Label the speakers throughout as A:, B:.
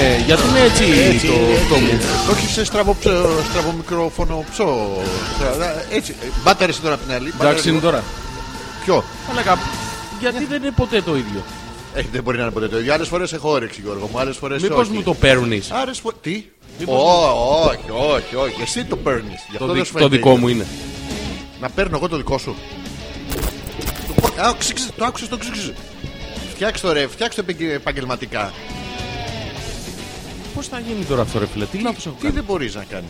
A: Ε, γιατί είναι έτσι, το αυτό μου.
B: Όχι σε στραβό, ψω- στραβό μικρόφωνο ψώ. Στρα- Έτσι. Μπάτερε τώρα απ' την άλλη.
A: Εντάξει είναι τώρα.
B: Ποιο.
A: Μαλάκα, γιατί δεν είναι ποτέ το ίδιο.
B: Ε, δεν μπορεί να είναι ποτέ το ίδιο. Άλλες φορές έχω όρεξη, Γιώργο μου. Άλλες φορές.
A: Μήπως μου το παίρνεις.
B: Άρε φο... Τι. Ω, όχι, όχι, όχι. Εσύ το παίρνεις.
A: Το, δι- το δικό μου είναι.
B: Να παίρνω εγώ το δικό σου. Το πο- Α, ξύξε, το άκουσες, το ξύξε. Φτιάξτε το ρε, φτιάξτε το επεγγε- επαγγελματικά.
A: Πώς θα γίνει τώρα αυτό, ρε φίλε, τι λάθο έχω
B: Τι
A: κάνει.
B: δεν μπορείς να κάνεις.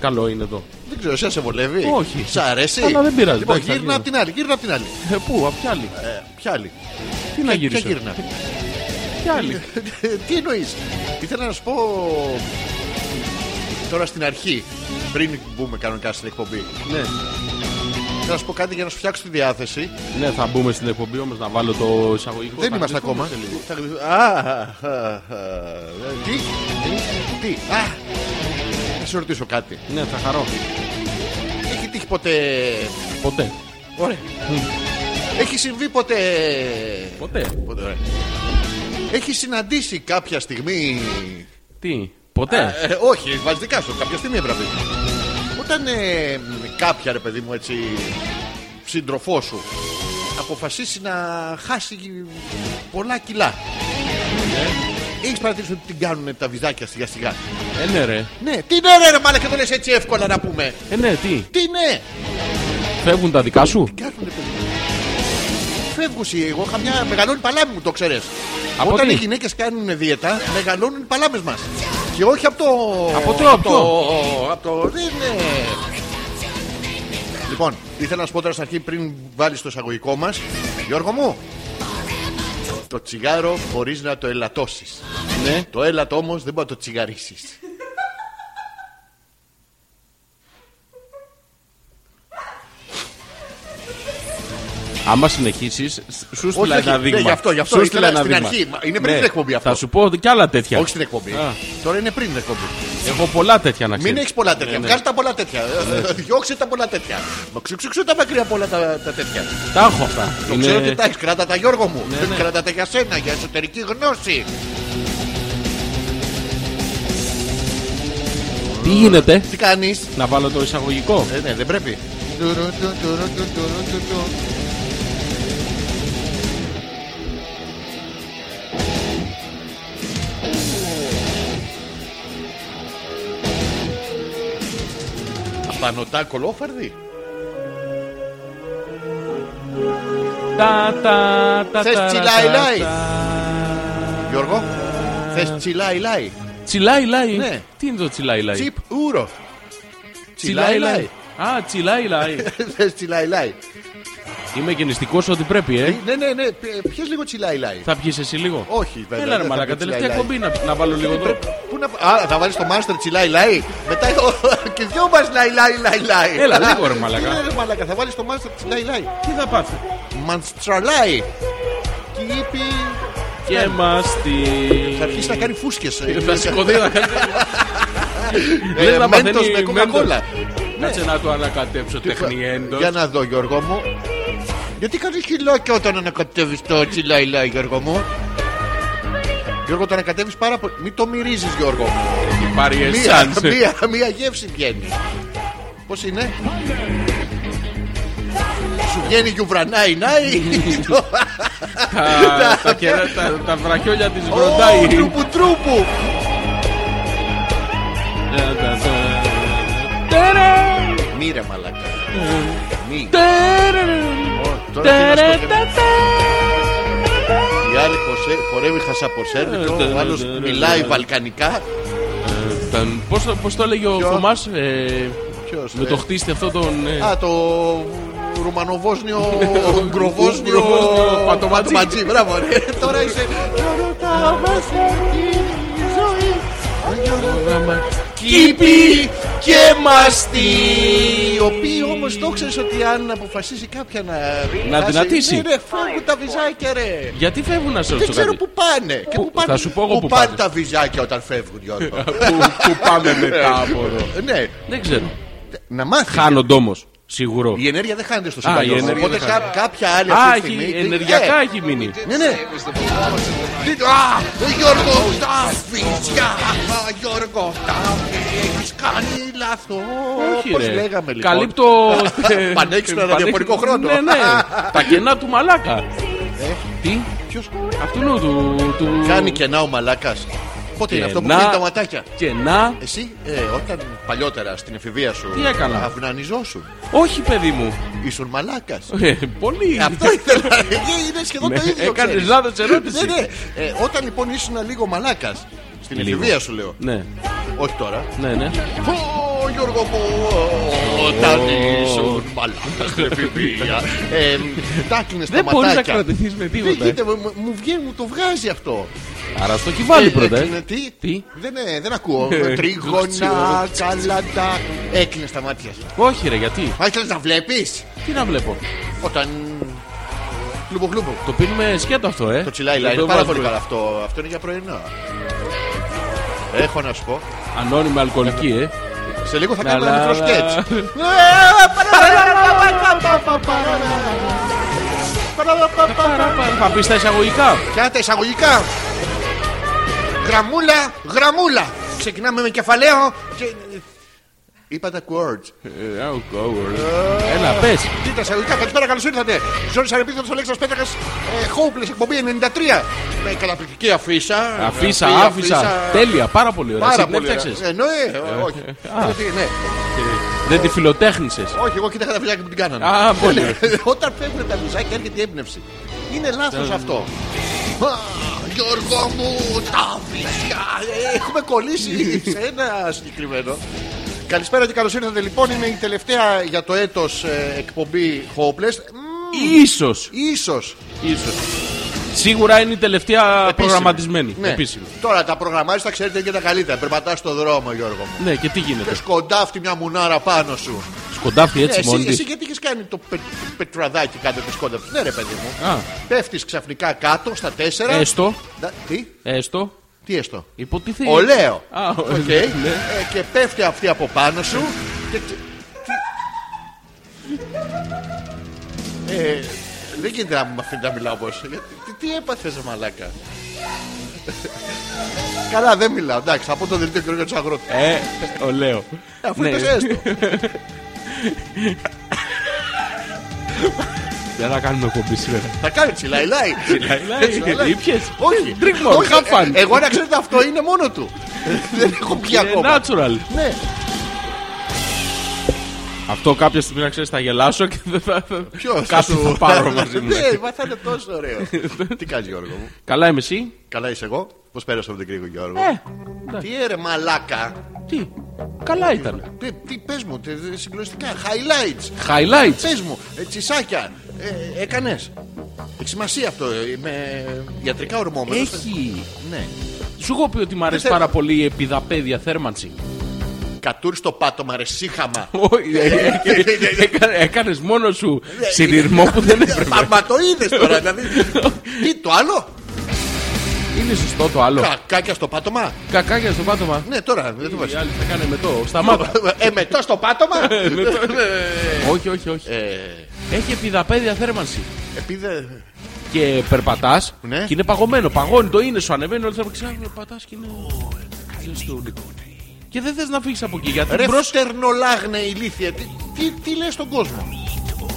A: Καλό είναι εδώ.
B: Δεν ξέρω, εσένα σε βολεύει.
A: Όχι.
B: Σ' αρέσει.
A: Αλλά δεν πειράζει,
B: Λοιπόν,
A: εντάξει, θα
B: γύρνα
A: γίνω.
B: απ' την άλλη, γύρνα απ' την άλλη.
A: Ε, πού, απ' ποια άλλη.
B: Ε, ποια άλλη.
A: Τι να
B: ποια
A: γυρίσω.
B: γύρνα.
A: Ποια άλλη.
B: Τι εννοείς. Ήθελα να σου πω. Τώρα στην αρχή, πριν μπούμε κανονικά στην εκπομπή,
A: Ναι,
B: θέλω να σου πω κάτι για να σου φτιάξω τη διάθεση.
A: ναι, θα μπούμε στην εκπομπή όμως να βάλω το εισαγωγικό.
B: Δεν
A: Θα
B: είμαστε
A: γλυθούμε
B: ακόμα.
A: σε λίγο.
B: Θα γλυθούμε. Α, α, α, α. Τι, τι, τι, α. Να σε ρωτήσω κάτι.
A: Ναι, θα χαρώ.
B: Έχει τύχει ποτέ.
A: Ποτέ.
B: Ωραία. Έχει συμβεί ποτέ.
A: Ποτέ.
B: Ποτέ, ωραία. Έχει συναντήσει κάποια στιγμή.
A: Τι, ποτέ.
B: Ε, όχι, βάζεις δικά σου. Κάποια στιγμή έπρεπε. Όταν ε, κάποια ρε παιδί μου έτσι. σύντροφό σου αποφασίσει να χάσει πολλά κιλά. Έχεις παρατηρήσει ότι την κάνουν τα βυζάκια σιγά σιγά.
A: Ε, ναι, ρε.
B: Ναι, τι ναι, ρε, ρε μάλακα, το λες έτσι εύκολα να πούμε.
A: Ε, ναι, τι.
B: Τι ναι,
A: Φεύγουν τα δικά σου.
B: κάνουνε παιδί. Φεύγουσι, εγώ είχα μια μεγαλώνει παλάμη μου, το ξέρεις.
A: Από
B: Όταν
A: τι?
B: οι γυναίκες κάνουν δίαιτα, μεγαλώνουν οι παλάμες μας. Και όχι από το.
A: Από το-
B: απ' το. απ' το. Δεν είναι. Λοιπόν, ήθελα να σου πω τώρα στην αρχή πριν βάλεις το εισαγωγικό μας, Γιώργο μου. Το τσιγάρο μπορείς να το ελαττώσεις.
A: Ναι.
B: Το έλατο όμως δεν μπορεί να το τσιγαρίσει.
A: Άμα συνεχίσεις, σου στείλα
B: όχι,
A: ένα
B: ναι,
A: δείγμα.
B: γι' αυτό, γι' αυτό
A: Σου
B: ήθελα
A: στείλα ένα δείγμα.
B: στην
A: Ναι.
B: αρχή. Μα είναι πριν την εκπομπή αυτό.
A: Θα σου πω και άλλα τέτοια.
B: Όχι στην εκπομπή.
A: Α.
B: Τώρα είναι πριν την εκπομπή.
A: Έχω πολλά τέτοια να ξέρει.
B: Μην έχεις πολλά
A: Ναι,
B: τέτοια. Βγάλε τα πολλά τέτοια. Ε, Διώξε τα πολλά τέτοια. Μα ξυξύξε τα μακριά από όλα τα, τα τέτοια.
A: Τα έχω αυτά.
B: Το ξέρω ότι τα έχεις. Κράτα τα Γιώργο μου.
A: Ναι, ναι.
B: Κράτα τα για σένα, για εσωτερική γνώση.
A: Τι γίνεται.
B: Τι κάνεις.
A: Να βάλω το εισαγωγικό.
B: Ε, ναι, δεν πρέπει. Απανοτά κολόφαρδη.
A: Τα, τα, τα,
B: Θες
A: τα,
B: τσιλάι
A: τα,
B: λάι.
A: τα.
B: Γιώργο, θες τσιλάι λάι.
A: Τσιλάι λάι.
B: Ναι.
A: Τι είναι το τσιλάι λάι.
B: Τσιπ ούρο. Τσιλάι λάι.
A: Α, τσιλάι λάι.
B: Θες τσιλάι λάι.
A: Είμαι γενιστικό ό,τι πρέπει, ε.
B: Ναι, ναι, ναι. Πι- Πιες λίγο τσιλάι λάι.
A: Θα πιεις εσύ λίγο.
B: Όχι, βέβαια.
A: Έλα ρε
B: δεν θα
A: μαλάκα,
B: πει
A: τελευταία
B: τσιλάι-λάι.
A: εκπομπή να, να βάλω λίγο εδώ.
B: Πού να... Α, θα βάλεις το Master τσιλάι λάι. Μετά ο- και δυο μας λάι λάι λάι λάι.
A: Έλα, λίγο, ρε, μαλάκα.
B: Ναι, ρε μαλάκα, θα βάλεις το Master τσιλάι λάι.
A: Τι θα πάθεις.
B: Ναι. Μανστραλάι. Και είπε...
A: Και μα τη.
B: Θα αρχίσεις να κάνει φούσκες. ε.
A: Θα σηκωθεί να κάνει.
B: Ε,
A: Λες να
B: Μέντος
A: παθαίνεις
B: με κοκακόλα.
A: Κάτσε να το ανακατέψω τεχνιέντος.
B: Για να δω Γιώργο μου. Γιατί κάνεις χιλόκια όταν ανακατεύεις το τσιλάι λάι Γιώργο μου. Γιώργο το ανακατεύεις πάρα πολύ. Μην το μυρίζεις Γιώργο μου.
A: Έχει πάρει
B: Μία,
A: εσάνς.
B: μία, μία γεύση βγαίνει. Πώς είναι, Σου βγαίνει γιουβρανάι, νάι.
A: Τα- τα κερά- τα- Τα βραχιόλια της
B: Ω,
A: βροντάει.
B: Τρούπου τρούπου.
A: Τα- τα- τα-
B: Μύρε μαλακά. Μη.
A: Τερερερ.
B: Ω, Τώρα τι να σου πω,
A: Τερερερ.
B: Γιώργο. Η άλλη χωσε- χορεύει χασαποσέρβικο, ο άλλος μιλάει βαλκανικά.
A: Ε, ταν- πώς το- Πώς το έλεγε ο
B: Ποιος?
A: Θωμάς ε,
B: Ποιος,
A: με
B: ε?
A: το χτίστη αυτό τον... ε,
B: Α, το Ρουμανοβόσνιο, Ουγγροβόσνιο,
A: Ουγγροβόσνιο Πατοματζή.
B: Πατοματζή. Μπράβο, ρε. Τώρα είσαι. Κήπη και μαστί. Οι οποίοι όμως το ξέρεις ότι αν αποφασίσει κάποια να.
A: Να δυνατήσει.
B: Ναι, ναι, φεύγουν τα βυζάκια, ρε.
A: Γιατί φεύγουν να σε
B: Δεν
A: ρωτήσω
B: ξέρω
A: κάτι.
B: που πάνε. Και
A: Πού-
B: που πάνε.
A: θα σου πω εγώ που
B: πάνε
A: πάνε.
B: τα βυζάκια όταν φεύγουν, Γιώργο. Ε,
A: Πού πάμε μετά από εδώ.
B: ναι,
A: Δεν ξέρω.
B: να μάθει.
A: Χάνονται όμως. Σίγουρο.
B: Η ενέργεια δεν χάνεται στο
A: Α, η
B: σύμπαν.
A: ενέργεια
B: Οπότε
A: δεν
B: κά-
A: χάνεται.
B: κάποια άλλη
A: Α,
B: αυτή τη
A: έχει,
B: στιγμή.
A: ενεργειακά
B: Ε,
A: έχει μείνει.
B: Ναι, ναι. Τι- Α, Γιώργο, τα φυσιά. Σκοτάδι, έχεις κάνει λάθος.
A: Όχι,
B: Πώς
A: ρε.
B: λέγαμε λοιπόν.
A: Καλύπτω.
B: Πανέξυπνα,
A: Πανέξυπνα.
B: ραδιοφωνικό χρόνο. Ε,
A: Ναι, ναι. Τα κενά του μαλάκα. Τι,
B: Ποιος
A: αυτού νου του. του-
B: κάνει κενά ο μαλάκας. Πότε είναι αυτό που
A: Κενά.
B: κλείνει τα ματάκια.
A: Κενά.
B: Εσύ, ε, όταν παλιότερα στην εφηβεία σου
A: Τι έκανα?
B: αυνανιζόσουν,
A: Όχι, παιδί μου.
B: ήσουν μαλάκας.
A: Ε, Πολύ.
B: Αυτό ήθελα. Ε, Είναι σχεδόν το ίδιο.
A: Έκανες
B: ξέρεις.
A: λάθος Ναι, ερώτηση.
B: Ναι, ναι. Ε, όταν λοιπόν ήσουν λίγο μαλάκας, στην
A: Λίγο.
B: εφηβεία σου λέω,
A: Ναι,
B: όχι τώρα,
A: ναι, ναι.
B: Ω Γιώργο μου, όταν ήσουν μαλάκας στην εφηβεία, ε, τα κλείνες τα
A: Δεν μπορείς να
B: ματάκια.
A: κρατηθείς με
B: Δεν
A: τίποτα. ε.
B: γίνεται, μου- μου βγαίνει, μου το βγάζει αυτό.
A: Άρα στο κυβάλι
B: Ε,
A: πρώτα.
B: έκλεινε,
A: ε.
B: Τι,
A: Τι?
B: Δεν, ε, δεν ακούω.
A: Ε,
B: Τρίγωνα, καλαντά. Έκλεινε τα μάτια σου.
A: Όχι, ρε, γιατί.
B: Μα ήθελες να βλέπεις
A: Τι να βλέπω.
B: όταν. Κλούμπο κλούμπο.
A: Το πίνουμε σκέτο αυτό, ε.
B: Το τσιλάι λάι
A: Δεν
B: είναι
A: το
B: πάρα πολύ
A: βάζουμε.
B: καλό αυτό. Αυτό είναι για πρωινό. Έχω να σου πω.
A: Ανώνυμη αλκοολική, ε.
B: Σε λίγο θα
A: Ναι,
B: κάνουμε ένα
A: αλλά-
B: μικρό σκέτ.
A: Θα πει τα εισαγωγικά.
B: Κάτα εισαγωγικά. Γραμμούλα, γραμμούλα. Ξεκινάμε με κεφαλαίο. και- Είπα τα words.
A: Ε, α, ο κόουρ. Έλα, πες.
B: Κοίτα, εισαγωγικά, καλησπέρα, καλώς ήρθατε. Ζώνης Ανεπίθετος Αλέξα Πέτρακας, Ε, Hopeless, εκπομπή 93. Με καταπληκτική αφίσα.
A: Αφίσα,
B: Γραφή,
A: άφησα. Τέλεια, πάρα πολύ ωραία.
B: Πάρα
A: Εσύ
B: πολύ.
A: Δεν φτιάξες.
B: ωραία. Ε, ναι, ε, όχι. Γιατί, ναι.
A: Δεν τη φιλοτέχνησες
B: Όχι, εγώ κοίταγα τα φιλάκια που την κάνανε.
A: Α, πολύ.
B: Ναι, Όταν φεύγουν τα λουζάκια έρχεται η έμπνευση. Είναι
A: Ε.
B: λάθος αυτό. Α, Γιώργο μου, τα βυζιά. Έχουμε κολλήσει σε ένα συγκεκριμένο. Καλησπέρα και καλώς ήρθατε. Λοιπόν, είναι η τελευταία για το έτος εκπομπή Hopeless.
A: Ίσως,
B: Ίσως
A: ίσως. Σίγουρα είναι η τελευταία
B: Επίσημη.
A: προγραμματισμένη.
B: Ναι.
A: Επίσημη.
B: Τώρα τα προγραμμάτια τα ξέρετε και τα καλύτερα. Περπατάς στον δρόμο, Γιώργο μου.
A: Ναι, και τι γίνεται.
B: Και σκοντάφτει μια μουνάρα πάνω σου.
A: Σκοντάφτει
B: Ε,
A: έτσι
B: εσύ,
A: μόνη
B: εσύ
A: της.
B: γιατί έχεις κάνει το πε, πετραδάκι κάτω τη σκόνταψη. Ναι, ρε παιδί μου.
A: Α.
B: Πέφτεις ξαφνικά κάτω στα τέσσερα.
A: Έστω,
B: Να- τι,
A: έστω.
B: τι έστω.
A: Υποτίθεται.
B: Ολέο.
A: Α,
B: Οκ.
A: ναι.
B: Ε, και πέφτει αυτή από πάνω σου. Και... τι- τι- ε, δεν γίνεται να μου αφήνει να μιλάω όπως. Γιατί- Τι, τι έπαθες ρε μαλάκα. Καλά δεν μιλάω. Εντάξει, από το δελτίο καινούργιο του αγρότη.
A: Ε, ολέο.
B: Αφού
A: Ναι.
B: είπες έστω.
A: Δεν θα κάνουμε κομπή σήμερα.
B: Θα κάνει τσιλάι λάι.
A: Τσιλαϊλάι. Ήπιες.
B: Όχι.
A: Drink more,
B: Όχι,
A: have
B: ε,
A: fun. Ε,
B: Εγώ να ξέρετε αυτό είναι μόνο του. Δεν έχω πει
A: Είναι
B: ακόμα.
A: Natural.
B: Ναι.
A: Αυτό κάποια στιγμή να ξέρεις θα γελάσω και δεν θα.
B: Ποιο
A: Κάτι θα πάρω μαζί μου.
B: Ναι, μα θα είναι τόσο ωραίο. Τι κάνεις Γιώργο μου.
A: Καλά είμαι εσύ.
B: Καλά είσαι εγώ. Πώς πέρασε από τον κρίκο Γιώργο.
A: Ε,
B: Τι έρε μαλάκα.
A: τι. Καλά ήταν.
B: Τι, τι πες μου, τι- συγκλονιστικά. Highlights.
A: Highlights.
B: Πες μου, ε, τσισάκια. Έκανες. Έχει σημασία αυτό. ε, Είμαι ιατρικά ορμόμενο.
A: Έχει.
B: Ναι.
A: Σου έχω πει ότι μου αρέσει
B: θέλω.
A: πάρα πολύ η επιδαπέδια θέρμανση.
B: Κατούρι στο πάτωμα, ρε σύχαμα.
A: Έκανες μόνος σου συνειρμό που δεν έπρεπε.
B: Φαρματοίδε τώρα, δηλαδή. Τι το άλλο,
A: Είναι σωστό το άλλο.
B: Κακάκια στο πάτωμα.
A: Κακάκια στο πάτωμα.
B: Ναι, τώρα δεν το
A: Οι
B: βάζει.
A: άλλοι θα κάνε με το. Ε, Σταμάτα.
B: Ε, μετά στο πάτωμα.
A: Όχι, όχι, όχι.
B: Ε,
A: Έχει επιδαπέδια θέρμανση.
B: Επειδή.
A: Και περπατάς
B: Ναι.
A: και είναι παγωμένο. Παγώνει το είναι, σου ανεβαίνει όλη θέρμανση. Ξαφνικά περπατά και είναι. ζεστούλικο. Και δεν θες να φύγεις από εκεί γιατί
B: Ρε
A: Ε, μπρος-
B: φτερνολάγνε ηλίθεια. Τι, τι, τι λες στον κόσμο.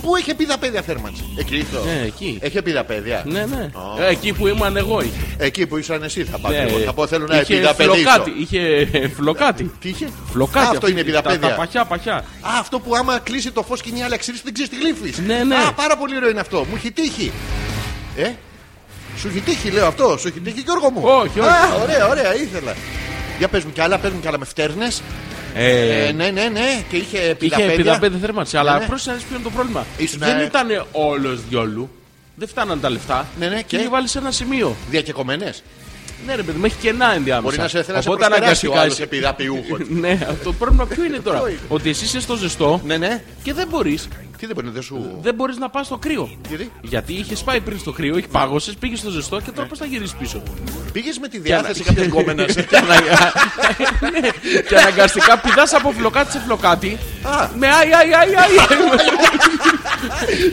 B: Πού έχει πει τα παιδιά θέρμανση. Εκεί το.
A: Ναι, εκεί.
B: Έχει πει τα παιδιά.
A: Ναι, ναι.
B: Ω.
A: Ε, Εκεί που ήμουν εγώ είχε.
B: Εκεί που ήσαν εσύ θα πάτε.
A: Ναι,
B: εγώ.
A: ε,
B: θα πω θέλω να
A: είχε
B: επιδαπεδίσω.
A: φλοκάτι, Είχε φλοκάτι.
B: Τι είχε.
A: Φλοκάτι.
B: Α, αυτό είναι
A: τα- Τα
B: επιδαπέδια.
A: παχιά, παχιά.
B: Α, αυτό που άμα κλείσει το φως και είναι η άλλη αξίριση δεν ξέρεις τι γλύφεις.
A: Ναι, ναι.
B: Α, πάρα πολύ ωραίο είναι αυτό. Μου έχει τύχει. Ε, σου έχει τύχει λέω αυτό. Σου έχει τύχει Γιώργο μου.
A: Όχι, όχι.
B: Α, ωραία, ωραία, ήθελα. Για πες μου κι άλλα, πες μου κι άλλα με φτέρνες.
A: Ε,
B: Ε, ναι, ναι, ναι. Και είχε
A: Είχε
B: επιδαπέδια.
A: 55 θέρμανση, αλλά
B: ναι.
A: πρόσεχε να δεις ποιο είναι το πρόβλημα.
B: Ήσουν, ε,
A: Δεν ήταν όλος διόλου. Δεν φτάναν τα λεφτά.
B: Ναι, ναι, και?
A: Είχε βάλει σε ένα σημείο.
B: Διακεκομένες.
A: Ναι, ρε παιδί μου, έχει κενά ενδιάμεσα.
B: Μπορεί να σε θέλει να σε
A: Οπότε
B: προσπεράσει ο
A: αναγκαστικά
B: άλλος
A: είσαι-
B: επειδή απειούχος.
A: Ναι, το πρόβλημα ποιο είναι τώρα.
B: Ποιο είναι?
A: Ότι εσύ είσαι στο ζεστό
B: Ναι, ναι.
A: και δεν μπορείς.
B: Τι δεν μπορεί, δεν σου.
A: Δεν μπορείς να πας στο κρύο.
B: Γιατί
A: Γιατί είχε πάει πριν στο κρύο, είχε πάγωσες, πήγες στο ζεστό και τώρα πώ θα γυρίσεις πίσω.
B: πήγες με τη
A: Και ανα-
B: διάθεση κάποια κόμενας.
A: Και ανα- Ναι, Και αναγκαστικά πηδάς από φλοκάτι σε φλοκάτι.
B: Α.
A: Με αϊ, αϊ, αϊ, αϊ.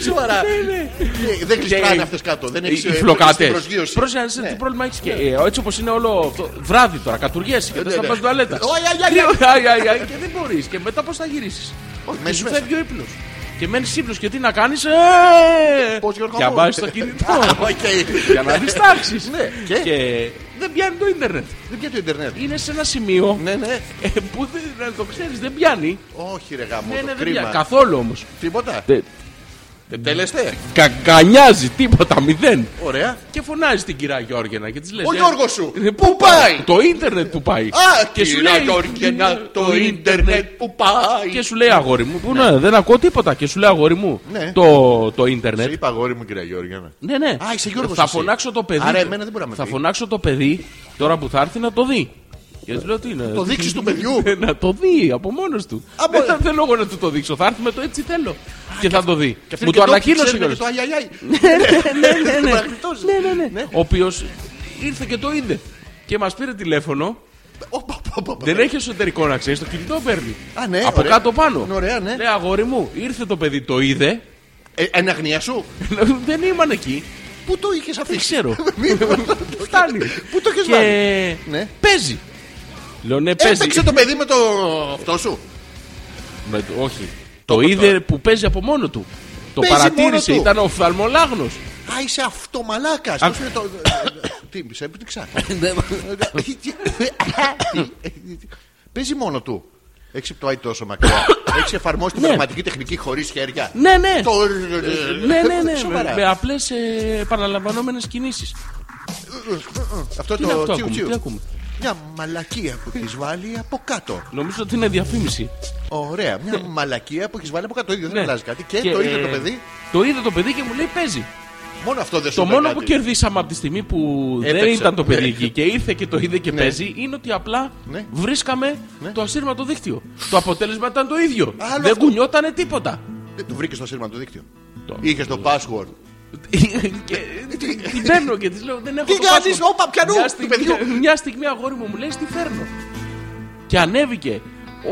B: Σοβαρά. Ε, Δεν
A: Και-
B: γλιστράνε αυτές κάτω. Δεν ε,
A: Οι
B: έχει
A: φλοκάτε.
B: Πρόσεχε.
A: Πρόσεχε, τι πρόβλημα έχεις και ε, έτσι όπως είναι όλο. αυτό, Βράδυ τώρα, κατουργέσαι και
B: Ναι,
A: πα να
B: ναι.
A: πας τουαλέτα.
B: Ω, αι, αι, αι, αι.
A: Τι- αι, αι, αι, Και δεν μπορείς. Και μετά πώς θα γυρίσεις. Και
B: Μέσα
A: σου
B: μέσα.
A: φεύγει ο ύπνος. Και μένεις ύπνος και τι να κάνεις.
B: Πώς, Γιώργο
A: Για να
B: μου?
A: πάρει το κινητό.
B: Οκ.
A: Για να διστάξεις.
B: Ναι, και?
A: Και δεν πιάνει το ίντερνετ.
B: Δεν πιάνει το Ιντερνετ.
A: Είναι σε ένα σημείο
B: Ναι, ναι.
A: ε, που δεν το ξέρεις, δεν πιάνει.
B: Όχι, ρε γάμο.
A: Ναι,
B: το
A: ναι, δεν πιάνει.
B: Κρίμα.
A: Καθόλου όμως.
B: Τίποτα.
A: Τε-
B: Τελεστέ.
A: Καγκανιάζει τίποτα, μηδέν.
B: Ωραία.
A: Και φωνάζει την κυρία Γιώργενα και της λέει:
B: Ο Γιώργος σου!
A: ε, Πού πάει! Το ίντερνετ που πάει.
B: Α,
A: Ναι. και σου
B: κυρία
A: λέει: «Ε, ναι,
B: Γιώργινα, το ίντερνετ που πάει.
A: Και σου λέει αγόρι μου, που ναι, δεν ακούω τίποτα. Και σου λέει αγόρι μου,
B: Ναι.
A: το, το
B: Σε
A: ίντερνετ.
B: Ε, είπα αγόρι μου, κυρία Γιώργινα.
A: Ναι, ναι.
B: Α, είσαι Γιώργος
A: Θα
B: εσύ.
A: φωνάξω το παιδί.
B: Άρα εμένα δεν μπορεί να με
A: Θα
B: πει.
A: φωνάξω το παιδί τώρα που θα έρθει να το δει. Και του λέω τι είναι.
B: Το δείξεις του παιδιού.
A: Ε, να το δει από μόνος του.
B: Α,
A: δεν
B: μπορεί.
A: θα θέλω εγώ να του το δείξω. Θα έρθει με το έτσι θέλω. και θα το δει.
B: Και αυτή
A: Μου
B: είναι
A: το
B: και ντόπιοι,
A: ανακοίνωσε
B: ξέρουν και
A: κιόλας.
B: Το αϊ, αϊ, αϊ.
A: ναι, ναι, ναι.
B: Παρακολουθούσε.
A: ναι, ναι, ναι.
B: Ναι.
A: Ο οποίος ήρθε και το είδε. Και μας πήρε τηλέφωνο.
B: Ω, πα, πα, πα, πα.
A: Δεν έχει εσωτερικό να ξέρεις, το κινητό παίρνει.
B: Α, ναι,
A: Από
B: ωραία.
A: κάτω πάνω.
B: Είναι ωραία, ναι.
A: Λέει αγόρι μου, ήρθε το παιδί, το είδε.
B: Ε, Εν αγνία σου.
A: Δεν ήμουν εκεί.
B: Πού το είχες αφήσει.
A: Δεν ξέρω.
B: Μην-
A: Φτάνει.
B: Πού το έχεις
A: Και
B: βάλει? Ναι.
A: παίζει. Λέω ναι, παίζει.
B: Έπαιξε το παιδί με το αυτό σου.
A: Με το- Όχι. Το είδε που παίζει από μόνο του. Το
B: Παίζει
A: παρατήρησε,
B: μόνο του.
A: ήταν ο οφθαλμολάγνος.
B: Α, είσαι αυτομαλάκας.
A: Α.
B: ε,
A: Ναι,
B: Τι, σε έπνιξα. Παίζει μόνο του. Έχει πάει τόσο μακριά. Έχεις εφαρμόσει την
A: Ναι.
B: πραγματική τεχνική χωρίς χέρια.
A: Ναι, ναι.
B: Το-
A: Ναι, ναι, ναι.
B: Σοβαρά.
A: με- ε, Με απλέ επαναλαμβανόμενες κινήσεις.
B: Αυτό
A: Τι είναι
B: το
A: αυτό,
B: τσιου
A: ακούμε, τι ακούμε.
B: Μια μαλακία που έχεις βάλει από κάτω.
A: Νομίζω ότι είναι διαφήμιση.
B: Ωραία. Μια μαλακία που έχεις βάλει από κάτω. Το ίδιο δεν
A: Ναι.
B: αλλάζει κάτι. Και το είδε
A: ε,
B: το παιδί.
A: Το είδε το παιδί και μου λέει παίζει.
B: Μόνο αυτό δεν σου
A: Το
B: είπε
A: μόνο
B: κάτι.
A: που κερδίσαμε από τη στιγμή που δεν
B: Έπαιξε.
A: ήταν το
B: Ναι.
A: παιδί εκεί και ήρθε και το είδε και
B: Ναι.
A: παίζει είναι ότι απλά
B: Ναι.
A: βρίσκαμε
B: Ναι.
A: το ασύρματο δίκτυο. Το αποτέλεσμα ήταν το ίδιο.
B: Άλλο
A: Δεν
B: αυτό.
A: κουνιότανε τίποτα.
B: Δεν το βρήκε στο σύρμα του δίκτυο.
A: Το-
B: Είχες το password.
A: και την- την παίρνω και της λέω: Δεν έχω
B: Τι
A: το
B: κάνεις,
A: password».
B: όπα, πιανού,
A: Μια
B: του
A: στιγ-
B: παιδιού.
A: Μια στιγμή, αγόρι μου, μου λε τι φέρνω. Και ανέβηκε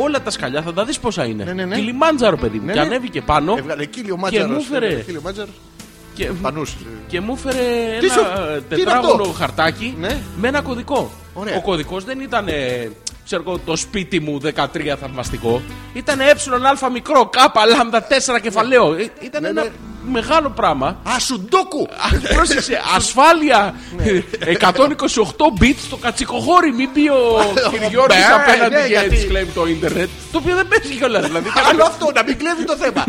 A: όλα τα σκαλιά, θα τα δεις πόσα είναι.
B: Ναι, ναι, ναι.
A: Τη λιμάντζαρο, παιδί μου.
B: Ναι,
A: Και
B: ναι.
A: ανέβηκε πάνω
B: Έβγαλε κύλιο μάτζαρος.
A: μου έφερε.
B: Κύλιο μάτζαρος.
A: και,
B: Πανούς.
A: και μου έφερε
B: Τι
A: ένα
B: σου-
A: ε,
B: τι είναι
A: τετράγωνο
B: αυτό?
A: χαρτάκι
B: Ναι.
A: με ένα κωδικό.
B: Ωραία.
A: Ο κωδικός δεν ήταν. ε, Ξέρω εγώ, το σπίτι μου 13 θαυμαστικό. Ήταν ε μικρό, κάπα λάμδα 4 κεφαλαίο. Ε, Ήταν
B: Ναι,
A: ένα
B: ναι.
A: μεγάλο πράγμα.
B: Α, σουντόκου!
A: Α, Πρόσεξε, ασφάλεια
B: Ναι.
A: 128 bits στο κατσικοχώρι. Μην πει ο Κυριόρκη
B: Ναι, ναι,
A: απέναντι και
B: γιατί-
A: έτσι κλέβει το ίντερνετ. Το οποίο δεν παίζει κιόλας δηλαδή.
B: Άλλο αυτό, να μην κλέβει το θέμα.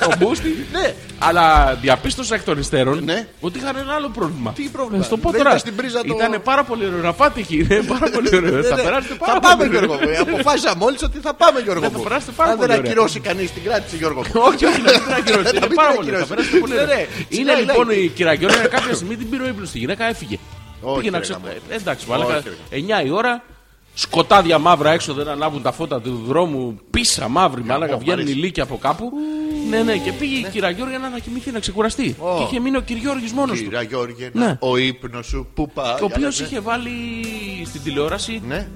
A: Το μπούστι.
B: Ναι.
A: Αλλά διαπίστωσα εκ των υστέρων
B: Ναι.
A: ότι είχαν ένα άλλο πρόβλημα.
B: Τι πρόβλημα?
A: Να σου το πω
B: Δεν
A: τώρα.
B: ήταν στην πρίζα το-
A: Ήταν πάρα πολύ ωραίο να πάτε εκεί. Είναι πάρα πολύ ωραίο. Θα
B: Ναι, ναι.
A: περάσετε
B: Θα
A: πάρα
B: πάμε,
A: πολύ
B: Γιώργο. μου.
A: ωραία.
B: Αποφάσισα μόλι ότι θα πάμε, Γιώργο.
A: Ναι, θα
B: μου.
A: περάσετε πάρα
B: Αν δεν
A: πολύ ωραία.
B: ακυρώσει κανείς την κράτηση, Γιώργο. μου.
A: Όχι, όχι, να μην την ακυρώσει.
B: Να
A: Είναι
B: μην
A: πάρα
B: την
A: πολύ. ωραία. Θα
B: ακυρώσει.
A: περάσετε πολύ
B: Ναι,
A: ωραία.
B: ναι.
A: Είναι
B: Συνάει,
A: λοιπόν
B: λέει.
A: η κυρία Γιώργα κάποια στιγμή την πήρε ο ύπνος στη γυναίκα, έφυγε.
B: Όχι,
A: Πήγε να
B: ρε,
A: ξε-
B: γαμώ.
A: Ε, Εντάξει,
B: Όχι,
A: μαλάκα.
B: ρε.
A: 9 η ώρα, σκοτάδια μαύρα έξω, δεν ανάβουν τα φώτα του δρόμου. Πίσα μαύρη, μαλάκα. Βγαίνουν οι
B: Παρίσι.
A: λύκοι από κάπου. Ναι, ναι, και πήγε η κυρία Γιώργα να ανακοιμηθεί, να ξεκουραστεί.
B: Ω.
A: Και είχε μείνει ο Κυριόργης μόνος του.
B: Κύρα Γιώργε,
A: Ναι.
B: ο ύπνος σου που πάει.
A: Ο οποίο
B: Ναι.
A: είχε βάλει στην τηλεόραση
B: Ναι.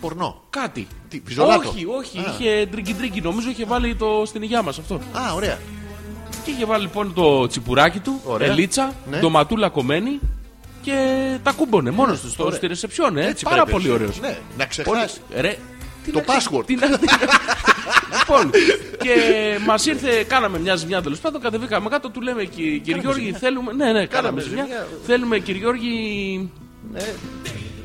B: Πορνό.
A: κάτι.
B: Τι, πιζολάτο.
A: Όχι, όχι,
B: Α.
A: είχε τριγκι τριγκι. Νομίζω είχε βάλει το στην υγειά μας αυτό.
B: Α, ωραία.
A: Και είχε βάλει λοιπόν το τσιπουράκι του,
B: Ωραία.
A: ελίτσα,
B: Ναι.
A: ντοματούλα κομμένη και τα κούμπονε μόνος τους στο
B: ωραία.
A: στη ρεσεψιόν. Ε.
B: Έτσι
A: Πάρα
B: πρέπει.
A: πολύ ωραίος.
B: Ναι, να
A: Πολύ...
B: ξεχάσεις.
A: Ρε, τι
B: Το
A: να ξε-
B: password.
A: τι να- τι να- λοιπόν, και μας ήρθε, κάναμε μια ζημιά τέλος πάντων, κατεβήκαμε κάτω, του λέμε κύριε Γιώργη, θέλουμε. Ναι, ναι, κάναμε
B: ζημιά.
A: ζημιά. Θέλουμε κύριε Γιώργη
B: ναι.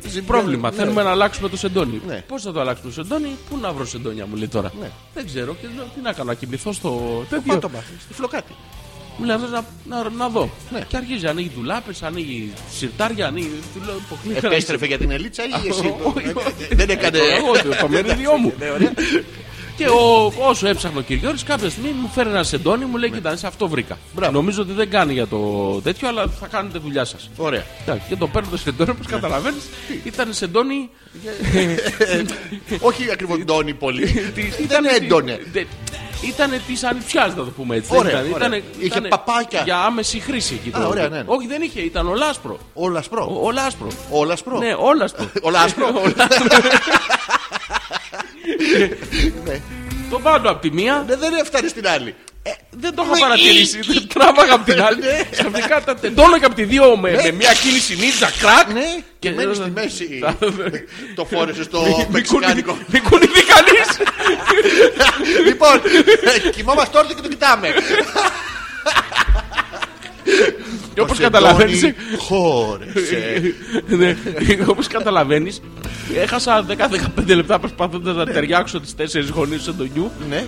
B: Ζει
A: πρόβλημα. Θέλουμε να αλλάξουμε το σεντόνι.
B: Ναι.
A: Πώς θα το αλλάξουμε το σεντόνι, πού να βρω σεντόνια μου λέει τώρα.
B: Ναι.
A: Δεν ξέρω και λέω, τι να κάνω, να κοιμηθώ στο
B: Πάω
A: τέτοιο.
B: το μάθει. Στη φλοκάτη.
A: Μου λέει αυτός, να, να, να δω.
B: Ναι.
A: Και αρχίζει, ανοίγει ντουλάπες, ανοίγει σιρτάρια, ανοίγει. Του λέω, υποκλείεται.
B: Επέστρεφε για την ελίτσα ή εσύ.
A: Όχι, όχι.
B: Δεν έκανε. Ναι,
A: Ε, το- εγώ, το- Το μερίδιό μου. Και ο, όσο έψαχνε ο Κυριόρης κάποια στιγμή μου φέρει ένα σεντόνι, μου λέει: Κοιτάξτε, σε αυτό βρήκα.
B: Ναι. Μπράβο.
A: Νομίζω ότι δεν κάνει για το τέτοιο, αλλά θα κάνετε δουλειά σας.
B: Ωραία.
A: Και το παίρνω το σεντόνι, όπως
B: Ναι.
A: καταλαβαίνεις, ήταν σεντόνι.
B: Όχι ακριβώς ντόνι πολύ.
A: της-
B: Ήταν
A: της-
B: έντονε.
A: δε- Ήτανε της ανιψιάς, να το πούμε έτσι.
B: Ωραία,
A: Δεν
B: ωραία. Είχε παπάκια.
A: Για άμεση χρήση εκεί. το-
B: Α, ωραία, ναι, ναι.
A: Όχι, δεν είχε, ήταν ολάσπρο.
B: Όλα σπρώ.
A: Ο- Ολάσπρο.
B: Όλα σπρώ.
A: Ναι, όλασπρο.
B: Ολάσπρο.
A: Το πάνω από τη μία.
B: Ναι, δεν έφτανε στην άλλη.
A: Ε, Δεν το είχα παρατηρήσει. Δεν τράβαγα από
B: Ναι.
A: την άλλη. Ξαφνικά τα τεντώνω και από τη δύο με, με μια κίνηση νίζα, κρακ.
B: Ε, Ναι, και μένεις στη μέση.
A: Τα-
B: το φόρεσες στο
A: Μη- μη
B: μεξικάνικο.
A: κουνη- Μη κουνηθεί κανείς.
B: λοιπόν, κοιμόμαστε όρθιοι και το κοιτάμε.
A: Και όπως καταλαβαίνεις.
B: Χώρεσε.
A: Όπως καταλαβαίνεις, Ναι. έχασα 10-15 λεπτά προσπαθώντας να ταιριάξω τις τέσσερις γωνίες του Σεντονιού
B: Ναι.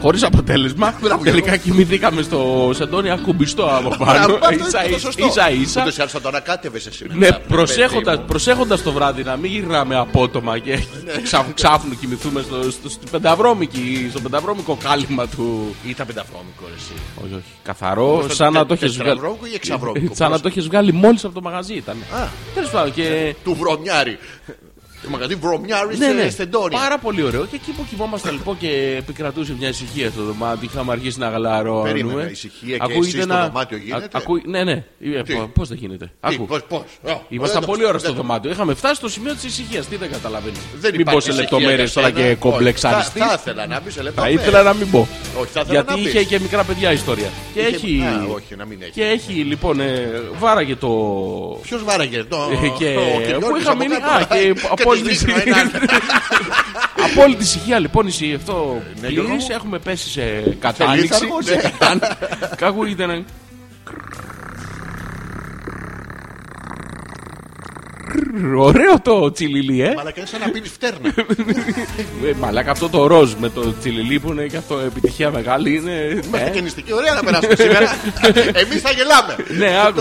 A: χωρίς αποτέλεσμα.
B: Μπράβο,
A: Τελικά κοιμηθήκαμε στο Σεντόνι ακουμπιστό από πάνω.
B: Αυτό είναι
A: σα
B: το σωστό.
A: ίσα ίσα.
B: Ούτως ή άλλως θα το ανακάτευες εσύ.
A: Ναι,
B: μετά, παιδί
A: προσέχοντας,
B: μου.
A: προσέχοντας το βράδυ να μην γυρνάμε απότομα και
B: Ναι.
A: ξαφ- ξάφνου κοιμηθούμε στο, στο, στην πενταβρώμικη- στο πενταβρώμικο κάλυμα του.
B: Ή τα πενταβρώμικο ρε, εσύ.
A: Όχι, όχι. Καθαρό, σαν να το έχεις βγάλει.
B: Τετραβρώμικο ή εξαβρώμικο.
A: Σαν να
B: πώς?
A: το έχεις βγάλει μόλις από το μαγαζί ήταν.
B: Α.
A: Τέλος πάντων και.
B: Του βρωμιάρι. Το μαγαζί βρωμιάρι
A: Ναι, ναι.
B: σε στεντόνι.
A: Πάρα πολύ ωραίο. Και εκεί που κοιμόμασταν λοιπόν και επικρατούσε μια ησυχία στο δωμάτιο, είχαμε αρχίσει να γαλαρώνουμε.
B: Περίμενα, ησυχία και
A: Ακούγεται
B: εσύ στο
A: ένα-
B: δωμάτιο γίνεται?
A: Α- ακούει- Ναι, ναι. Πώ δεν γίνεται.
B: Τι,
A: Ακού.
B: Πώς, πώς. Ω,
A: Ήμασταν
B: δεν
A: πολλή
B: το-
A: ώρα στο
B: δεν το-
A: δωμάτιο. Είχαμε φτάσει στο σημείο της ησυχίας. Τι δεν καταλαβαίνεις.
B: δεν
A: Μην
B: υπάρχει
A: πω σε
B: ησυχία
A: λεπτομέρειες
B: για
A: τώρα
B: σένα.
A: και
B: Όχι,
A: κομπλεξάριστης.
B: Θα θα ήθελα να μπει σε
A: Θα
B: λεπτομέρειες.
A: ήθελα να μην πω.
B: Όχι, θα ήθελα
A: Γιατί
B: να
A: είχε
B: πεις.
A: και μικρά παιδιά ιστορία. Και
B: Είχε-
A: έχει.
B: Α, όχι, να μην έχει.
A: Και έχει λοιπόν. ε, Βάραγε το.
B: Ποιος βάραγε το.
A: Ε, και
B: ο Κυριόλης
A: που είχα
B: από
A: μείνει.
B: κάτω,
A: Α, και
B: τους
A: απόλυτη
B: δείχνω
A: ησυχία.
B: έναν.
A: Απόλυτη ησυχία λοιπόν. Εσύ αυτό
B: ναι, Γιώργο
A: πλήρης.
B: μου.
A: Έχουμε πέσει σε κατάνοιξη.
B: λίθαργο,
A: Σε
B: ναι.
A: κατάν- Και ακούγεται ένα. Ωραίο το τσιλιλί, ε.
B: Μαλάκα είναι σαν να πίνεις φτέρνα.
A: Ε, Μαλάκα αυτό το ροζ με το τσιλιλί που είναι και αυτό επιτυχία μεγάλη είναι.
B: Είμαστε
A: Ναι,
B: και νηστικοί. Ωραία να περάσουμε σήμερα. Εμείς θα γελάμε.
A: ναι, άκου.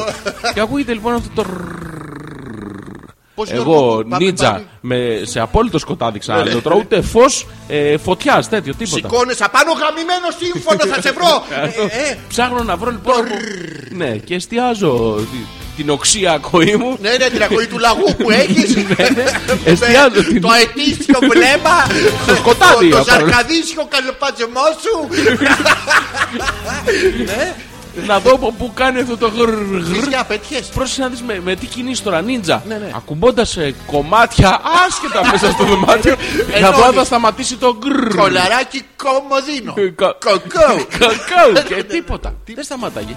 A: Και ακούγεται λοιπόν αυτό το.
B: Πώς
A: Εγώ
B: Γιώργο, πάμε πάλι.
A: νίτσα με, σε απόλυτο σκοτάδι ξαναλέω ούτε φω ε, φωτιά, τέτοιο τίποτα.
B: Σηκώνεσαι απάνω γαμημένο σύμφωνο, θα σε βρω. Ε, ε,
A: Ψάχνω να βρω λοιπόν. από- Ναι, και εστιάζω τη- την οξία ακοή μου.
B: Ναι, ναι, την ακοή του λαγού που έχει.
A: Ναι, Εστιάζω την-
B: Το αιτήσιο βλέμμα.
A: Στο σκοτάδι,
B: Το
A: απ' όλα.
B: ζαρκαδίσιο καλοπατζεμό σου.
A: να δω από πού κάνει αυτό το γρ- γρ-
B: Τι απέτυχες.
A: Πρόσεχε να δεις με, με τι κινείς τώρα, νίντζα.
B: Ναι, ναι.
A: Ακουμπώντας ε, κομμάτια άσχετα μέσα στο δωμάτιο, για να
B: Ενώνεις.
A: να σταματήσει το γκρ.
B: Κολαράκι κομμωδίνο.
A: Κα-
B: Κοκκό.
A: Κακάου και τίποτα. Δεν σταματάγε.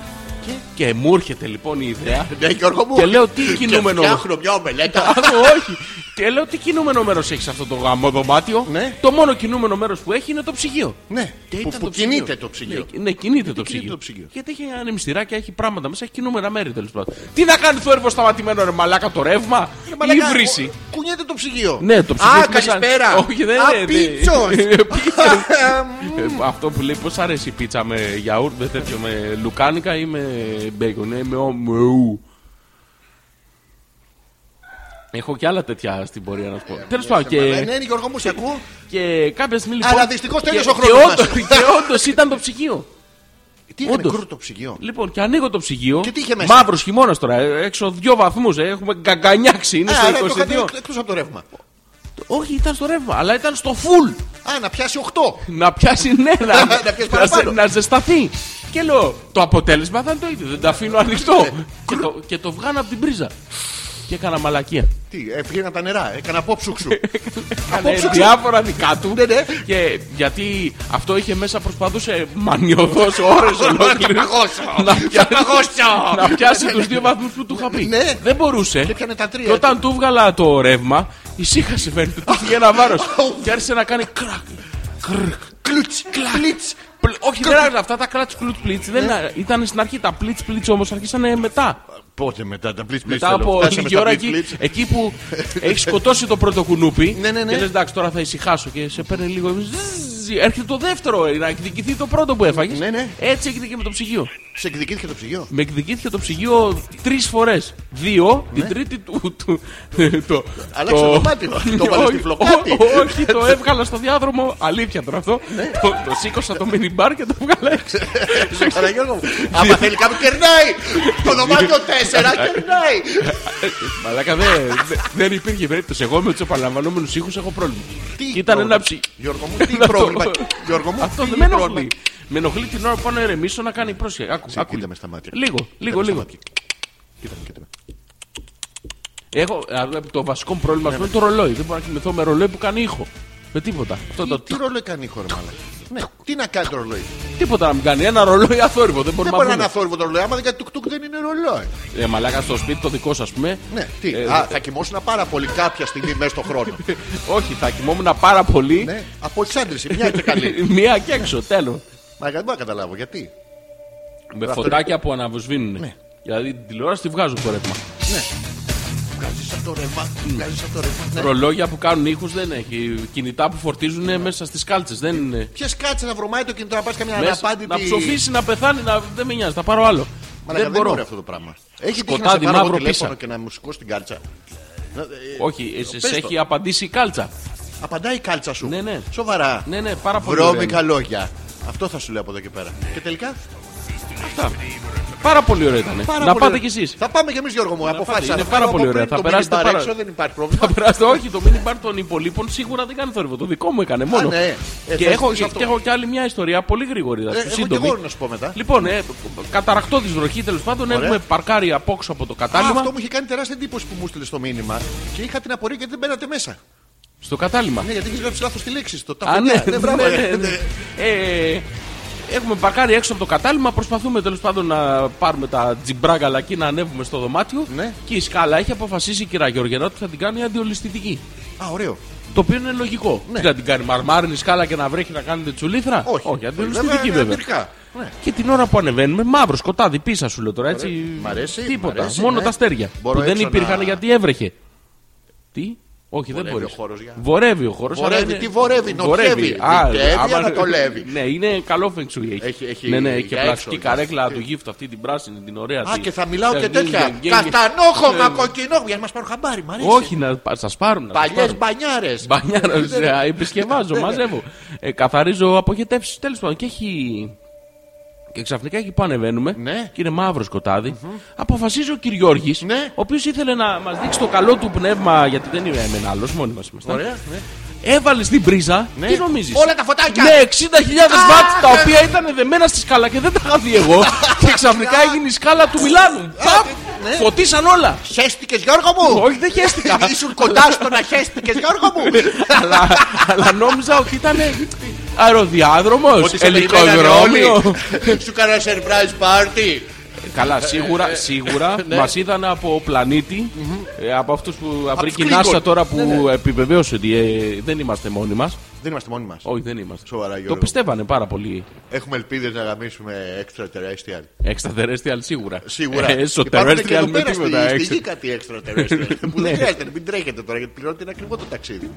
A: Και μου έρχεται λοιπόν η ιδέα.
B: Ναι, Γιώργο μου.
A: Και λέω, τι κινούμενο.
B: Και φτιάχνω μια ομελέτα.
A: Άκου, όχι. Και λέω τι κινούμενο μέρος έχεις σε αυτό το γαμό δωμάτιο.
B: Ναι.
A: Το μόνο κινούμενο μέρος που έχει είναι το ψυγείο.
B: Ναι,
A: Και
B: που-
A: ήταν
B: που
A: ψυγείο.
B: κινείται το ψυγείο.
A: Ναι, ναι, κινείται το
B: κινείται
A: ψυγείο.
B: το ψυγείο.
A: Γιατί έχει ανεμιστηράκια, έχει πράγματα μέσα, έχει κινούμενα μέρη τέλος πάντων. Τι να κάνει το έργο σταματημένο, ρε μαλάκα, το ρεύμα ή
B: Ε, Μαλάκα,
A: βρύση.
B: κου- Κουνιέται το ψυγείο.
A: Ναι, το ψυγείο.
B: Α,
A: έχει μέσα-
B: καλησπέρα.
A: Όχι, δεν
B: Α,
A: είναι. ναι.
B: πίτσος.
A: Ε, Αυτό που λέει, πώς αρέσει η πίτσα με γιαούρτ, με τέτοιο, με λουκάνικα ή με μπέικον, ή με ομου. Έχω και άλλα τέτοια στην πορεία να σου πω. Τέλο πάντων,
B: Ναι,
A: και,
B: ναι, Γιώργο μου, σε ακούω.
A: και κάποια στιγμή λοιπόν.
B: Αλλά δυστυχώς
A: και-
B: τέλειωσε ο
A: και
B: χρόνος
A: όντως-
B: μας.
A: Και όντως ήταν το ψυγείο.
B: Τι έκανε
A: Όντως.
B: κρούτο το ψυγείο.
A: Λοιπόν, και ανοίγω το ψυγείο.
B: Και τι είχε μέσα?
A: Μαύρος χειμώνας τώρα. ε, Έξω δύο βαθμούς. Έχουμε γκαγκανιάξει. Είναι
B: Α, άρα το
A: στο
B: είχατε
A: 22.
B: εκτός από το ρεύμα.
A: Όχι, ήταν στο ρεύμα, αλλά ήταν στο full.
B: Α, να πιάσει 8.
A: Να πιάσει νέρα.
B: Να πιάσει παραπάνω.
A: ζε- να ζεσταθεί. Και λέω, το αποτέλεσμα θα είναι το ίδιο. Δεν τα αφήνω ανοιχτό.
B: Ναι.
A: και, το, και το βγάνω από την πρίζα. Και έκανα μαλακία.
B: Τι, ε, πήγαινα τα νερά, έκανα απόψουξου.
A: Έκανε
B: Απόψουξου.
A: Ναι, διάφορα δικά του.
B: Ναι, ναι.
A: Και γιατί αυτό είχε μέσα προσπαθούσε μανιωδώς ώρες
B: Θα
A: ολόκληρες
B: παγώσω.
A: να
B: Θα
A: πιάσει,
B: παγώσω.
A: να πιάσει τους δύο βαθμούς που του είχα πει.
B: Ναι.
A: Δεν μπορούσε.
B: Και πιάνε τα τρία.
A: Και όταν του βγάλα το ρεύμα, ησύχασε φαίνεται. Του φύγε ένα βάρος. Και άρχισε να κάνει κρακ.
B: Κλουτς, κλουτς.
A: Πλ- Όχι, δεν ήταν αυτά τα κλατς κλουτς πλίτς.
B: Ναι.
A: δεν ήταν- Ήταν στην αρχή τα πλίτς πλίτς όμως αρχίσανε μετά.
B: Πότε μετά τα πλίτς, πλίτς.
A: Μετά
B: θέλω.
A: από
B: Φτάσαμε
A: λίγη
B: στα
A: ώρα
B: πλίτς,
A: εκεί,
B: πλίτς.
A: εκεί που έχεις σκοτώσει το πρώτο κουνούπι.
B: Ναι, ναι, ναι.
A: Και λες εντάξει, τώρα θα ησυχάσω και σε παίρνει λίγο. ζζζ, Έρχεται το δεύτερο ε, να εκδικηθεί το πρώτο που έφαγες.
B: Ναι, ναι.
A: Έτσι έγινε και με το ψυγείο.
B: Σε εκδικήθηκε το ψυγείο.
A: Με εκδικήθηκε το ψυγείο τρεις φορές. Δύο, την τρίτη του. του- το,
B: Ναι. Αλλάξε το δωμάτιο. Το βάλες στη
A: Όχι,
B: φλοκάτη. Ναι.
A: ό, ό, Όχι, το έβγαλα στο διάδρομο. Αλήθεια τώρα αυτό. Το, το σήκωσα το mini bar και το βγάλα έξω.
B: Άρα, Γιώργο μου, Άμα θέλει κάποιο κερνάει. Το δωμάτιο 4
A: Ναι.
B: κερνάει.
A: Μαλάκα δε- δε- δεν υπήρχε περίπτωση. Εγώ με τους επαναλαμβανόμενους ήχους έχω πρόβλημα.
B: Τι
A: Ήταν
B: πρόβλημα.
A: ένα ψυγείο.
B: Γιώργο μου, τι
A: Αυτό-
B: πρόβλημα. Γιώργο μου,
A: Αυτό
B: τι
A: δεν με ενοχλεί.
B: πρόβλημα.
A: Με ενοχλεί την ώρα που πάω να ηρεμήσω να κάνει πρόσχεση. Άκου,
B: Κοίτα
A: άκου.
B: με στα μάτια.
A: Λίγο,
B: Κοίτα
A: λίγο,
B: με στα
A: λίγο.
B: μάτια. Κοίτα με, κοίτα με.
A: Έχω α, το βασικό πρόβλημα
B: Ναι,
A: αυτό είναι το ρολόι. Δεν μπορώ να κοιμηθώ με ρολόι που κάνει ήχο. Με τίποτα. Αυτό το
B: Τι- Τι ρόλο έκανε η χώρα, μάλλον. Ναι, τι να κάνει το ρολόι.
A: Τίποτα να μην κάνει. Ένα ρολόι αθόρυβο. Δεν
B: Δεν
A: μπορούμε
B: μπορεί να
A: να
B: είναι
A: βρούμε.
B: αθόρυβο το ρολόι. Άμα δεν κάνει τουκ-τουκ δεν είναι ρολόι.
A: Ε, μαλάκα στο σπίτι το δικό σα, ας πούμε.
B: Ναι, τι.
A: Ε,
B: Α, θα κοιμώσουν πάρα πολύ κάποια στιγμή μέσα στο χρόνο.
A: Όχι, θα κοιμόμουν πάρα πολύ.
B: Ναι, από εξάντληση, μια και καλή.
A: Μία και έξω, τέλος.
B: Μα δεν μπορώ να καταλάβω γιατί.
A: Με
B: Αυτό
A: φωτάκια που αναβοσβήνουν.
B: Ναι.
A: Δηλαδή την τηλεόραση τη βγάζουν το ρεύμα.
B: Βγάζει αυτό Ναι. το ρεύμα, βγάζει αυτό το ρεύμα. Ναι.
A: Ρολόγια που κάνουν ήχους δεν έχει. Κινητά που φορτίζουν μέσα στις κάλτσες. Δεν είναι.
B: Ποιε κάτσε να βρωμάει το κινητό να πας καμιά
A: Μέσα-
B: αναπάντητη.
A: να ψοφήσει, να πεθάνει, να... δεν με νοιάζει, θα πάρω άλλο.
B: Μαλάκα,
A: δεν
B: δεν
A: μπορώ.
B: μπορεί αυτό το πράγμα. Έχει τύχει να σε
A: Σκοτάδι,
B: πάρω εγώ
A: μαύρο
B: τηλέφωνο
A: πίσα.
B: και να μου σηκώσει την κάλτσα. Να- ε,
A: Όχι, ε,
B: πες
A: σε
B: το.
A: έχει απαντήσει η κάλτσα.
B: Απαντάει η κάλτσα σου.
A: Ναι, ναι.
B: Σοβαρά.
A: Ναι, ναι, πάρα πολύ. ωραία.
B: Βρώμικα λόγια. Αυτό θα σου λέω από εδώ και πέρα. Και τελικά.
A: Αυτά. Πάρα πολύ ωραία ήταν.
B: πάρα
A: να
B: πολύ
A: πάτε
B: ωραία.
A: κι εσείς.
B: Θα πάμε κι εμείς, Γιώργο μου.
A: πάτε.
B: Αποφάσισα.
A: Είναι
B: Θα
A: πάρα
B: πάω
A: πολύ
B: από
A: ωραία.
B: πριν
A: Θα
B: το
A: περάσετε
B: mini bar
A: πάρα-
B: έξω, δεν υπάρχει πρόβλημα.
A: Θα περάσετε, όχι, το mini bar των υπολείπων σίγουρα δεν κάνει θόρυβο. Το δικό μου έκανε μόνο.
B: ναι. Ε,
A: και,
B: θες
A: έχω,
B: πεις
A: και,
B: αυτό.
A: και έχω και άλλη μια ιστορία πολύ γρήγορη.
B: Ε,
A: Δηλαδή,
B: Έχω και
A: σύντομη.
B: εγώ να σου πω μετά.
A: Λοιπόν, ε, καταρακτώ τη βροχή τέλος πάντων.
B: Ωραία.
A: Έχουμε παρκάρει απόξω από το
B: Α,
A: κατάλημα.
B: Αυτό μου είχε κάνει τεράστια εντύπωση που μου στείλε το μήνυμα και είχα την απορία γιατί δεν μπαίνατε μέσα.
A: Στο κατάλημα.
B: Ναι, γιατί έχεις γράψει λάθος τη λέξη. Το
A: Α,
B: ταφενιά.
A: ναι,
B: Ναι, μπράβο,
A: ναι,
B: ρε.
A: ναι, ναι. Ε, Έχουμε παρκάρει έξω από το κατάλημα. Προσπαθούμε τέλος πάντων να πάρουμε τα τζιμπράγκαλα και να ανέβουμε στο δωμάτιο.
B: Ναι.
A: Και η σκάλα έχει αποφασίσει η κυρία Γεωργιανά ότι θα την κάνει αντιολιστητική.
B: Α, ωραίο.
A: Το οποίο είναι λογικό.
B: Ναι.
A: Τι να την κάνει μαρμάρινη σκάλα και να βρέχει να κάνετε τσουλήθρα.
B: Όχι. Ε,
A: Όχι αντιολιστητική βέβαια. ε,
B: εμπειρικά. Ναι.
A: Και την ώρα που ανεβαίνουμε, μαύρο σκοτάδι πίσω σου λέω τώρα έτσι.
B: Μ' αρέσει,
A: Τίποτα.
B: μ' αρέσει,
A: Μόνο
B: ναι.
A: τα αστέρια.
B: Μπορώ
A: που δεν
B: έξω
A: υπήρχαν
B: να-
A: γιατί έβρεχε. Τι. Όχι, δεν
B: Βορεύει
A: μπορείς.
B: ο χώρος, για.
A: Βορεύει ο χώρος.
B: Βορεύει, τι βορεύει, νοτιεύει. Δυτεύει, ανατολεύει.
A: Ναι, είναι καλό φεγγσουί. Έχει.
B: Έχει- έχει
A: ναι, ναι,
B: για
A: και
B: έξω,
A: πλαστική
B: για
A: καρέκλα
B: αυτή.
A: του γύφτου αυτή την πράσινη, την ωραία.
B: Α,
A: τη-
B: και θα μιλάω και
A: Σερνίδια,
B: τέτοια.
A: γκέγγε.
B: Καστανόχωμα, κοκκινόχωμα. Για να μας πάρουν χαμπάρι, μ' αρέσει.
A: Ναι. Όχι, να σας πάρουν. να σας
B: Παλιές
A: πάρουν.
B: μπανιάρες.
A: Μπανιάρα, σε, α,
B: Ναι.
A: επισκευάζω, μαζεύω. Ε, καθαρίζω αποχετεύσει. Τέλος πάντων, και έχει. Και ξαφνικά εκεί που ανεβαίνουμε
B: Ναι.
A: και είναι μαύρο σκοτάδι, αποφασίζει ο Κυριώργη,
B: Ναι.
A: ο οποίος ήθελε να μας δείξει το καλό του πνεύμα, γιατί δεν είμαι εμένα άλλος, μόνοι μας ήμασταν.
B: Ωραία. ναι.
A: Έβαλε στην πρίζα,
B: Ναι.
A: τι νομίζεις.
B: Όλα τα φωτάκια. ναι.
A: Ναι, 60.000 βατ τα οποία ήταν δεμένα στη σκάλα και δεν τα είχα δει εγώ. και ξαφνικά έγινε η σκάλα του Μιλάνου. Παπ!
B: ναι.
A: Φωτίσαν όλα.
B: Χέστηκε, Γιώργο μου.
A: Όχι, δεν χαίστηκα.
B: Ήσουν κοντά στο να χέστηκε, Γιώργο μου.
A: αλλά, αλλά νόμιζα ότι ήταν αεροδιάδρομος,
B: Ότι σε περιμένανε
A: ελικοδρόμιο.
B: όλοι. Σου κάνα surprise party.
A: Καλά, σίγουρα, σίγουρα
B: Ναι.
A: μας είδαν από πλανήτη. ε, από αυτούς που. Από
B: τους Ναι,
A: την NASA
B: Klingon.
A: τώρα που επιβεβαίωσε ότι ε, δεν είμαστε μόνοι μας.
B: Δεν είμαστε μόνοι μας.
A: Όχι, δεν είμαστε.
B: Σοβαρά,
A: Το
B: Γιώργο.
A: πιστεύανε πάρα πολύ.
B: Έχουμε ελπίδες να γαμίσουμε extraterrestrial.
A: Extraterrestrial σίγουρα.
B: Σίγουρα.
A: Ε,
B: Υπάρχουν και
A: Extraterrestrial
B: εδώ
A: με
B: πέρα
A: τίποτα.
B: Στη, στη γη
A: έξω.
B: κάτι extraterrestrial. που
A: Ναι.
B: δεν χρειάζεται, μην τρέχετε τώρα γιατί πληρώνετε ένα ακριβό το ταξίδι.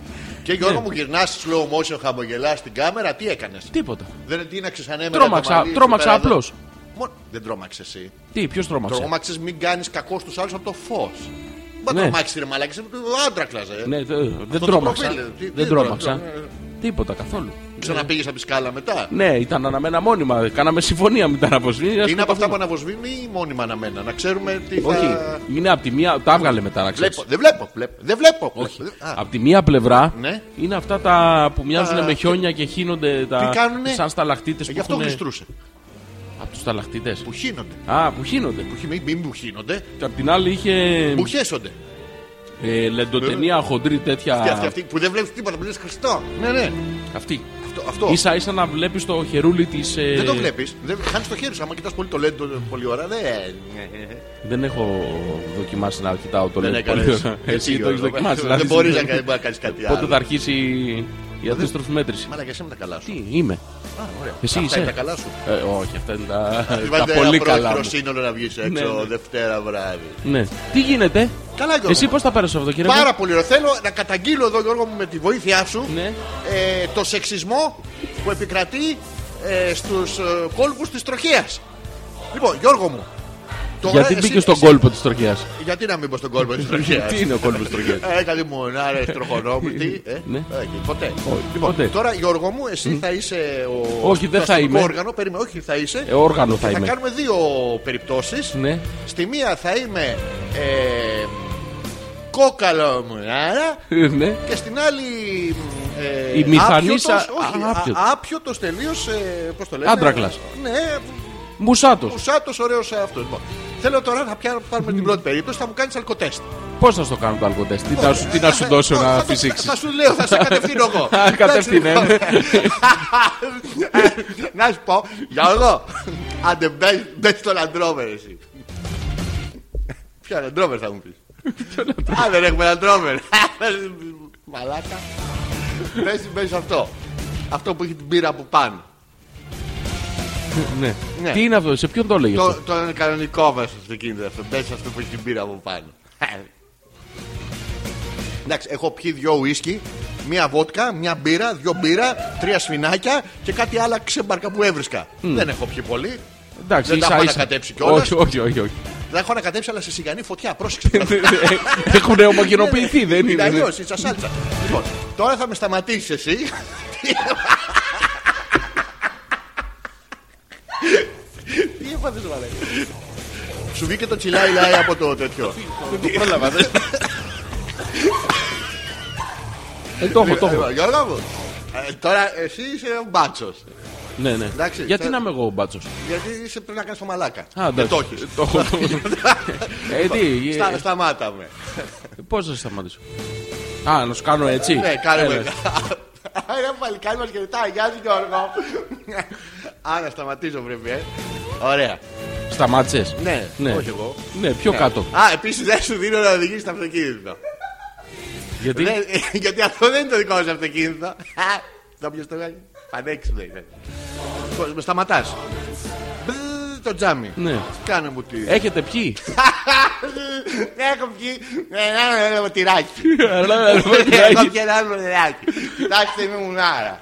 B: και
A: Ναι.
B: Γιώργο μου γυρνάς slow motion, χαμογελάς την κάμερα, τι έκανες.
A: Τίποτα.
B: Δεν τι να ξανέμενε.
A: Τρόμαξα- τρόμαξα απλώς.
B: Δεν τρόμαξες εσύ.
A: Τι, ποιος τρόμαξε.
B: Τρόμαξες μην κάνεις κακό στους άλλους από το φως. Μπα
A: Ναι.
B: τρομάξεις ρε μαλάκι, είσαι άντρακλας, ε.
A: Ναι, δε- δεν
B: το
A: τρόμαξα.
B: προφίλ, τι- τι ε,
A: Δεν τρόμαξα.
B: τρόμαξα,
A: Τίποτα καθόλου.
B: Ξαναπήγες από τη σκάλα μετά.
A: Ναι, ήταν αναμένα μόνιμα. Κάναμε συμφωνία με τα αναποσμήνια.
B: Είναι από αυτά που αναβοσβήνουν ή μόνιμα αναμένα. Να ξέρουμε τι θα.
A: Όχι, είναι από τη μία. Τα έβγαλε μετά, να ξέρεις.
B: Ε, Βλέπω, δεν βλέπω, βλέπω, δεν βλέπω.
A: Όχι.
B: βλέπω. Α,
A: Από τη μία πλευρά
B: Ναι.
A: είναι αυτά τα που μοιάζουν
B: Τα-
A: με χιόνια και χύνονται τα...
B: Τι κάνουνε? Ε,
A: σαν σταλακτίτε που
B: Γι' αυτό
A: έχουν.
B: γλιστρούσε.
A: Από τους σταλακτίτε.
B: Που χύνονται.
A: Α, που χύνονται.
B: Που χυ- Μην, μην μου χύνονται,
A: Και απ' την άλλη είχε
B: μου χέσονται.
A: ε, λεντοτενία χοντρή τέτοια.
B: Και αυτοί, αυτοί που δεν βλέπεις τίποτα, που λες Χριστό. Ναι, ναι.
A: Αυτή.
B: Αυτό. αυτό.
A: Ίσα ίσα να βλέπεις το χερούλι ε, τη.
B: Δεν το βλέπεις. Δεν... Χάνεις το χέρι σου. Άμα κοιτάς πολύ το λέντο πολύ ώρα, δεν.
A: Δεν έχω δοκιμάσει να κοιτάω το
B: Δεν
A: LED
B: έκανες.
A: πολύ ωραία. Εσύ το έχεις δοκιμάσει. δηλαδή,
B: Δεν μπορεί να
A: δεν-
B: κάνεις κάτι άλλο.
A: Πότε θα αρχίσει η αντίστροφη μέτρηση.
B: Μάρα, και εσύ με τα καλά σου.
A: Τι είμαι.
B: Α, ωραία.
A: Εσύ
B: Αυτά είναι
A: είσαι.
B: τα καλά σου.
A: Ε, όχι, αυτά είναι τα, τα
B: Είμαστε
A: πολύ
B: ένα
A: καλά.
B: πρόχειρο
A: Μου.
B: σύνολο να βγεις
A: Ναι, ναι.
B: έξω Δευτέρα βράδυ.
A: Ναι. Τι γίνεται,
B: Καλά, Γιώργο.
A: εσύ πώς θα πέρασε αυτό, κύριε.
B: Πάρα πολύ ωραία. Θέλω να καταγγείλω εδώ, Γιώργο μου, με τη βοήθειά σου
A: Ναι.
B: ε, το σεξισμό που επικρατεί ε, στους ε, κόλπους της τροχέα. Λοιπόν, Γιώργο μου. τώρα
A: Γιατί
B: Ε, εσύ-
A: μπήκε στον
B: εσύ-
A: κόλπο της τροχιάς.
B: Γιατί να μην πω στον κόλπο της τροχέα.
A: Τι είναι ο κόλπος της τροχιάς.
B: Ε, κάτι μου, να ρε, τροχονόμου, τι. Ε,
A: Ναι.
B: ε, ποτέ.
A: Λοιπόν, ποτέ.
B: Τώρα, Γιώργο μου, εσύ θα είσαι ο.
A: Όχι, δεν
B: το
A: θα
B: αστυνομικό
A: είμαι.
B: Όργανο, περίμενε, όχι, θα είσαι.
A: Ε, όργανο θα
B: Και
A: είμαι.
B: Θα κάνουμε δύο περιπτώσεις.
A: Ναι.
B: Στη μία θα είμαι. Ε, κόκαλο μου, άρα.
A: Ε, ναι.
B: Και στην άλλη. Ε,
A: Η μηχανής
B: άπιωτος,
A: σα-
B: όχι,
A: Α, άπιωτος.
B: α- άπιωτος τελείως, ε, πώς το λένε.
A: Άντρακλας.
B: Ναι,
A: Μουσάτος.
B: μουσάτος ωραίος αυτός. Λοιπόν, θέλω τώρα να πιάνω, πάρουμε την πρώτη περίπτωση, θα μου κάνεις αλκοτέστ.
A: Πώς να στο κάνω το αλκοοτέστ, τι να σου, τι να σου δώσω
B: Θα-
A: να
B: θα-
A: φυσήξεις.
B: Θα σου λέω, θα σε κατευθύνω εγώ. λοιπόν.
A: Α, ναι. κατευθύνε.
B: Να σου πω, Γιώργο, άντε μπες- μπες στον αντρόμερ εσύ. Ποια αντρόμερ θα μου πεις. Α, δεν έχουμε αντρόμερ. Μαλάκα. Μπες, μπες σε αυτό. Αυτό που έχει την πύρα από πάνω.
A: Ναι.
B: Ναι.
A: Τι είναι αυτό, σε ποιον το έλεγες
B: Το,
A: αυτό.
B: το είναι κανονικό μας αυτοκίνητο αυτό. Μπες σε αυτό που έχεις την πύρα από πάνω. Εντάξει, έχω πιει δυο ουίσκι, μία βότκα, μία μπύρα, δυο μπύρα, τρία σφινάκια και κάτι άλλα ξέμπαρκα που έβρισκα. Δεν έχω πιει πολύ.
A: Εντάξει,
B: δεν τα
A: ίσα-
B: έχω
A: ίσα.
B: ανακατέψει κιόλας.
A: Όχι, όχι, όχι. όχι.
B: Δεν έχω ανακατέψει, αλλά σε σιγανή φωτιά. Πρόσεξε.
A: Έχουν
B: Ναι,
A: ομογενοποιηθεί, δεν
B: είναι.
A: είναι. ναι.
B: Αλλιώ, Ε, η σασάλτσα. λοιπόν, τώρα θα με σταματήσεις εσύ. Τι έπαθε, Βαλέ. Σου βγήκε το τσιλάι λάι από το τέτοιο. Δεν το πρόλαβα, δεν.
A: Ε, Το έχω, το έχω.
B: Λοιπόν, Γιώργο μου. ε, Τώρα εσύ είσαι ο μπάτσος.
A: Ναι, ναι.
B: Εντάξει,
A: Γιατί
B: θα-
A: να είμαι εγώ ο μπάτσος.
B: Γιατί είσαι πρέπει να κάνεις το μαλάκα.
A: Α,
B: Δεν
A: εντάξει.
B: το Λοιπόν, έχει.
A: Το έχω. Ε, τι, ε,
B: Σταμάταμε.
A: Πώ θα σταματήσω. Α, να σου κάνω έτσι. Ε,
B: Ναι, κάνε
A: Έλα.
B: με. Άρα παλικάρι μας χαιρετάει. Γεια σου Γιώργο. Άρα σταματήσω πρέπει, ε. Ωραία.
A: Σταμάτησες.
B: Ναι,
A: Ναι.
B: όχι εγώ.
A: Ναι, πιο κάτω.
B: Α, επίσης δεν σου δίνω να οδηγήσεις το αυτοκίνητο.
A: Γιατί.
B: Δεν- Γιατί αυτό δεν είναι το δικό σου αυτοκίνητο. Θα ποιος το κάνει. Πανέξυπνο είναι. Λοιπόν, Με σταματάς. Μπλ, Το τζάμι.
A: Ναι.
B: Κάνε μου τι.
A: Έχετε πιει.
B: Έχω πιει ένα ένα ποτηράκι. Έχω πιει ένα ποτηράκι. Κοιτάξτε, είμαι μουνάρα.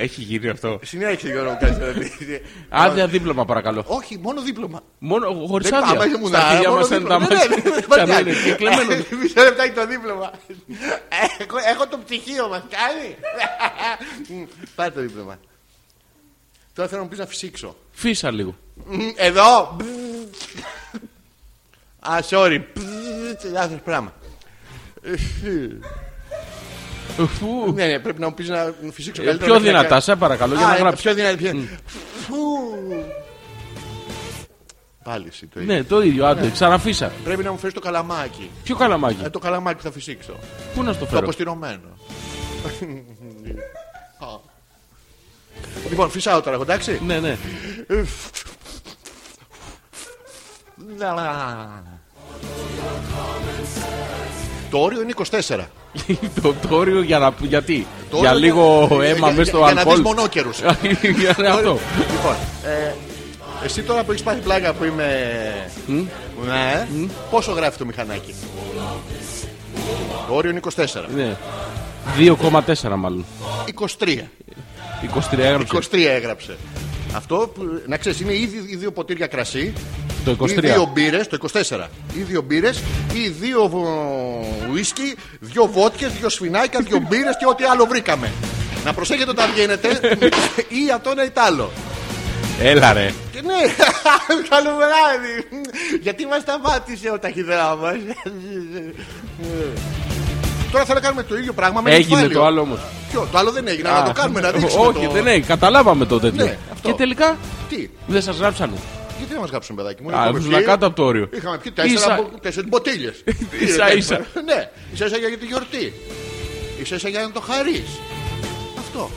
A: Έχει γίνει αυτό.
B: Συνέχισε Γιώργο μου κάνεις ερωτήσεις.
A: Άδεια δίπλωμα, παρακαλώ.
B: Όχι, μόνο δίπλωμα.
A: Μόνο χωρίς
B: Δεν πάμε,
A: άδεια.
B: ήμουν
A: Στα
B: άρα,
A: αρχίδια
B: μόνο
A: μας είναι τα
B: δίπλωμα.
A: μάτια.
B: Ναι, ναι, ναι,
A: Ξανά είναι
B: παιδιά.
A: κυκλεμένο.
B: Ε, Μισό λεπτάκι το δίπλωμα. Έχω, έχω το πτυχίο μας, κάνει. Πάρε το δίπλωμα. Τώρα θέλω να μου πεις να φυσήξω.
A: Φύσα λίγο.
B: Μμ, Εδώ. Α, sorry. Λάθος πράγμα.
A: Φου.
B: Ναι, ναι, πρέπει να μου πεις να φυσήξω
A: Ε,
B: καλύτερα.
A: Πιο
B: μέχρι να
A: δυνατά,
B: κάνω-
A: σε παρακαλώ, για
B: Α,
A: να
B: ε,
A: γράψεις.
B: Πιο δυνατά. πιο- Φου. Πάλι εσύ το ίδιο.
A: Ναι, το ίδιο, άντε, ξαναφύσα.
B: Πρέπει να μου φέρεις το καλαμάκι.
A: Ποιο
B: Ε,
A: καλαμάκι,
B: το καλαμάκι θα φυσήξω.
A: πού να στο
B: Το
A: φέρω.
B: αποστηρωμένο. Α. λοιπόν, φυσάω τώρα, εντάξει.
A: Ναι, ναι.
B: Το όριο είναι 24.
A: το, το όριο για να. Γιατί.
B: Το
A: για
B: όριο
A: λίγο
B: είναι-
A: αίμα
B: για-
A: μέσα στο
B: για- Για να δεις
A: αλκοόλ.
B: μονόκερους.
A: Για να- αυτό.
B: Λοιπόν, ε, εσύ τώρα που έχεις πάθει πλάκα που είμαι. Ναι, πόσο γράφει το μηχανάκι. Το όριο είναι 24.
A: Ναι. 2,4 μάλλον.
B: 23.
A: 23 έγραψε.
B: 23 έγραψε. Αυτό που, να ξέρεις, είναι ήδη οι δύο ποτήρια κρασί.
A: Το 23.
B: Ή δύο μπύρες, το 24. Ή δύο μπύρες, ή δύο βο- ουίσκι, δύο βότκες, δύο σφινάκια, δύο μπύρες και ό,τι άλλο βρήκαμε. Να προσέχετε όταν βγαίνετε ή αυτό να Ιτάλο.
A: Έλα ρε.
B: Και ναι, καλό βράδυ. Γιατί μας σταμάτησε ο ταχυδράμος. Τώρα θέλω να κάνουμε το ίδιο πράγμα με
A: Έγινε
B: νυφάλιο.
A: το άλλο όμως.
B: Ποιο, το άλλο δεν έγινε, αλλά το κάνουμε να δείξουμε.
A: Όχι,
B: το...
A: δεν έχει. Καταλάβαμε το τέτοιο.
B: Ναι, αυτό.
A: Και τελικά
B: Τι,
A: δεν σας γράψανε.
B: γιατί να μας κάψουν, παιδάκι μου.
A: Α,
B: είχαμε
A: ήμουν
B: πιει-
A: κάτω από το όριο.
B: Είχαμε πιει
A: Ίσα-
B: τέσσερα μπο- τέσσερις μποτίλιε.
A: Ίσα- ίσα.
B: Ναι, ίσα ίσα για τη γιορτή. Ίσα ίσα για να το χαρείς. Αυτό.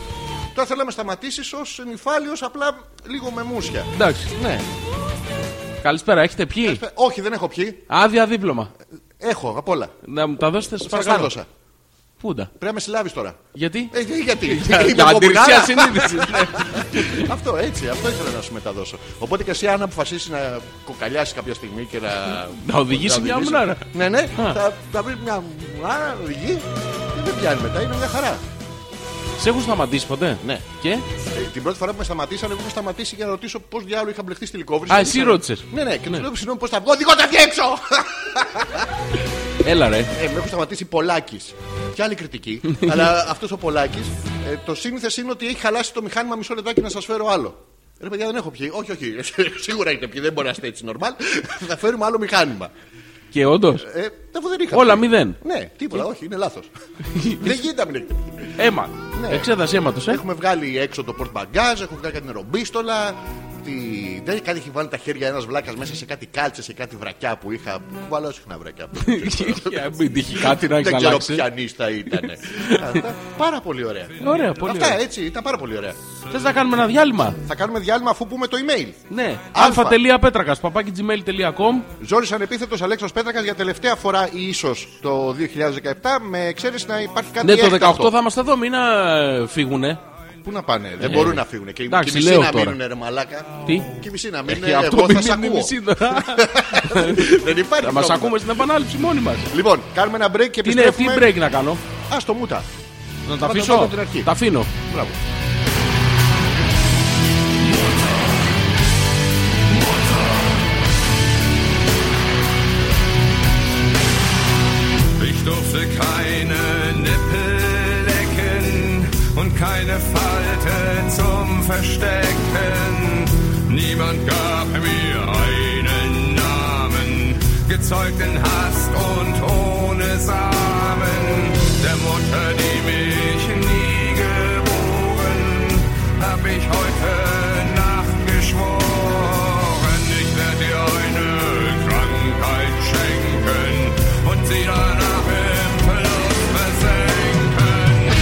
B: Τώρα θέλω να με σταματήσεις ως νυφάλιος, απλά λίγο με μουσια.
A: Εντάξει.
B: Ναι.
A: Καλησπέρα, έχετε πιει.
B: Ε, Όχι, δεν έχω πιει.
A: Άδεια δίπλωμα.
B: Έχω απ' όλα.
A: Να μου τα δώσετε, σας
B: Σας τα
A: παρακαλώ.
B: έδωσα.
A: Πού τα.
B: Πρέπει να με συλλάβεις τώρα.
A: Γιατί.
B: Ε, ε, γιατί.
A: Για-
B: Είμαι
A: Για
B: από
A: αντιρρησία
B: Μπουνάρα.
A: συνείδηση.
B: Αυτό έτσι, αυτό ήθελα να σου μεταδώσω. Οπότε και εσύ, αν αποφασίσεις να κοκαλιάσεις κάποια στιγμή και να.
A: Να οδηγήσει μια
B: οδηγήσεις-
A: μουνάρα.
B: Ναι, ναι, θα, θα βρεις μια μουνάρα, οδηγεί και δεν πιάνει μετά, είναι μια χαρά.
A: Σε έχουν σταματήσει ποτέ.
B: Ναι.
A: Και.
B: Ε, την πρώτη φορά που με σταματήσαν, εγώ είχα σταματήσει για να ρωτήσω πώς διάλογο είχα μπλεχτεί στη λικόβρηση.
A: Α,
B: Δεν
A: εσύ
B: ήξερα.
A: ρώτησες.
B: Ναι, ναι, και του λέω συγγνώμη πώς θα βγω, δικό τα διέξω.
A: Έλα ρε.
B: ε, με έχουν σταματήσει πολλάκι. Και άλλη κριτική. αλλά αυτός ο πολλάκι, ε, το σύνηθες είναι ότι έχει χαλάσει το μηχάνημα μισό λεπτάκι να σας φέρω άλλο. Ρε παιδιά, δεν έχω πιει. Όχι, όχι. Σίγουρα έχετε πιει, δεν μπορεί να είστε έτσι νορμάλ. θα φέρουμε άλλο μηχάνημα.
A: Και όντως.
B: Ε, αφού δεν είχα.
A: Όλα
B: πιει.
A: μηδέν.
B: Ναι, τίποτα, όχι, είναι λάθος. δεν γίνεται να μην έχετε πιει.
A: Αίμα.
B: Ναι.
A: Εξέταση αίματος, ε.
B: Έχουμε βγάλει έξω το πορτμπαγκάζ, έχω βγάλει κάτι νερομπίστολα. αυτή. Δεν κάτι έχει βάλει τα χέρια ένας βλάκας μέσα σε κάτι κάλτσε, σε κάτι βρακιά που είχα. Κουβαλάω συχνά βρακιά.
A: Για Μην τύχει κάτι να
B: Δεν ξέρω
A: εξαλλάξει.
B: πιανίστα ήταν. Πάρα πολύ ωραία.
A: Ωραία, πολύ
B: Αυτά
A: ωραία.
B: έτσι, ήταν πάρα πολύ ωραία.
A: Θες να κάνουμε ένα διάλειμμα.
B: Θα κάνουμε διάλειμμα αφού πούμε το email.
A: Ναι.
B: Αλφα.
A: αλφα.πέτρακα παπάκι.gmail.com
B: Ζόρις ανεπίθετος Αλέξος Πέτρακας για τελευταία φορά ή ίσως το 2017 με εξαίρεση να υπάρχει κάτι
A: Ναι, το
B: έκτακτο.
A: 18 θα είμαστε εδώ, μην να φύγουνε.
B: Πού να πάνε, δεν μπορούν να φύγουν. Και οι
A: εντάξει,
B: και οι μισοί
A: λέω
B: να
A: τώρα.
B: μείνουν, ρε μαλάκα.
A: Τι? Ε,
B: Και οι μισοί να μείνουν,
A: Και
B: Ναι, εγώ
A: μην
B: θα σ'
A: είναι
B: ακούω.
A: μισή δωρά.
B: Δεν υπάρχει
A: Θα μας
B: πρόβλημα.
A: ακούμε στην επανάληψη μόνοι μας.
B: Λοιπόν, κάνουμε ένα break και
A: Τι είναι, τι
B: επιστρέφουμε.
A: break να κάνω.
B: Α, στο μούτα.
A: Να τα
B: το
A: αφήσω.
B: βάλω από την αρχή.
A: Τα αφήνω.
B: Μπράβο.
C: Ich durfte keine Nippel lecken und keine Falte zum Verstecken. Niemand gab mir einen Namen, gezeugt in Hast und ohne Samen. Der Mutter, die mich nie geboren, hab ich heute Nacht geschworen. Ich werd dir eine Krankheit schenken und sie danach im Fluss versenken.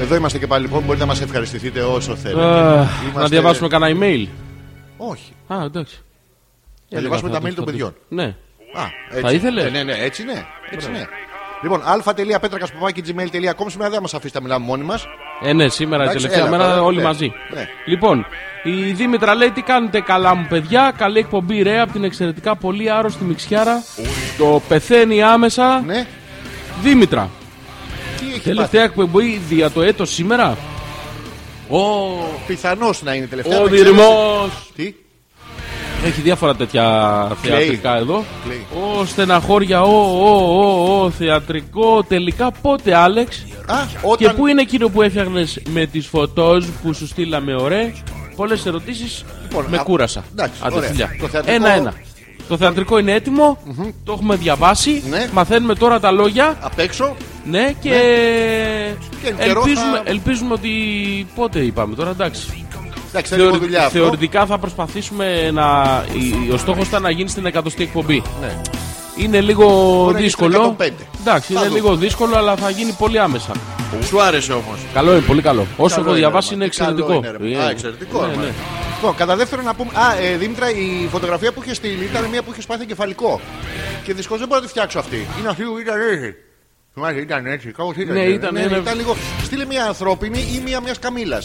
B: Εδώ είμαστε και πάλι λοιπόν. Μπορείτε να μας ευχαριστηθείτε όσο θέλετε.
A: Αχ, Ε, Να
B: Είμαστε-
A: διαβάσουμε κανένα email.
B: Όχι.
A: Α, εντάξει.
B: Να διαβάσουμε
A: θα
B: τα mail των
A: το-
B: παιδιών.
A: Ναι.
B: Α, έτσι.
A: Θα ήθελε?
B: Ναι, ναι, έτσι ναι. Έτσι ναι. Λοιπόν, α.πέτρακα.gmail.com Σήμερα δεν μας αφήσει να μιλάμε μόνοι μας.
A: Ε, ναι, σήμερα η
B: Εντάξει,
A: τελευταία
B: έλα,
A: μέρα
B: καλά,
A: όλοι
B: ναι,
A: μαζί.
B: ναι.
A: Λοιπόν, η Δήμητρα λέει: Τι κάνετε καλά μου, παιδιά. Καλή εκπομπή, ρε, από την εξαιρετικά πολύ άρρωστη μιξιάρα. Το πεθαίνει άμεσα.
B: Ναι.
A: Δήμητρα,
B: Τι έχει
A: τελευταία εκπομπή δια το έτος σήμερα. Ο,
B: Πιθανώ να είναι η
A: ο
B: τελευταία. δεν ξέρω.
A: Δηρυμός.
B: Τι.
A: Έχει διάφορα τέτοια θεατρικά εδώ.
B: Κλαίει.
A: Ο στεναχώρια, ο, ο, ο, ο, θεατρικό. Τελικά πότε, Άλεξ.
B: Α,
A: Και
B: όταν.
A: πού είναι εκείνο που έφτιαχνες με τις φωτός που σου στείλαμε, ωραία. Πολλές ερωτήσεις.
B: Λοιπόν,
A: με
B: α-
A: κούρασα.
B: εντάξει,
A: Άντε,
B: ωραία.
A: φιλιά.
B: Το θεατρικό-
A: Ένα-ένα. Το θεατρικό είναι έτοιμο, το έχουμε διαβάσει.
B: Ναι.
A: Μαθαίνουμε τώρα τα λόγια.
B: Απ' έξω.
A: Ναι, και. Ε,
B: Και εν καιρό
A: ελπίζουμε,
B: θα-
A: ελπίζουμε ότι. Πότε είπαμε τώρα, εντάξει.
B: Εντάξει, θέλει λίγο δουλειά αυτό.
A: Θεωρητικά θα προσπαθήσουμε να. η- Ο στόχος ήταν να γίνει στην εκατοστή εκπομπή.
B: Ναι.
A: Είναι λίγο
B: να γίνει στο
A: δύσκολο.
B: 105.
A: Εντάξει,
B: Θα
A: είναι
B: δούμε.
A: λίγο δύσκολο, αλλά θα γίνει πολύ άμεσα.
B: Σου άρεσε όμως.
A: Καλό είναι, πολύ καλό. Όσο
B: Καλό
A: έχω
B: είναι,
A: διαβάσει
B: ρε,
A: είναι
B: μα. Καλό
A: εξαιρετικό.
B: είναι, ρε, μα.
A: Ε,
B: Α, εξαιρετικό,
A: ναι,
B: ρε, μα.
A: ναι.
B: Λοιπόν, κατά δεύτερον να πούμε. Α, ε, Δήμητρα, η φωτογραφία που είχε στείλει ήταν μια που είχε πάθει κεφαλικό. Και δυστυχώς δεν μπορώ να τη φτιάξω αυτή. Είναι αυτή που ήταν έτσι. Θυμάσαι, ήταν έτσι, κάπως ήταν.
A: Ναι, ήταν,
B: ναι,
A: είναι-
B: ήταν λίγο. Στείλε μια ανθρώπινη ή μια μιας καμίλα.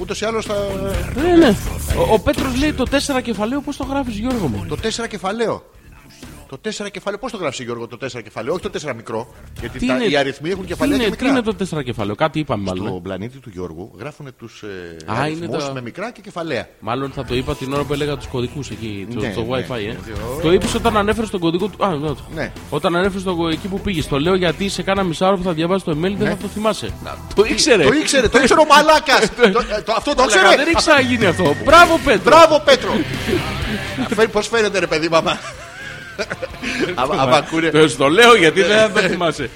B: ούτως ή άλλως θα.
A: Ναι, ναι. Ο, ο Πέτρος λέει το 4 κεφαλαίο, πώς το γράφεις, Γιώργο μου.
B: Το 4 κεφαλαίο. Το 4 κεφαλαίο, πώς το γράφει Γιώργο το 4 κεφαλαίο, όχι το 4 μικρό. Γιατί
A: Τι
B: τα,
A: είναι-
B: οι αριθμοί έχουν
A: Τι
B: κεφαλαία και
A: είναι, τι
B: μικρά.
A: είναι το 4 κεφαλαίο, κάτι είπαμε μάλλον.
B: Στο πλανήτη του Γιώργου γράφουν τους ε,
A: Α,
B: αριθμούς
A: είναι τα-
B: με μικρά και κεφαλαία.
A: Μάλλον θα το είπα την ώρα που έλεγα τους κωδικούς εκεί, το,
B: Ναι,
A: το
B: ναι,
A: WiFi. ε.
B: ναι.
A: Το είπες όταν ανέφερες τον κωδικό του. Α, ναι.
B: Ναι.
A: Όταν ανέφερες τον εκεί που πήγες. Το λέω γιατί σε κάνα μισάωρο που θα διαβάσει το email δεν θα το θυμάσαι. Το ήξερε.
B: Ναι. Το ήξερε, το ήξερε ο Μαλάκα. Αυτό το
A: Το ήξερε. Ναι. Δεν
B: ήξερε.
A: ήξερα να γίνει αυτό. Μπράβο, Πέτρο.
B: Μπράβο, Πέτρο. Πώ φαίνεται, ρε παιδί, μαμά. Άμα άμα ακούνε.
A: Το- Στο λέω γιατί δεν
B: Ναι.
A: θα το θυμάσαι.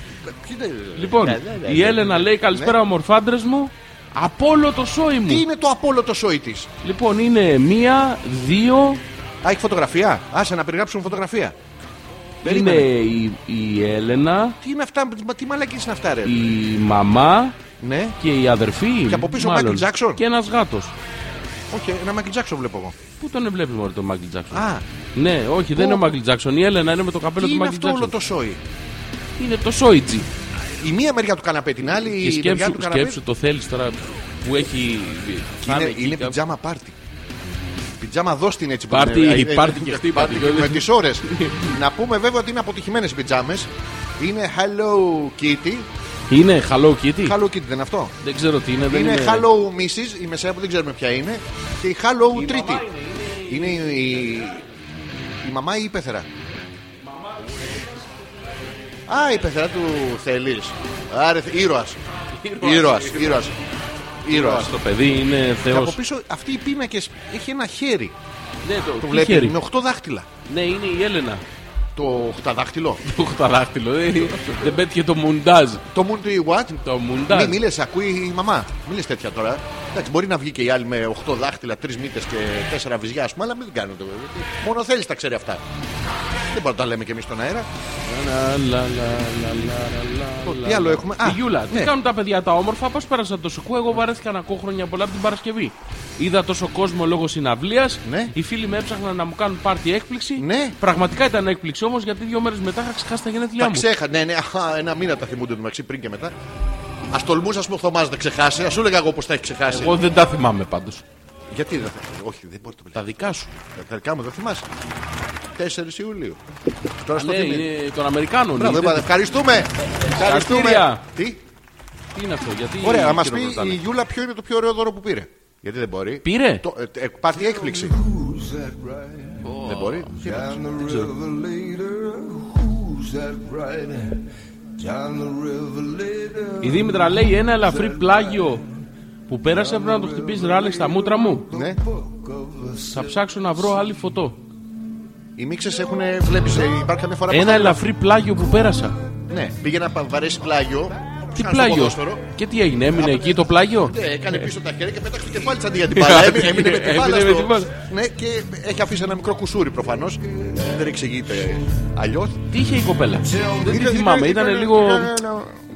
B: Ποιοι είναι-
A: Λοιπόν,
B: Ναι, ναι, ναι,
A: η
B: ναι.
A: Έλενα λέει καλησπέρα, ομορφάντρες μου. Από όλο το σόι
B: Τι
A: μου.
B: είναι το απόλυτο σόι της.
A: Λοιπόν, είναι μία, δύο.
B: Α, έχει φωτογραφία. Άσε να περιγράψουν φωτογραφία.
A: Είναι
B: Περίμενε.
A: η, η Έλενα,
B: Τι είναι αυτά, μα τι μαλακίες είναι αυτά, ρε.
A: η μαμά
B: Ναι,
A: και η αδερφή.
B: Και από πίσω ο
A: μάλλον.
B: Michael Jackson.
A: Και ένας γάτος.
B: όχι, ένα Μάικλ Τζάξον βλέπω εγώ.
A: Πού τον βλέπεις μόνο τον Μάικλ Τζάξον.
B: Α,
A: Ναι, όχι, δεν είναι ο Μάικλ Τζάξον. Η Έλενα είναι με το καπέλο
B: τι
A: του
B: είναι
A: Μάικλ
B: αυτό όλο
A: Τζάξον.
B: το σόι.
A: Είναι το Σόιτζι.
B: Η μία μεριά του καναπέ, την άλλη
A: Και
B: η μεριά
A: σκέψου,
B: του καναπέ.
A: σκέψου το θέλεις τώρα που έχει.
B: Και Είναι, είναι πιτζάμα πάρτι. Πιτζάμα δώσ' την έτσι που
A: Πάρτι-
B: είναι.
A: πάρτι και χτύπα.
B: Πάρτι και Με τις ώρες. Να πούμε βέβαια ότι είναι αποτυχημένες οι πιτζάμες. Είναι Hello Kitty.
A: Είναι Hello Kitty.
B: Hello Kitty δεν είναι αυτό.
A: Δεν ξέρω τι είναι. δεν
B: είναι
A: είναι
B: Hello Mrs. η μεσαία που δεν ξέρουμε ποια είναι. Και η Hello Τρίτη. Είναι η... η μαμά ή η πέθερα. Α, η πεθερά του θέλεις. Άρε, ήρωας. Ήρωας, ήρωας. Ήρωας.
A: Το παιδί είναι
B: Και από
A: θεό.
B: πίσω αυτοί οι πίνακες έχει ένα χέρι.
A: Ναι, το,
B: Το
A: τι
B: βλέπεις
A: χέρι.
B: με 8 δάχτυλα.
A: Ναι, είναι η Έλενα.
B: Το οχταδάχτυλο.
A: Το χταλάχτυλο. ε. Δεν πέτυχε το μουντάζ.
B: το moon to what.
A: Το
B: Μη,
A: μουντάζ.
B: μη λες, ακούει η μαμά. Μη λες τέτοια τώρα. Εντάξει, μπορεί να βγει και η άλλη με 8 δάχτυλα, 3 μύτες και 4 βυζιά, ας πούμε, αλλά μην την κάνετε. Μόνο θέλεις τα ξέρει αυτά. Δεν μπορούμε να τα λέμε κι εμείς στον αέρα.
A: Λα, λα, λα, λα, λα, λα,
B: Το-
A: λα,
B: τι άλλο
A: λα.
B: έχουμε? Α,
A: Τη Γιούλα.
B: ναι.
A: Τι κάνουν τα παιδιά τα όμορφα, πώς πέρασαν το σουκού. Εγώ βαρέθηκα να ακούω χρόνια πολλά από την Παρασκευή. Είδα τόσο κόσμο λόγω συναυλίας.
B: Ναι.
A: Οι φίλοι με έψαχναν να μου κάνουν πάρτι έκπληξη.
B: Ναι.
A: Πραγματικά ήταν έκπληξη όμως γιατί δύο μέρες μετά είχα ξεχάσει τα γενέθλιά
B: Τα
A: μου.
B: ξέχα, ναι, ναι, α, ένα μήνα τα θυμούνται του μεταξύ πριν και μετά. Ας τολμούσα, ας πούμε, ο Θωμάς να ξεχάσει. Ας σου έλεγα εγώ πώ τα έχει ξεχάσει.
A: Εγώ δεν τα θυμάμαι πάντως.
B: Γιατί δεν θα. Όχι, δεν μπορεί να το
A: Τα δικά σου.
B: πει. Τα δικά μου δεν θυμάσαι. 4 Ιουλίου. Τώρα στο
A: Ναι,
B: θυμίζει.
A: είναι των Αμερικάνων.
B: Μπράβο,
A: είναι.
B: είπατε. Ευχαριστούμε. Ευχαριστούμε.
A: Συγχαρητήρια.
B: Τι,
A: Τι είναι αυτό, γιατί.
B: ωραία, να μα πει
A: χειροκροτάνε?
B: η Γιούλα ποιο είναι το πιο ωραίο δώρο που πήρε. Γιατί δεν μπορεί.
A: Πήρε?
B: Το, ε, ε, πάρτι έκπληξη. Δεν μπορεί.
D: Down the river later, who's that riding? Down the river later.
A: Η Δήμητρα λέει ένα ελαφρύ πλάγιο που πέρασε έπρεπε να το χτυπήσει ράλεξ στα μούτρα μου.
B: Ναι.
A: Θα ψάξω να βρω άλλη φωτό.
B: Οι μίξες έχουν. Βλέπει, υπάρχει καμιά φορά. που
A: Ένα
B: θα-
A: ελαφρύ πλάγιο που πέρασα.
B: Ναι, πήγε να πα- βαρέσει πλάγιο.
A: Τι
B: Κάνει στο
A: πλάγιο.
B: ποδόσφαιρο.
A: Και τι έγινε, έμεινε εκεί το πλάγιο.
B: Ναι, έκανε πίσω τα χέρια και πέταξε το κεφάλι τη αντί για την μπάλα. Έμεινε έμεινε με την
A: Έμεινε
B: μπάλα.
A: με την
B: στο-
A: μπάλα.
B: Ναι, και έχει αφήσει ένα μικρό κουσούρι προφανώς. Δεν εξηγείται αλλιώς.
A: Τι είχε η κοπέλα. Δεν τη θυμάμαι, ήταν λίγο.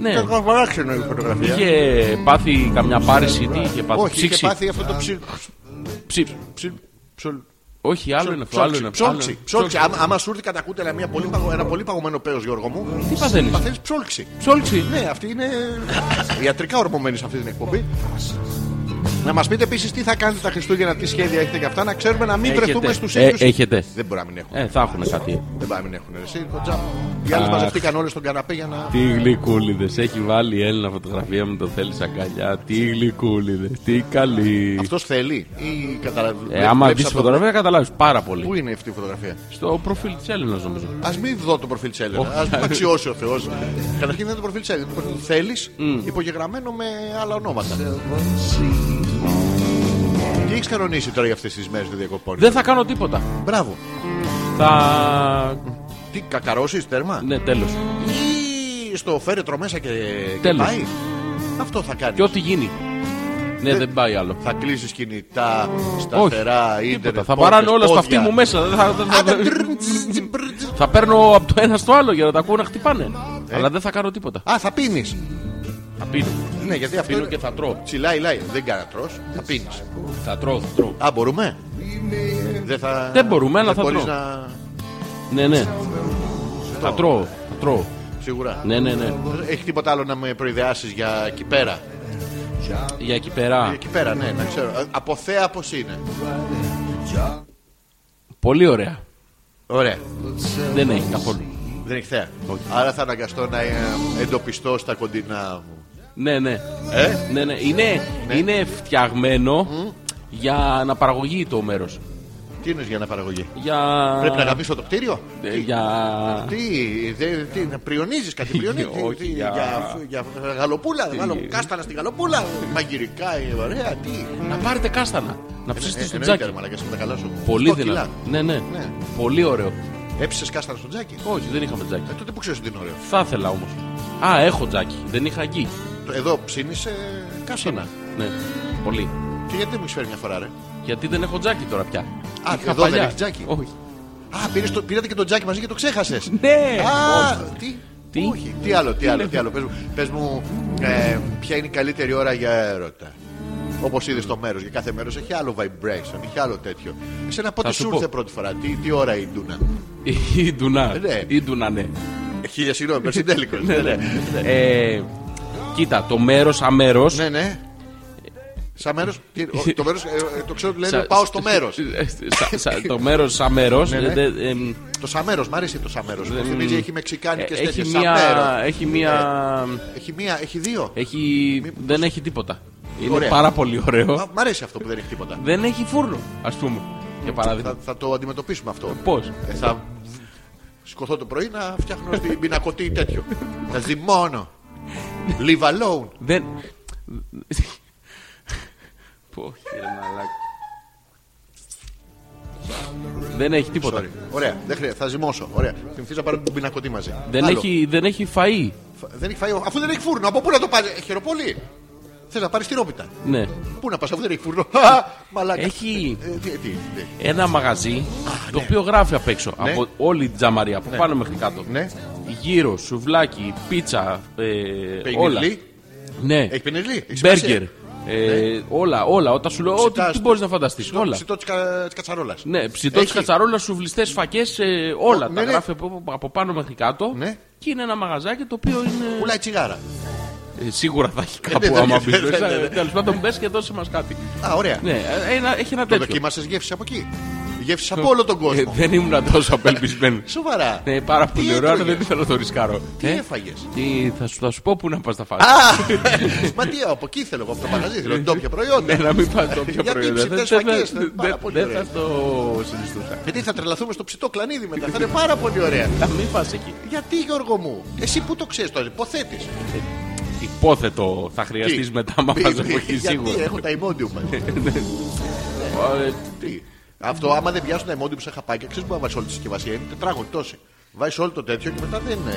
A: Ναι.
B: Ήταν λίγο παράξενο η φωτογραφία.
A: Είχε πάθει καμιά πάρηση, τι είχε πάθει.
B: Όχι, είχε
A: Ψήξη.
B: πάθει αυτό το ψιλ.
A: Ψήξη.
B: ψιλ- ψιλ-
A: Όχι, άλλο είναι αυτό. Άλλο είναι αυτό. άλλο
B: Ψόλξη.
A: είναι.
B: Ψόλξη. Άμα- Άμα σου έρθει κατά κούτελα μια πολύ παγω- ένα πολύ παγωμένο πέος Γιώργο μου.
A: Τι παθαίνεις?
B: Παθαίνεις ψόλξη.
A: Ψόλξη.
B: Ναι, αυτή είναι ιατρικά ορμομένη σε αυτή την εκπομπή. Να μας πείτε επίσης τι θα κάνετε τα Χριστούγεννα, τι σχέδια έχετε και αυτά, να ξέρουμε να μην βρεθούμε στου
A: Ε,
B: ίδιους.
A: Έχετε.
B: Δεν μπορεί να μην έχουν.
A: Ε, θα έχουν κάτι.
B: Δεν μπορεί να μην έχουν. ρε, Εσύ, το τζάμπο. Οι άλλες
A: Αχ.
B: μαζευτήκαν όλες στον καναπέ για να.
A: Τι γλυκούλιδες έχει βάλει η Έλληνα φωτογραφία με το θέλει αγκαλιά. Τι γλυκούλιδες, τι καλή.
B: Αυτός θέλει. Ή καταλαβαίνει.
A: Ε, άμα δεις τη φωτογραφία καταλάβεις πάρα πολύ.
B: Πού είναι αυτή η φωτογραφία.
A: Στο προφίλ της Έλληνας νομίζω.
B: Ας μην δω το προφίλ της Έλενα. Ας μην αξιώσει ο Θεός. Καταρχήν δεν είναι το προφίλ της Έλενα. Το προφίλ θέλεις υπογεγραμμένο με άλλα ονόματα. Τι έχει κανονίσει τώρα για αυτές τις μέρες των διακοπών.
A: Δεν θα κάνω τίποτα.
B: Μπράβο.
A: Θα...
B: Τι κακαρώσεις τέρμα.
A: Ναι, τέλος.
B: Ή στο φέρετρο μέσα και, και
A: Τέλος.
B: πάει. Αυτό θα κάνεις.
A: Και ό,τι γίνει. Ναι, δεν πάει άλλο.
B: Θα κλείσεις κινητά, σταθερά,
A: Όχι,
B: ίντερνετ.
A: τίποτα. Θα
B: πόρτες,
A: βαράνε όλα στο
B: πόδια.
A: αυτί μου μέσα. Δεν θα, δεν θα-
B: Άντε, τρρρ, τσ, τσ, πρρ, τσ.
A: θα παίρνω από το ένα στο άλλο για να τα ακούω να χτυπάνε. Αλλά δεν θα κάνω τίποτα.
B: Α, θα πίνεις.
A: Θα πίνω.
B: Ναι, γιατί αυτό.
A: Πίνω
B: είναι-
A: και θα τρώω.
B: Τσιλάει, λάει. Δεν κάνει να τρως, Θα πίνεις.
A: Θα τρώω, θα τρώω.
B: Α, μπορούμε. Δεν, θα...
A: Δεν μπορούμε, αλλά
B: δεν
A: θα
B: μπορείς
A: τρώω.
B: να...
A: Ναι, ναι. Θα τρώω. Θα τρώω.
B: Σίγουρα.
A: Ναι, ναι, ναι.
B: Έχει τίποτα άλλο να με προειδεάσεις για εκεί πέρα.
A: Για Ε, εκεί πέρα.
B: Εκεί πέρα, ναι, να ξέρω. Ε, Από θέα πώς είναι.
A: Πολύ ωραία.
B: Ωραία.
A: Δεν έχει καθόλου.
B: Δεν έχει θέα. Άρα θα αναγκαστώ να ε, εντοπιστώ στα κοντινά μου.
A: Ναι, ναι.
B: Ε,
A: ναι, ναι. Είναι, είναι φτιαγμένο για αναπαραγωγή το μέρος.
B: τι είναι για να παραγωγή.
A: Για...
B: Πρέπει να γαμίσω το κτίριο.
A: ε,
B: Τι-
A: για...
B: Τι, δε, τι, να πριονίζεις κάτι, πριονίζεις.
A: Όχι,
B: τι,
A: για-
B: για, για γαλοπούλα, γαλο, κάστανα στην γαλοπούλα. Μαγειρικά, ε, ωραία, τι. ε,
A: Να πάρετε κάστανα. Να ψήσετε στο
B: Εννοείται,
A: τζάκι.
B: ρε μαλακά, σε παρακαλώ σου.
A: Πολύ
B: Οκτώ κιλά.
A: δυνατό. Ναι, ναι,
B: Ναι.
A: Πολύ ωραίο.
B: Έψησες κάστανα στο τζάκι.
A: Όχι, δεν είχαμε τζάκι.
B: Ε, τότε που ξέρεις ότι είναι ωραίο.
A: Θα ήθελα όμως. Α, έχω τζάκι. Δεν είχα εκεί.
B: Το- Εδώ ψήνεις ε, κάστανα.
A: Ναι, πολύ.
B: Και γιατί δεν μου έχεις φέρει μια φορά, ρε.
A: Γιατί δεν έχω τζάκι τώρα πια.
B: Α,
A: Είχα
B: εδώ δεν έχεις τζάκι.
A: Όχι.
B: Α, πήρες το, πήρατε και το τζάκι μαζί και το ξέχασες.
A: Ναι.
B: Α, τι.
A: Τι.
B: Όχι. Τι άλλο, τι άλλο, τι άλλο. Πες μου, πες μου ε, ποια είναι η καλύτερη ώρα για έρωτα. Όπως είδες το μέρος, για κάθε μέρος έχει άλλο vibration, έχει άλλο τέτοιο. Εσένα πότε
A: σου
B: σου
A: πω.
B: ήρθε πρώτη φορά, τι, τι ώρα η Ντούνα.
A: Η Ντουνά.
B: Ναι.
A: Η Ντουνά, ναι.
B: Ε, Χίλια συγγνώμη, περσιντέλικο. ναι, ναι.
A: Ε, Κοίτα, το μέρος αμέρο.
B: ναι, ναι. Σαν μέρος, το μέρος, το ξέρω ότι λένε πάω στο μέρος.
A: Το μέρος αμέρο.
B: Ναι, ναι. Το σαν μέρος, μ' αρέσει το σαν μέρος. Μου θυμίζει έχει μεξικάνικες
A: Ε, Έχει
B: τέτοιε. Σαν μέρος. Ναι.
A: μία. Έχει μία.
B: Έχει μία, έχει δύο.
A: Έχει... Δεν έχει τίποτα. Είναι
B: Ωραία.
A: πάρα πολύ ωραίο.
B: Μα- Μ' αρέσει αυτό που δεν έχει τίποτα.
A: Δεν έχει φούρνο, ας πούμε. Για παράδειγμα.
B: Θα, θα το αντιμετωπίσουμε αυτό.
A: Πώς.
B: Ε, θα σκοθώ το πρωί να φτιάχνω στην πινακωτή τέτοιο. θα ζυμώνω. Leave alone.
A: Δεν. Πω, κύριε μαλάκα. Δεν έχει τίποτα.
B: Sorry. Ωραία, δεν χρειάζεται. Θα ζυμώσω. Ωραία. Θυμηθεί να πάρω την πινακωτή μαζί.
A: Δεν
B: Άλλο.
A: έχει, δεν έχει φαΐ.
B: Φα- δεν έχει φαΐ. Αφού δεν έχει φούρνο, από πού να το πάρει. Χεροπολί. Θες να πάρεις τυρόπιτα.
A: Ναι.
B: Πού να πας, αφού δεν έχει φούρνο. Α, Μαλάκα.
A: Έχει
B: Ε, τι, τι, τι.
A: ένα μαγαζί το οποίο γράφει απ' έξω.
B: Ναι.
A: Από όλη τη τζαμαρία, από πάνω μέχρι κάτω.
B: Ναι.
A: Γύρο, σουβλάκι, πίτσα, ε, όλα.
B: Πενιλί.
A: Ναι.
B: Έχει πενιλί. Έχει σημασία.
A: Μπέργκερ. Ε, Όλα, όλα. Όταν σου λέω, ό,τι
B: Ψητάς
A: τι
B: στο-
A: μπορείς να φανταστείς.
B: ψητό-
A: Όλα.
B: Ψητό της κα, κατσαρόλας.
A: Ναι, ψητό της
B: Έχει.
A: κατσαρόλας, σουβλιστές, φακές, ε, όλα.
B: Ναι,
A: τα
B: ναι.
A: γράφει από, από πάνω μέχρι κάτω.
B: Ναι.
A: Και είναι ένα μαγαζάκι το οποίο είναι.
B: Πουλάει τσιγάρα.
A: Ε, σίγουρα θα έχει
B: ναι,
A: κάπου
B: ναι,
A: άμα
B: ναι,
A: μπει.
B: ναι, ναι, ναι.
A: Τέλος πάντων, μπε και δώσε μας κάτι.
B: Α, ωραία.
A: Ναι, ε, ένα- έχει ένα
B: Το
A: τέτοιο.
B: δοκίμασες γεύσει από εκεί. Γεύσει από όλο τον
A: Ε,
B: κόσμο.
A: Δεν ήμουν τόσο απελπισμένος.
B: Σοβαρά.
A: Ναι, πάρα
B: Τι
A: πολύ ωραίο, αλλά
B: έτρωγες?
A: δεν ήθελα να το ρισκάρω.
B: Τι
A: Ε,
B: έφαγες.
A: τι, θα, σου, θα σου πω πού να πας τα φάσεις.
B: Α! Μα τι, από εκεί θέλω εγώ, από το μαγαζί θέλω ντόπια
A: Ναι,
B: προϊόντα.
A: να μην πας το πιο
B: Γιατί
A: πρωί. Δεν
B: ψητές
A: δεν-
B: φακές,
A: δεν-
B: είναι πάρα
A: δεν-
B: πολύ
A: δεν
B: ωραία.
A: θα το συνιστούσα.
B: Γιατί θα τρελαθούμε στο ψητό κλανίδι μετά, θα είναι πάρα πολύ ωραία.
A: Να μην πα εκεί.
B: Γιατί Γιώργο μου, εσύ που το ξέρεις τώρα, υποθέτεις.
A: Υπόθετο θα χρειαστείς μετά, άμα πας από εκεί
B: Γιατί
A: σίγουρα. Ναι.
B: έχω τα ημόντιου μα.
A: Ε,
B: Τι. Αυτό άμα δεν πιάσουν τα ημόντιου σε χαπάκια, ξέρεις που να βάλει όλη τη συσκευασία. Είναι τετράγωνη τόση. Βάζεις όλο το τέτοιο και μετά δεν. ε,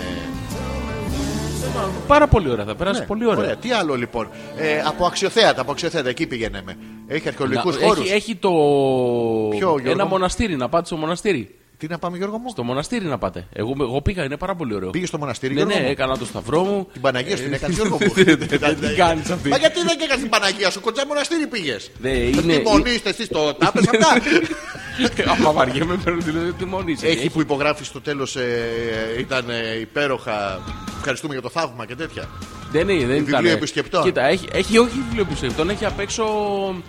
A: Πάρα πολύ ωραία, θα περάσει
B: ναι.
A: πολύ ωραία.
B: Τι άλλο λοιπόν. Ε, από αξιοθέατα, από αξιοθέατα, εκεί πηγαίναμε. Έχει
A: Να-
B: αρχαιολογικού χώρους.
A: έχει, έχει το.
B: Ποιο, Γιώργο?
A: ένα μοναστήρι, να πάτε στο μοναστήρι.
B: Τι να πάμε, Γιώργο μου.
A: Στο μοναστήρι να πάτε. Εγώ, εγώ πήγα, είναι πάρα πολύ ωραίο.
B: Πήγες στο μοναστήρι,
A: Ναι, ναι, Ε,
B: Γιώργο μου?
A: έκανα το σταυρό μου.
B: Την Παναγία σου την έκανες Γιώργο μου.
A: Τι κάνεις αυτή.
B: Μα γιατί δεν έκανες την Παναγία σου, κοντζά μοναστήρι πήγες.
A: Δε,
B: Τι
A: είναι-
B: μονίστε εσεί το τάπε αυτά.
A: Ναι, Άμα βαριέμαι, παίρνω τηλέφωνο, τι μόνη είσαι.
B: Έχει που υπογράφεις στο τέλος ήταν ε, υπέροχα. Ευχαριστούμε για το θαύμα και τέτοια.
A: Δεν είναι, δεν
B: Βιβλίο
A: ήταν.
B: επισκεπτών.
A: Κοίτα, έχει, έχει όχι βιβλίο επισκεπτών, έχει απ' έξω.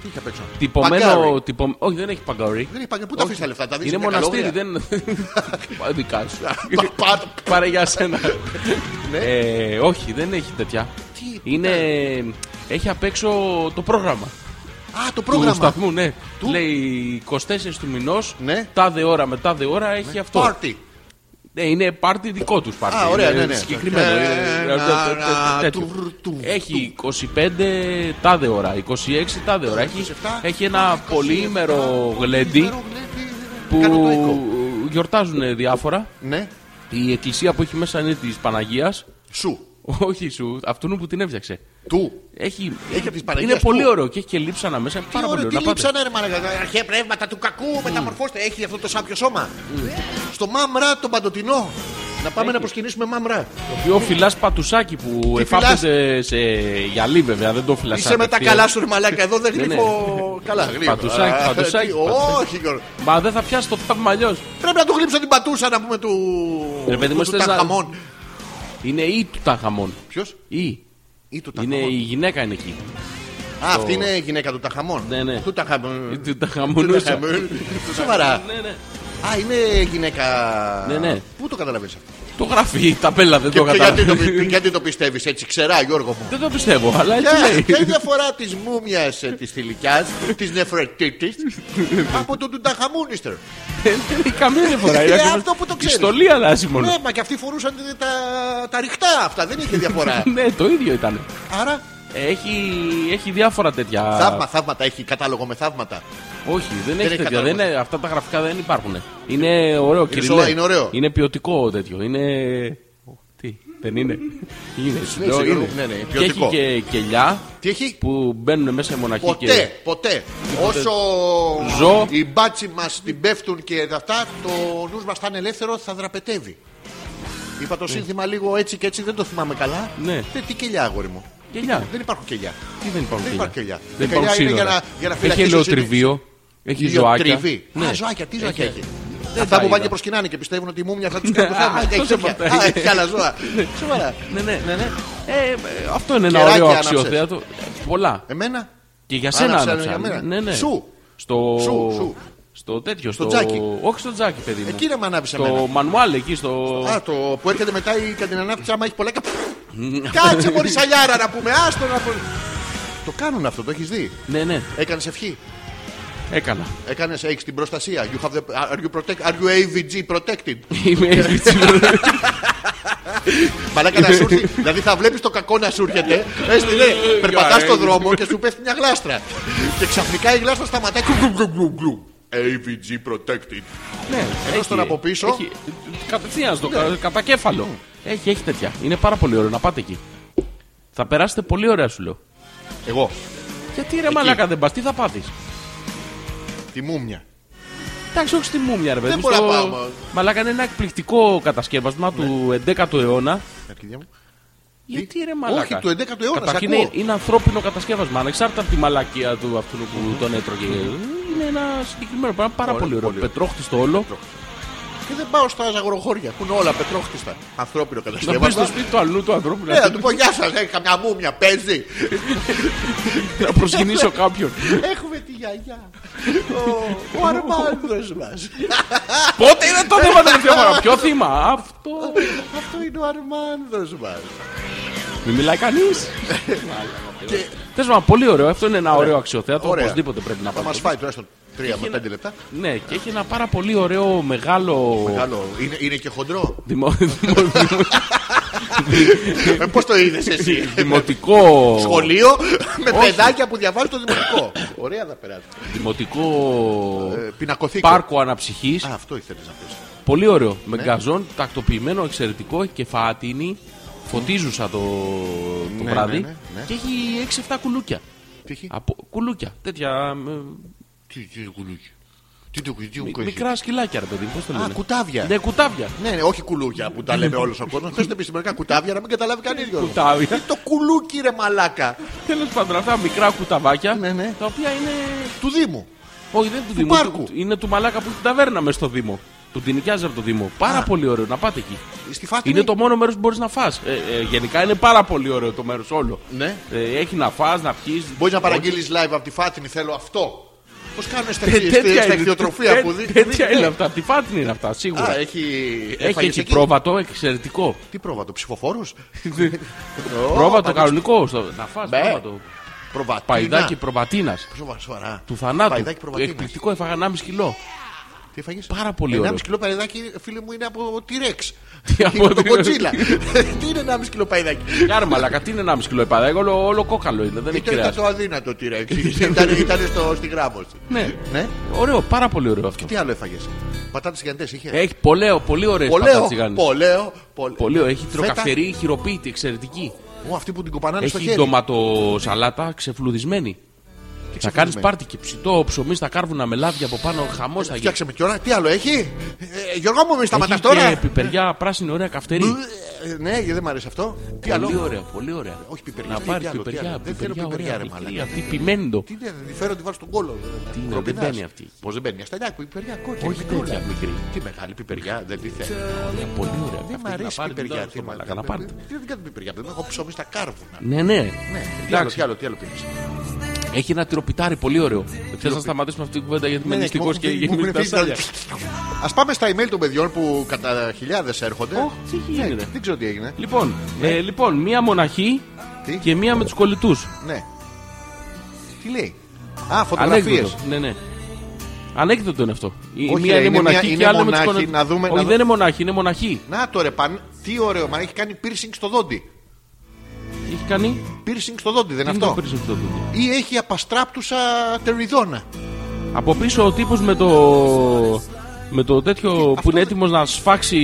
B: Τι είχε απ' έξω.
A: Τυπωμένο.
B: Παγκάρι.
A: Τυπω... Όχι, δεν έχει παγκαρί.
B: Δεν υπάρχει. Πού τα αφήσει τα λεφτά, τα δίνεις
A: Είναι
B: σε μια
A: μοναστήρι,
B: καλόγρια.
A: δεν. Πάει Δικά σου.
B: Πα- πάτο.
A: Πάρε για σένα.
B: Ναι.
A: Ε, όχι, δεν έχει τέτοια.
B: Τι,
A: Είναι. Έχει απ' έξω το πρόγραμμα.
B: Α, το
A: Του
B: πρόγραμμα.
A: σταθμού, ναι.
B: Του.
A: Λέει 24 του μηνός,
B: Ναι.
A: τάδε ώρα με τάδε ώρα έχει αυτό.
B: Πάρτι.
A: Ναι, είναι πάρτι δικό τους πάρτι.
B: Α, ωραία,
A: Είναι
B: ναι, ναι.
A: Συγκεκριμένο.
B: Ε,
A: είναι-
B: να-
A: τε- τε-
B: να-
A: τέτοιο.
B: του- του-
A: Έχει 25 τάδε ώρα, 26 τάδε ώρα. Έχει,
B: 27,
A: έχει ένα
B: 27,
A: πολυήμερο γλέντι που
B: Κάνε το οίκο.
A: γιορτάζουν διάφορα.
B: Ναι,
A: Η εκκλησία που έχει μέσα είναι της Παναγίας.
B: σου.
A: Όχι σου, αυτού που την έφτιαξε.
B: Του.
A: Έχει,
B: Έχει της Παναγίας
A: είναι
B: του.
A: πολύ ωραίο και έχει και λείψανα μέσα. Είναι
B: Τι
A: πάρα πολύ
B: ωραία,
A: ωραίο.
B: τι
A: Να πάτε.
B: λείψανε ρε μαλακά. Αρχαία πνεύματα του κακού, μεταμορφώστε. Έχει αυτό το σάπιο σώμα. Στο μαμρά τον παντοτινό. Να πάμε να προσκυνήσουμε μαμρά.
A: Πιο φυλά πατουσάκι που εφάπτεται σε γυαλί, βέβαια. Δεν το φυλάς.
B: Είσαι με τα καλά σου, ρε μαλάκα. Εδώ δεν
A: Ναι, ναι.
B: γλύφω. Καλά, γλύφω.
A: Πατουσάκι,
B: Α,
A: πατουσάκι,
B: τι-
A: πατουσάκι.
B: Όχι, Γιώργο.
A: Μα δεν θα πιάσει το θαύμα αλλιώς.
B: Πρέπει να του γλύψω την πατούσα να πούμε του.
A: Ρε παιδί μου,
B: του
A: θες να-
B: Τουταγχαμών.
A: Είναι ή του Ταγαμών.
B: Ποιος
A: Ή.
B: ή του
A: Είναι,
B: Ταγχαμών.
A: η γυναίκα είναι εκεί.
B: Α, αυτή είναι η γυναίκα του Ταχαμών.
A: Ναι, ναι.
B: Του Ταχαμών.
A: Του Ταχαμονούσα.
B: Σοβαρά.
A: Ναι, ναι.
B: Α, είναι γυναίκα.
A: Ναι, ναι.
B: Πού το καταλαβαίνεις αυτό.
A: Το γραφεί, τα πέλα δεν το
B: Και γιατί το,
A: κατάλαβε.
B: γιατί το πιστεύεις έτσι, ξερά, Γιώργο μου.
A: Δεν το πιστεύω, αλλά έτσι
B: Ποια-
A: Ε, λέει.
B: Ποια είναι η διαφορά ε, της μούμιας της θηλυκιάς, της νεφρετήτη, από τον Τουταχαμούνιστερ.
A: Δεν έχει καμία διαφορά.
B: Ε,
A: Είναι ακριβώς-
B: αυτό που το
A: η
B: ξέρεις.
A: στολή αλλάζει μόνο.
B: Ναι, μα και αυτοί φορούσαν τα, τα ρηχτά αυτά, δεν είχε διαφορά.
A: Ναι, το ίδιο ήταν.
B: Άρα,
A: Έχει, έχει διάφορα τέτοια.
B: θαύμα, θαύματα, έχει κατάλογο με θαύματα.
A: Όχι, δεν έχει
B: έχει
A: τέτοια. Δεν είναι, αυτά τα γραφικά δεν υπάρχουν. Είναι ωραίο και
B: σοβα- είναι ωραίο.
A: Είναι ποιοτικό τέτοιο. Είναι. Τι, δεν είναι. είναι. σου λέω,
B: Γιώργο,
A: είναι.
B: ναι, ναι,
A: και έχει
B: ποιοτικό.
A: και κελιά
B: Τι έχει,
A: που μπαίνουν μέσα οι μοναχοί
B: ποτέ,
A: και.
B: ποτέ. Όσο
A: Ζω.
B: οι μπάτσι μας την πέφτουν και τα αυτά, το νους μας θα είναι ελεύθερο, θα δραπετεύει. Είπα το σύνθημα λίγο έτσι και έτσι, δεν το θυμάμαι καλά.
A: Ναι.
B: Ε, Τι κελιά, αγόρι μου.
A: Κελιά.
B: Ναι, Δεν υπάρχουν κελιά.
A: Τι δεν υπάρχουν
B: Δεν
A: κελιά.
B: υπάρχουν κελιά. Τα
A: Δεν
B: κελιά
A: υπάρχουν
B: είναι για
A: σύνορα.
B: να- για να
A: Έχει
B: φυλακίσεις
A: ελαιοτριβείο. Έχει ζωάκια.
B: Τριβή.
A: Ναι.
B: Α, ζωάκια, τι ζωάκια έχει.
A: Δεν τα
B: Ε, Αυτά που
A: είδα.
B: πάνε και προσκυνάνε και πιστεύουν ότι η μούμια θα τους κάνει το
A: Α,
B: θέμα. Ε,
A: αυτό
B: Έχει
A: σε
B: τέτοια.
A: πατάει.
B: Α, έχει άλλα ζώα. Σοβαρά.
A: Ναι, ναι, ναι. ναι. Ε, ε, αυτό είναι ένα
B: Κεράκια
A: ωραίο
B: άναψες.
A: αξιοθέατο. Πολλά.
B: Εμένα.
A: Και για σένα
B: Άναψα,
A: άναψα.
B: για μένα.
A: Ναι, ναι.
B: Σου.
A: Στο...
B: Σου, σου.
A: Στο τέτοιο.
B: Στο τζάκι.
A: Όχι στο τζάκι, παιδί μου.
B: Εκεί να μ' ανάψει
A: Στο
B: εμένα.
A: μανουάλ εκεί στο.
B: Α, το που έρχεται μετά η κατά την ανάπτυξη, άμα έχει πολλά. κα- Κάτσε μωρή σαλιάρα να πούμε, άστο να πούμε. Το κάνουν αυτό, το έχεις δει.
A: Ναι, ναι,
B: Έκανες ευχή.
A: έκανα.
B: Έκανες, έχεις την προστασία. You have the, are, you protect, are you AVG protected?
A: Είμαι έτσι.
B: Μαλάκα να σου έρθει. δηλαδή θα βλέπεις το κακό να σου έρχεται. Έτσι ναι, περπατάς στον δρόμο και σου πέφτει μια γλάστρα. και ξαφνικά η γλάστρα σταματάει. Κλου, κλου, κλου, κλου, κλου. AVG protected.
A: ναι,
B: Ενώ στον από πίσω- Ναι.
A: Έχει, κατευθείαν στο κα- κατακέφαλο. Έχει, έχει τέτοια. Είναι πάρα πολύ ωραίο να πάτε εκεί. Θα περάσετε πολύ ωραία, σου λέω.
B: Εγώ,
A: Γιατί ρε μαλάκα δεν πας, τι θα πάθεις.
B: τη μούμια.
A: Εντάξει, όχι στη μούμια, ρε παιδί.
B: Δεν
A: μου,
B: μπορώ
A: στο-
B: να πάω, μα.
A: Μαλάκα είναι ένα εκπληκτικό κατασκεύασμα του 11ου αιώνα.
B: Αρχιδιά μου.
A: Γιατί ρε μαλάκα.
B: Όχι, του 11ου αιώνα,
A: Καταρχήν
B: σ' ακούω.
A: είναι, είναι ανθρώπινο κατασκεύασμα. Ανεξάρτητα από τη μαλακία του αυτού που τον έτρωγε. Είναι ένα συγκεκριμένο πράγμα πάρα
B: Ωραίο,
A: πολύ ωραίο.
B: πολύ ωραίο.
A: Πετρόχτιστο όλο.
B: Και δεν πάω στα ζαγοροχώρια που είναι όλα πετρόχτιστα. Ανθρώπινο
A: Να πεις στο
B: κατασκευάσμα.
A: σπίτι του αλλού του ανθρώπου
B: Ναι,
A: να
B: να
A: πει
B: του πω γεια σας, έχει καμιά μούμια, παίζει.
A: να προσκυνήσω κάποιον.
B: Έχουμε τη γιαγιά. Ο- Ο Αρμάνδρος μας.
A: Πότε είναι το θέμα τελευταία φορά. Ποιο θύμα. Αυτό.
B: Αυτό είναι ο Αρμάνδρος μας.
A: Μην μιλάει κανείς. Τέλος πάντων, πολύ ωραίο. Αυτό είναι ένα ωραίο αξιοθέατο.
B: Ωραία.
A: Οπωσδήποτε πρέπει να
B: Θα
A: πάμε.
B: μας φάει τουλάχιστον 3 με 5 λεπτά.
A: Ναι, και έχει ένα πάρα πολύ ωραίο μεγάλο.
B: Καλό. Είναι, είναι και χοντρό.
A: δημο- δημο- δημο-
B: ε, Πώς το είδες εσύ.
A: Δημοτικό.
B: Σχολείο με παιδάκια που διαβάζουν το δημοτικό. Ωραία θα περάσει.
A: Δημοτικό.
B: Ε, πινακοθήκη.
A: Πάρκο αναψυχής.
B: Α, Ναι. αυτό ήθελες να πεις.
A: Πολύ ωραίο. Με γκαζόν, τακτοποιημένο, εξαιρετικό. Έχει και φάτινη. Φωτίζουσα το, το
B: Ναι,
A: βράδυ.
B: ναι, ναι, ναι.
A: Και έχει 6-7 κουλούκια.
B: Τι έχει.
A: Από, κουλούκια. Τέτοια. με-
B: Τι τι κουλούκι. Τι το κουλούκι.
A: μι- μικρά σκυλάκια, ρε παιδί. Πώς το
B: Α,
A: λένε.
B: κουτάβια.
A: Ναι, κουτάβια.
B: Ναι, ναι, όχι κουλούκια που τα λέμε όλος ο κόσμος. Θες επιστημονικά κουτάβια να μην καταλάβει κανείς.
A: Κουτάβια.
B: Το κουλούκι ρε μαλάκα
A: Τέλος πάντων, αυτά μικρά κουταβάκια.
B: Ναι, ναι.
A: Τα οποία είναι.
B: του Δήμου.
A: Όχι, δεν είναι του, Δήμου.
B: πάρκου.
A: του- Είναι του μαλάκα που έχει την ταβέρνα μέσα στο Δήμο. Του την νοικιάζει από το Δήμο. Πάρα πολύ ωραίο να πάτε εκεί.
B: Στη φάτινη.
A: Είναι το μόνο μέρος που μπορείς να φας Ε, ε, γενικά είναι πάρα πολύ ωραίο το μέρος όλο.
B: Ναι.
A: Ε, έχει να φας να πιεις.
B: Μπορείς να παραγγείλεις live από τη Φάτινη, θέλω αυτό. Πώς κάνουν στα
A: Τέτοια
B: στα
A: είναι,
B: ηχθειοτροφία που δει.
A: τέτοια είναι αυτά. Τι φάτνη είναι αυτά, σίγουρα.
B: Α, έχει.
A: έχει
B: έφαγες
A: εκεί
B: εκεί.
A: πρόβατο, εξαιρετικό.
B: Τι πρόβατο, ψηφοφόρου.
A: πρόβατο κανονικό. στο- Να φας
B: Μπε.
A: πρόβατο.
B: Προβατίνα.
A: Παϊδάκι προβατίνας.
B: Σοβα- Σοβαρά.
A: Του θανάτου. Ε,
B: Παϊδάκι προβατίνας.
A: Εκπληκτικό, έφαγα 1,5 κιλό.
B: Τι έφαγες?
A: Πάρα πολύ
B: 1,5
A: ωραίο.
B: κιλό παϊδάκι, φίλε μου, είναι από τη Ρεξ.
A: Τι, από
B: Είναι το
A: τη-
B: κοτσίλα. Τι είναι 1,5 κιλό παϊδάκι.
A: Κάρμα, αλλά τι είναι 1,5 κιλό επαδάκι, όλο, όλο κόκαλο είναι, δεν έχει
B: Ήταν ήταν
A: κρέα.
B: το αδύνατο τη Ρεξ. Ήταν ήταν στο- στη γράμμωση.
A: Ναι.
B: Ναι.
A: Ωραίο, πάρα πολύ ωραίο αυτό.
B: Τι άλλο έφαγες. Πατάτες γιγαντές είχε.
A: Ε, Έχει πολλαίο, πολύ ωραίες
B: Πολέο,
A: πατατσιγάνες.
B: πολέο, πολέο.
A: Πολύ ωραίο, έχει
B: Ε, Φέτα.
A: τροκαυτερή, χειροποίητη, εξαιρετική.
B: Ω, αυτοί που την κοπανάνε στο
A: Έχει
B: χέρι.
A: ντοματοσαλάτα ξεφλουδισμένη. Θα κάνει
B: ξεφλουδισμένη.
A: πάρτι και ψητό ψωμί στα κάρβουνα με λάδια από πάνω, χαμό θα γίνει.
B: Φτιάξε με κιόλα. Τι άλλο έχει. Ε, Γιώργο μου, μην σταματάς
A: Έχει
B: τώρα.
A: και πιπεριά πράσινη, ωραία καυτερή.
B: Ε, Ναι, δεν μ' αρέσει αυτό. Τι
A: Πολύ
B: άλλο.
A: ωραία, πολύ ωραία.
B: Όχι πιπεριά,
A: Να
B: τι, τι
A: πάρει
B: άλλο, τι
A: πιπεριά,
B: άλλο. Δεν θέλω
A: πιπεριά,
B: πιπεριά,
A: ωραία.
B: ρε,
A: μικρή,
B: μαλάκα.
A: Αυτή πιμέντο.
B: Τι είναι, δεν τη φέρω, τη βάζω στον κόλο.
A: Τι είναι,
B: Προπεινάς.
A: δεν μπαίνει αυτή.
B: Πώς δεν μπαίνει, ασταλιά, πιπεριά, κόκκινη.
A: Όχι
B: μικρούλα.
A: τέτοια μικρή.
B: Τι μεγάλη πιπεριά, δεν τη θέλω.
A: Ωραία, Ε, Πολύ ωραία. Αυτή
B: Δεν μ'
A: να
B: αρέσει
A: πάρει, την
B: πιπεριά.
A: δώρο
B: Τι
A: στο
B: είναι,
A: μαλάκα, να πάρει.
B: Τι δεν κάνω πιπεριά, δεν έχω ψωμί στα κάρβουνα.
A: Ναι, ναι.
B: Ναι, τι άλλο,
A: Εντάξει.
B: τι άλλο, τι άλλο πήρες.
A: Έχει ένα τυροπιτάρι πολύ ωραίο. Θέλω να σταματήσουμε αυτή την κουβέντα γιατί είμαι
B: Ναι,
A: νηστικό
B: μου-
A: και
B: μου- μου
A: γεμίζει
B: έχουν
A: τα
B: φύγει τα-
A: σάλια.
B: Ας πάμε στα email των παιδιών που κατά χιλιάδες έρχονται.
A: Οχ, τι γίνεται.
B: Ναι, δεν ξέρω τι έγινε.
A: Λοιπόν, ε, λοιπόν, μία μοναχή
B: Τι?
A: και μία με τους κολλητούς.
B: Ναι. Τι λέει. Α, φωτογραφίες.
A: Ναι, ναι. Ανέκδοτο είναι αυτό. Η
B: Όχι,
A: μία
B: ρε,
A: είναι
B: είναι
A: μοναχή
B: μία-
A: και η
B: είναι
A: άλλη με τους
B: μονάχη,
A: κολλητού.
B: να δούμε- να
A: Όχι,
B: δω-
A: δεν είναι μονάχη, είναι μοναχή.
B: Να το ρε, παν... τι ωραίο, μα έχει κάνει piercing στο δόντι.
A: Έχει κάνει.
B: Piercing στο δόντι, δεν είναι
A: Τι είναι το
B: αυτό.
A: piercing στο δόντι?
B: Ή έχει απαστράπτουσα τεριδόνα.
A: Από πίσω ο τύπος με το. Με το
B: Ε,
A: τέτοιο που είναι έτοιμος να σφάξει.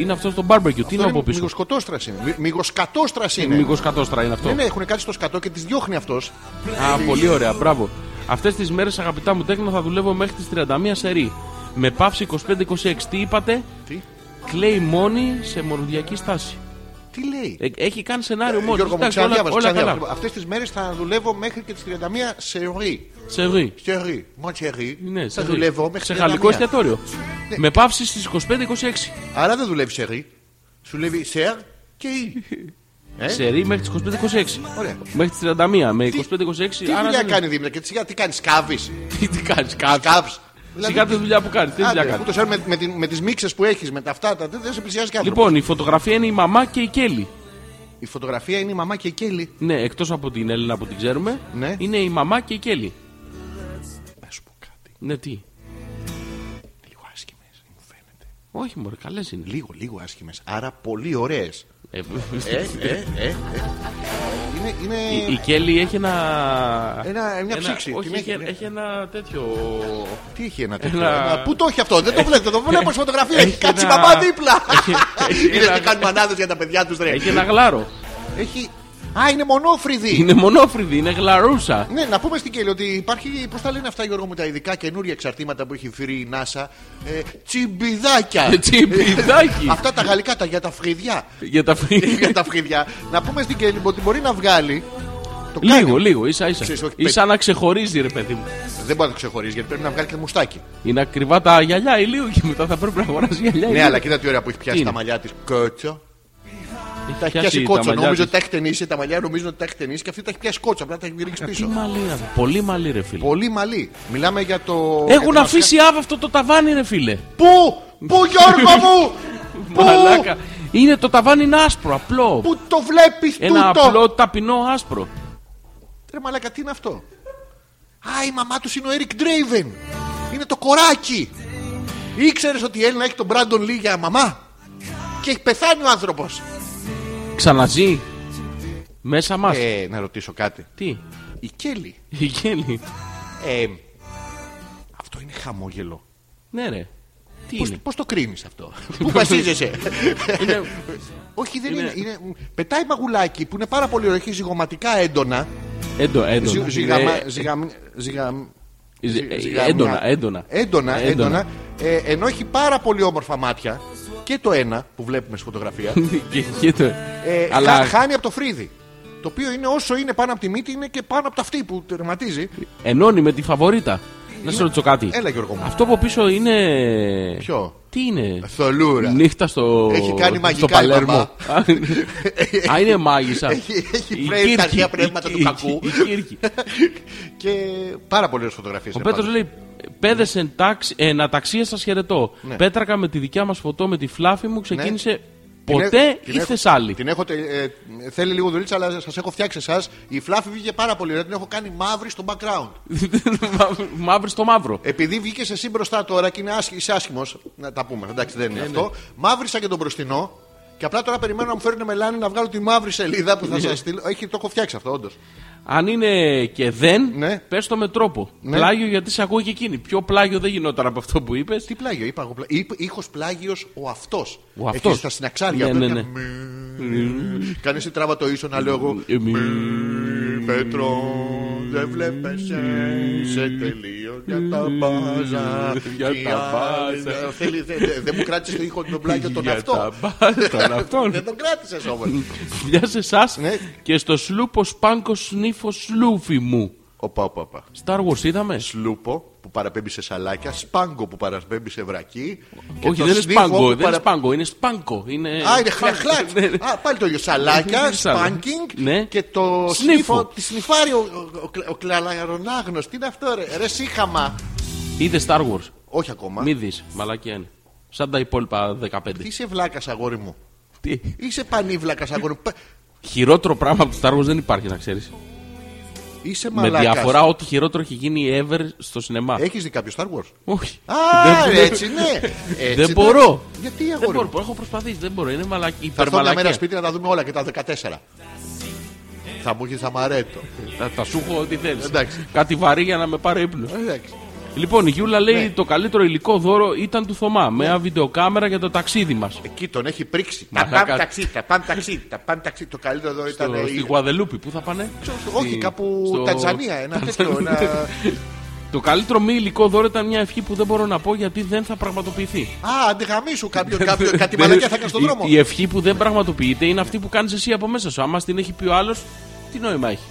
A: Είναι αυτό το barbecue. Τι είναι από πίσω.
B: Μυγοσκοτόστρα είναι. Μυ- μυγοσκατόστρας είναι.
A: Μήκο κατόστρα είναι αυτό.
B: Ναι, ναι, έχουν κάτι στο σκατό και τις διώχνει αυτός.
A: Α, πολύ ωραία, μπράβο. Αυτές τις μέρες, αγαπητά μου τέκνα, θα δουλεύω μέχρι τις 31 σε ρί. Με παύση 25-26. Τι είπατε,
B: Τι,
A: κλαίει μόνη σε μορδιακή στάση.
B: τι λέει.
A: Ε, έχει κάνει σενάριο μόνος.
B: Γιώργο μου,
A: Εντάξει, όλα,
B: ξαναδιάβασε.
A: όλα καλά.
B: Αυτές τις μέρες θα δουλεύω μέχρι και τις 31 σε ρί.
A: Σε ρί.
B: Σε ρί. Μόνο σε ρί.
A: Ναι,
B: θα
A: σε ρί.
B: δουλεύω μέχρι Ναι.
A: σε
B: τις
A: γαλλικό
B: 31.
A: εστιατόριο. Με παύση στι 25-26.
B: Άρα δεν δουλεύεις σε ρί. Σου λέει σερ και ρί. Ε?
A: Σε ρί μέχρι τις 25-26.
B: Ωραία.
A: Μέχρι τις 31 με 25-26.
B: Τι δουλειά κάνει Δήμητρα και τι σιγά- τι κάνεις, κάβει.
A: Τι, τι κάνει, κάτσε.
B: Κάβει. Δηλαδή,
A: Σιγά τη δουλειά που κάνει. Τι δουλειά κάνει.
B: Ούτως με, με, την- με τις μίξες που έχεις, με τα αυτά, τα, δεν σε πλησιάζει καθόλου.
A: Λοιπόν, η φωτογραφία είναι η μαμά και η Κέλλη. Λοιπόν.
B: Η φωτογραφία είναι η μαμά και η Κέλλη.
A: Ναι, εκτός από την Έλληνα που την ξέρουμε,
B: Ναι.
A: είναι η μαμά και η Κέλλη.
B: Να σου πω κάτι.
A: Ναι, τι.
B: Είναι λίγο άσχημε, μου φαίνεται.
A: Όχι, μωρέ, καλές είναι.
B: Λίγο, λίγο άσχημε. Άρα πολύ ωραίες.
A: Ε,
B: Ε, ε, ε, ε. Είναι.
A: η, η
B: είναι...
A: Κέλλη έχει ένα.
B: Ένα, μια ψήξη.
A: όχι,
B: Την
A: έχει,
B: έχει, ναι.
A: έχει ένα τέτοιο.
B: Τι έχει ένα τέτοιο.
A: Ένα-
B: ένα- Πού το έχει αυτό, δεν το βλέπετε. Το βλέπω στη φωτογραφία.
A: Έχει
B: Έχει κάτσει η
A: ένα-
B: μαμά δίπλα.
A: έχει
B: Είναι
A: ένα-
B: τι κάνουν μανάδες για τα παιδιά τους, ρε.
A: έχει ένα γλάρο.
B: Έχει. Α, είναι μονόφρυδη.
A: είναι μονόφρυδη, είναι γλαρούσα.
B: Ναι, να πούμε στην Κέλλη ότι υπάρχει, πώς τα λένε αυτά Γιώργο μου, τα ειδικά καινούργια εξαρτήματα που έχει φέρει η NASA. Ε,
A: Ε,
B: τσιμπιδάκια.
A: Τσιμπιδάκι.
B: Αυτά τα γαλλικά, τα για τα φρυδιά.
A: Για τα φρύδια.
B: για τα φρύδια. να πούμε στην Κέλλη ότι μπορεί να βγάλει. Το κάνει.
A: Λίγο, λίγο, ίσα
B: Ξέρεις,
A: ίσα.
B: όχι,
A: Ίσα να ξεχωρίζει, ρε παιδί μου.
B: Δεν μπορεί να το ξεχωρίζει γιατί πρέπει να βγάλει και μουστάκι.
A: Είναι ακριβά τα γυαλιά ηλίου και μετά θα πρέπει να αγοράσει γυαλιά.
B: Ναι,
A: ηλίου.
B: αλλά κοίτα τι ωραία που έχει πιάσει
A: Είναι.
B: τα μαλλιά της. Κότσο.
A: Έχει
B: Τα
A: πιάσει
B: έχει πιάσει
A: τα
B: κότσο.
A: μαλλιά
B: Νομίζω
A: της.
B: ότι τα έχει ταινίσει, τα μαλλιά νομίζω ότι τα έχει ταινίσει και αυτή τα έχει πιάσει κότσο. Απλά τα έχει ρίξει
A: Τι
B: πίσω.
A: μαλλί, είναι αυτό. πολύ μαλλί, ρε φίλε.
B: Πολύ μαλή. Μιλάμε για το. για
A: Έχουν
B: το
A: αφήσει άβαυτο το ταβάνι, ρε φίλε.
B: μασκα- Πού! Πού Γιώργο μου!
A: Μαλάκα.
B: Πού!
A: Είναι το ταβάνι είναι άσπρο, απλό.
B: Πού το βλέπεις
A: Ένα
B: τούτο!
A: απλό ταπεινό άσπρο.
B: Ρε μαλάκα τι είναι αυτό. Α, η μαμά τους είναι ο Eric Draven. Είναι το κοράκι. Ήξερες ότι η Έλληνα έχει τον Brandon Lee για μαμά. Και έχει πεθάνει ο άνθρωπος.
A: Ξαναζεί. Μέσα μας.
B: Ε, να ρωτήσω κάτι.
A: Τι.
B: Η Κέλλη.
A: Η Γέλη.
B: Ε, αυτό είναι χαμόγελο.
A: Ναι, ρε. Τι
B: Πώς,
A: είναι.
B: πώς το κρίνεις αυτό. Πού βασίζεσαι.
A: είναι.
B: Όχι, δεν
A: Είναι-
B: είναι. είναι. Πετάει μαγουλάκι που είναι πάρα πολύ ωραίο. Έχει ζυγοματικά έντονα.
A: Έντο, έντονα.
B: Ζυ- ζυγαμα-
A: Ε,
B: ζυγαμ- ζυγαμ-
A: ε,
B: ζυ-
A: ε,
B: ζυγαμιά.
A: Έντονα, έντονα.
B: Έντονα, έντονα. Ε, ενώ έχει πάρα πολύ όμορφα μάτια. Και το ένα που βλέπουμε στη φωτογραφία.
A: Και- και το-
B: ε, χα-
A: Αλλά
B: χάνει από το φρύδι. Το οποίο είναι όσο είναι πάνω από τη μύτη είναι και πάνω από τα αυτή που τερματίζει.
A: ενώνει με τη φαβορίτα. Να σε ρωτήσω κάτι.
B: Έλα Γιώργο μου.
A: Αυτό από πίσω είναι.
B: Ποιο? Ε,
A: Τι είναι.
B: Θολούρα.
A: Νύχτα στο.
B: Έχει κάνει
A: στο
B: μαγικά η
A: Παλέρμο.
B: μαμά.
A: Α, Α, είναι μάγισσα.
B: Έχει- έχει
A: Η
B: φρέει τα
A: Κύρκη,
B: αρχαία πνεύματα
A: η-
B: του
A: η-
B: κακού.
A: η Κύρκη.
B: και πάρα πολλές φωτογραφίες.
A: Ο Πέτρος λέει: Πέδες εν, ε, τάξη- εν αταξία σας χαιρετώ.
B: Ναι.
A: Πέτρακα με τη δικιά μας φωτό με τη φλάφη μου ξεκίνησε
B: Την
A: ποτέ
B: έχ-
A: ή
B: την έχω-
A: Θεσσάλη.
B: Την έχω, τε- ε, θέλει λίγο δουλίτσα, αλλά σας έχω φτιάξει εσάς. Η φλάφη βγήκε πάρα πολύ ωραία. Την έχω κάνει μαύρη στο background.
A: Μαύ- Μαύρη στο μαύρο.
B: Επειδή βγήκε εσύ μπροστά τώρα και είναι άσχη, είσαι άσχημος, να τα πούμε, εντάξει δεν είναι
A: Ναι,
B: αυτό. Μαύρισα και τον μπροστινό. Και απλά τώρα περιμένω να μου φέρουν μελάνι να βγάλω τη μαύρη σελίδα
A: Ναι.
B: που θα σας στείλω. Έχει, το έχω φτιάξει αυτό, όντως.
A: Αν είναι και δεν,
B: Ναι.
A: πες το με τρόπο.
B: Ναι.
A: Πλάγιο γιατί σε ακούει και εκείνη. Πιο πλάγιο δεν γινόταν από αυτό που είπες.
B: Τι πλάγιο, είπα εγώ. Ήχος πλάγιος ο αυτός.
A: Ο αυτός.
B: Στα συναξάρια.
A: Ναι,
B: Ναι,
A: ναι, Ε,
B: ναι, Κάνει την τράβα το ίσο να λέω εγώ. Πέτρο, δεν βλέπεσαι, σε τελείω για τα μπάζα.
A: Ε, Για
B: Κι
A: τα
B: άλλοι
A: μπάζα.
B: δεν θέλει- δεν- Δεν μου κράτησε το ήχο τον πλάγιο τον
A: Για
B: αυτό.
A: τα μπα- τον αυτόν.
B: Δεν τον κράτησες όμως.
A: Γεια σε εσάς
B: Ναι.
A: και στο σλούπος σπάνκο σνίφο σλούφι μου.
B: Οπα, οπα, οπα.
A: Star Wars είδαμε.
B: Σλούπο, που παραπέμπει σε σαλάκια, σπάγκο που παραπέμπει σε βρακή. και
A: Όχι,
B: το
A: δεν είναι
B: σνίφο που
A: σπάγκο, δεν είναι
B: παρα-
A: σπάγκο, είναι σπάνκο. Είναι...
B: Α, είναι χλαχλάτ.
A: Ναι, ναι.
B: Α, πάλι το ίδιο. Σαλάκια,
A: Σαν-
B: σπάνκινγκ
A: Ναι.
B: και το
A: Σνίφο.
B: σνίφο. Τη σνιφάρει ο, ο, ο, κλα- ο κλαρονάγνωστος. Τι είναι αυτό, ρε, ρε σύχαμα.
A: Είδες Star Wars.
B: Όχι ακόμα.
A: Μη δεις, μαλακία είναι. Σαν τα υπόλοιπα 15.
B: Τι είσαι βλάκας, αγόρι μου.
A: Τι.
B: Είσαι πανίβλακας, αγόρι μου. Πα-
A: Χειρότερο πράγμα από το Star Wars δεν υπάρχει, να ξέρεις.
B: Είσαι
A: Με
B: μαλάκα.
A: διαφορά, ό,τι χειρότερο έχει γίνει ever στο σινεμά.
B: Έχεις δει κάποιο Star Wars.
A: Όχι.
B: Ε, Α,
A: Δεν-
B: ρε, έτσι ναι. Έτσι,
A: Δεν
B: ναι.
A: μπορώ.
B: Γιατί
A: Δεν
B: αγόρι
A: μπορώ,
B: μου.
A: έχω προσπαθήσει, δεν μπορώ. Είναι μαλακή.
B: Θα έρθω μια μέρα
A: Υπερμαλακία.
B: σπίτι να τα δούμε όλα και τα 14. Θα μου έχεις αμαρέτο.
A: Θα, θα σου έχω ό,τι θέλεις.
B: Εντάξει.
A: Κάτι βαρύ για να με πάρει ύπνο.
B: Εντάξει.
A: Λοιπόν, η Γιούλα λέει
B: Ναι.
A: το καλύτερο υλικό δώρο ήταν του Θωμά. Μια βιντεοκάμερα για το ταξίδι μας.
B: Εκεί τον έχει πρίξει. Τα
A: Μαλάκα.
B: πάμε ταξί, τα πάμε ταξί, τα πάμε ταξί. Το καλύτερο εδώ ήταν. ναι, η-
A: Στη Γουαδελούπη, πού θα πάνε.
B: Όχι,
A: Στη-
B: κάπου
A: στο-
B: Τανζανία. Ένα τέτοιο. ένα-
A: Το καλύτερο μη υλικό δώρο ήταν μια ευχή που δεν μπορώ να πω γιατί δεν θα πραγματοποιηθεί.
B: Α, αντιγαμίσου κάποιο, κάποιο, κάτι μαλακιά θα έκανε στον
A: Η-
B: δρόμο.
A: Η ευχή που δεν πραγματοποιείται είναι αυτή που κάνεις εσύ από μέσα σου. Άμα στην έχει πει ο άλλος, τι νόημα έχει.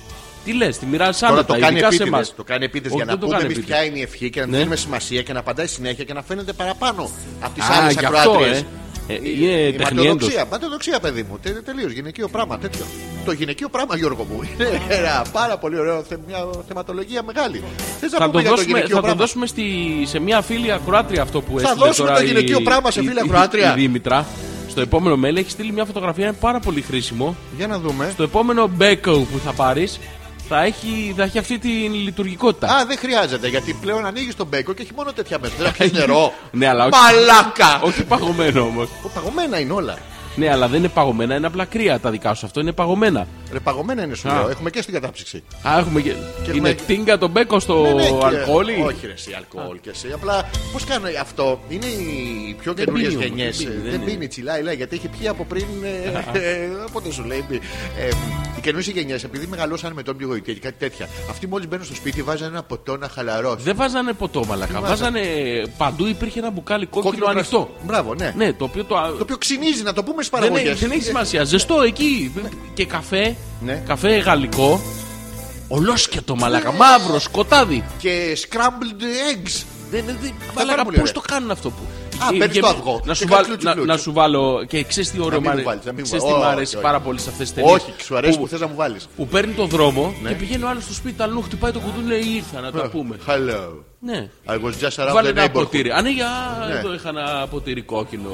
A: Τι λες, τη μοιράζεις
B: Τώρα
A: άνετα,
B: το κάνει
A: ειδικά σε
B: επίτηδες.
A: εμάς.
B: Το κάνει επίτηδες
A: Όχι,
B: για να
A: δεν το
B: πούμε
A: κάνει
B: εμεί
A: επίτηδες.
B: ποια είναι η ευχή και να
A: Ναι.
B: ναι. δίνουμε σημασία και να απαντάει συνέχεια και να φαίνεται παραπάνω από τις
A: Α,
B: άλλες
A: γι' αυτό,
B: ακροάτριε.
A: ε. Ε, Είναι
B: Η
A: τεχνιέντος.
B: ματαιοδοξία, ματαιοδοξία παιδί μου. Τε, τελείως γυναικείο πράγμα τέτοιο. Το γυναικείο πράγμα, Γιώργο μου. Είναι ένα πάρα πολύ ωραίο θε, μια θεματολογία μεγάλη. Θες
A: Θα
B: να
A: το
B: πούμε για το
A: δώσουμε,
B: γυναικείο
A: θα το
B: πράγμα.
A: δώσουμε στη, σε μια φίλη ακροάτρια αυτό που
B: Θα
A: έστειλε
B: δώσουμε
A: τώρα
B: το γυναικείο
A: η-
B: πράγμα σε
A: η-
B: φίλη
A: η-
B: ακροάτρια.
A: Η Δήμητρα στο επόμενο mail έχει στείλει μια φωτογραφία, είναι πάρα πολύ χρήσιμο.
B: Για να δούμε.
A: Στο επόμενο μπέκο που θα πάρεις θα έχει, θα έχει αυτή την λειτουργικότητα.
B: Α, δεν χρειάζεται γιατί πλέον ανοίγεις τον μπέκο και έχει μόνο τέτοια μέσα. Δεν πιει νερό.
A: Ναι, αλλά όχι-
B: Μαλάκα!
A: Όχι παγωμένο όμως.
B: Ω, Παγωμένα είναι όλα.
A: Ναι, αλλά δεν είναι παγωμένα, είναι απλά κρύα τα δικά σου. Αυτό είναι παγωμένα.
B: Ρε, παγωμένα είναι σου
A: Α.
B: λέω. Έχουμε και στην κατάψυξη.
A: Α, έχουμε και. είναι
B: έχουμε-
A: τίνγκα τον μπέκο στο
B: Ναι, ναι, και-
A: αλκοόλ. ή-
B: Όχι, ρε, εσύ, αλκοόλ και εσύ. Απλά πώς κάνω αυτό. Είναι οι πιο
A: Δεν
B: καινούριες
A: πίνει όμως,
B: γενιέ.
A: δεν πίνει, δεν
B: Δεν
A: είναι.
B: πίνει, τσιλάει, λέει, γιατί έχει πιει από πριν. ε, ε, Πότε σου λέει. μπει. Ε, Οι καινούριες γενιές, επειδή μεγαλώσαν με τον πηγοητή και κάτι τέτοια, αυτοί μόλις μπαίνουν στο σπίτι βάζανε ένα ποτό να χαλαρώσει.
A: Δεν βάζανε ποτό, μαλακά.
B: βάζανε.
A: Βάζανε παντού υπήρχε ένα μπουκάλι κόκκινο ανοιχτό.
B: πράσινο. Μπράβο, ναι.
A: Ναι, το οποίο το.
B: Το οποίο ξυνίζει, να το πούμε Ε, στι
A: Δεν, έχει-
B: παραγωγές.
A: δεν έχει σημασία. Ζεστό εκεί. Και καφέ.
B: Ναι.
A: Καφέ γαλλικό. Ολόσκετο μαλακά. Μαύρος, σκοτάδι.
B: Και scrambled eggs.
A: Δεν, δεν, δεν,
B: πάρα
A: μαλακά,
B: πολύ
A: πώς
B: ωραία.
A: το κάνουν αυτό που.
B: Α,
A: Ε,
B: παίρνεις
A: γεμι-
B: το αυγό.
A: Να σου,
B: Και
A: βάλ,
B: κλούτσι,
A: να,
B: κλούτσι.
A: να σου βάλω. Και ξέρεις τι ωραίο μου
B: μην μου
A: αρέ-
B: βάλεις, να μην μου
A: ξέρεις τι
B: βάλεις.
A: μου
B: Όχι,
A: αρέσει
B: όχι.
A: πάρα πολύ σε αυτές τις ταινίες.
B: Όχι, σου αρέσει που Ναι. θες να μου βάλεις.
A: που παίρνει το δρόμο και πηγαίνει ο άλλος στο σπίτι, αλλού χτυπάει το κουδούνι, λέει ήρθα να
B: Ε.
A: τα πούμε.
B: Hello.
A: Ναι.
B: I was just around
A: Βάλε
B: the
A: ένα
B: neighborhood.
A: ποτήρι. Ανοίγει, α,
B: Ναι.
A: εδώ είχα ένα ποτήρι κόκκινο.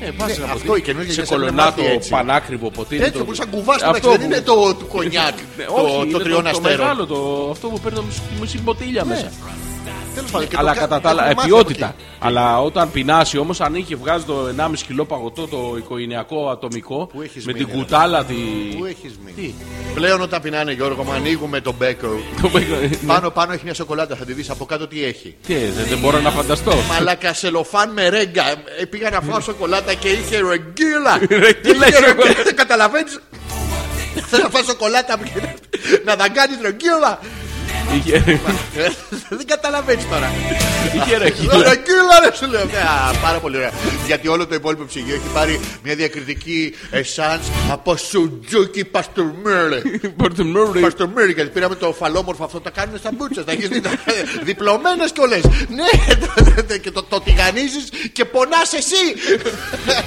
A: Ε, πας
B: Ναι,
A: ένα
B: αυτό
A: ποτήρι.
B: οι καινούργιοι
A: σε
B: γενιές έχουν
A: κολονάτο
B: μάθει έτσι.
A: πανάκριβο ποτήρι.
B: Τέτοιο
A: το-
B: που σαν κουβάς
A: Αυτό
B: στο μεταξύ, δεν
A: που-
B: είναι το του κονιάκ.
A: Ναι,
B: το-
A: όχι, είναι
B: Το τριών
A: Το
B: αστέρων.
A: μεγάλο, το, αυτό που παίρνει το μισή- τη μισή μποτίλια μέσα.
B: Τέλος πάντων, και το
A: Αλλά
B: κα-
A: κατά τα
B: έχουμε
A: άλλα, ε,
B: μάθει
A: ποιότητα.
B: από εκεί.
A: Αλλά όταν πεινάσει όμως, ανοίγει και βγάζει το 1,5 κιλό παγωτό το οικογενειακό ατομικό
B: Πού έχεις
A: με την
B: μείνει, ρε.
A: κουτάλα τη.
B: Πού έχεις μείνει.
A: Τι. Ναι.
B: Πλέον όταν πεινάνε Γιώργο μου ανοίγουμε τον μπέκο
A: Το παίρνω-
B: Πάνω πάνω έχει μια σοκολάτα θα τη δεις από κάτω τι έχει
A: Τι, Ναι, δεν δεν μπορώ να φανταστώ.
B: Μαλάκα σελοφάν με ρέγγα Ε, Πήγα να φάω σοκολάτα και είχε ρεγγίλα
A: Ρεγγύλα η
B: Είχε
A: σοκολάτα.
B: ρεγγύλα, Δεν καταλαβαίνεις Θέλω να φάω σοκολάτα και να δαγκάνεις ρεγγίλα
A: Είχε-
B: Ε, Δεν καταλαβαίνεις τώρα
A: Είχε ρεγίλα.
B: Ρεγγίλα ρε σου λέω Ναι, Α, Πάρα πολύ ωραία Γιατί όλο το υπόλοιπο ψυγείο έχει πάρει μια διακριτική εσάνς από σουτζούκι παστουρμύρι
A: Πορτουμούρι.
B: Παστορμύρι, γιατί πήραμε το φαλόμορφο αυτό, τα κάνουμε στα μπούτσα. Τα έχεις δει. Διπλωμένε κιόλε. Ναι, και το, το τηγανίζει και πονάς εσύ.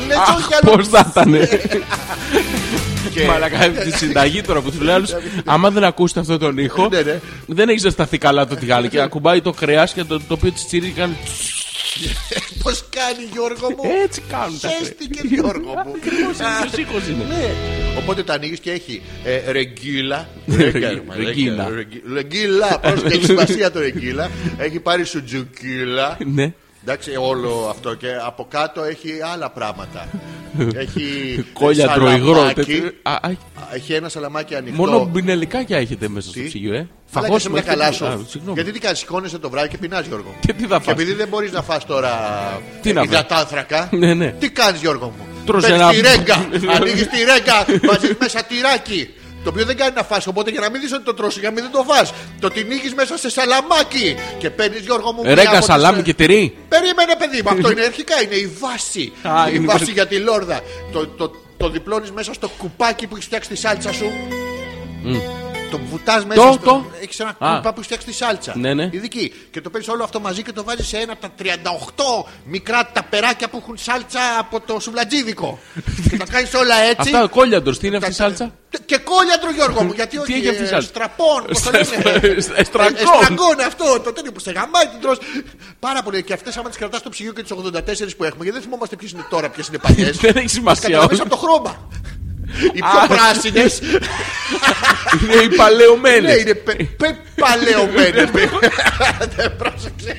B: Ναι,
A: Αχ,
B: όχι άλλο.
A: Πώς θα ήταν.
B: Και-
A: Μαλακά, τη συνταγή τώρα που τους λέει άλλος, Άμα δεν ακούσετε αυτόν τον ήχο,
B: Ναι, ναι.
A: δεν έχει ζεσταθεί καλά το τηγάνι. Και ακουμπάει το κρέα και το, το οποίο της τσιρίζει κάνει. τσ,
B: Πώς κάνει, Γιώργο μου.
A: Έτσι κάνουν τα κρέα.
B: Χαίστηκε, Γιώργο μου.
A: Ποιο ήχο είναι.
B: Ναι. Οπότε το ανοίγεις και έχει ε, ρεγγίλα.
A: Ρεγγίλα.
B: Ρεγγίλα. Πώς και έχει σημασία το ρεγγίλα. Έχει πάρει σουτζουκίλα.
A: Ναι.
B: Εντάξει, όλο αυτό και από κάτω έχει άλλα πράγματα. έχει ε,
A: Κόλιατρο υγρό.
B: σαλαμάκι.
A: τέτοιο. Α, α,
B: Έχει ένα σαλαμάκι ανοιχτό.
A: Μόνο μπινελικάκια έχετε μέσα στο
B: Τι?
A: ψυγείο, ε.
B: Μαλάκα, σε
A: Φαγώσουμε
B: μια καλά
A: τέτοιο.
B: σου.
A: Α, Συγγνώμη.
B: Γιατί τι κάνεις, σηκώνεσαι το βράδυ και πεινάς Γιώργο.
A: Και τι θα
B: Και
A: φας.
B: επειδή δεν μπορείς να φας τώρα
A: Τι να φας.
B: υδατάνθρακα,
A: Ναι, ναι.
B: τι κάνεις Γιώργο μου.
A: Τρως
B: Παίρνεις
A: ένα- Δηλαδή-
B: τη ρέγγα, ανοίγεις τη ρέγγα, βάζεις μέσα τυράκι. Το οποίο δεν κάνει να φας, οπότε για να μην δεις ότι το τρως, για να μην δεν το φας. Το τυνίγεις μέσα σε σαλαμάκι και παίρνεις Γιώργο μου. μια από
A: Ρέγκα,
B: τις-
A: Ε, σαλάμι και τυρί.
B: Περίμενε, παιδί μου, αυτό είναι αρχικά. Είναι η βάση.
A: Α,
B: η
A: είναι η
B: βάση
A: βάση.
B: για τη λόρδα. Το, το, το διπλώνεις μέσα στο κουπάκι που έχεις φτιάξει τη σάλτσα σου. Το βουτάς μέσα.
A: Το,
B: στο...
A: το.
B: Έχεις ένα
A: Α.
B: κούπα που φτιάξει τη σάλτσα.
A: Ναι, ναι.
B: Ειδική. Και το παίρνεις όλο αυτό μαζί και το βάζεις σε ένα από τα 38 μικρά ταπεράκια που έχουν σάλτσα από το σουβλατζίδικο. και τα κάνεις όλα έτσι.
A: Αυτά κόλλιαντο, τι είναι αυτή η
B: Τα-
A: σάλτσα.
B: Και κόλιαντρο Γιώργο μου, γιατί όχι.
A: έχει αυτή η
B: ε,
A: σάλτσα?
B: Στραπών, πώς το
A: Στρα-
B: λένε.
A: ε, στραγγών.
B: Ε, στραγγών, αυτό, το τέτοιο που σε γαμάει την τρως. Πάρα πολύ. Και αυτές άμα τις κρατάς στο ψυγείο και τις 84 που έχουμε, γιατί δεν θυμόμαστε ποιες είναι τώρα, ποιες είναι παλιές.
A: Δεν έχει σημασία.
B: Καταλαβαίνεις από το χρώμα. Οι πιο πράσινε.
A: Είναι οι παλαιωμένες.
B: Ναι, είναι πε- πε-
A: Ε,
B: παλαιωμένες. Δεν πρόσεξε.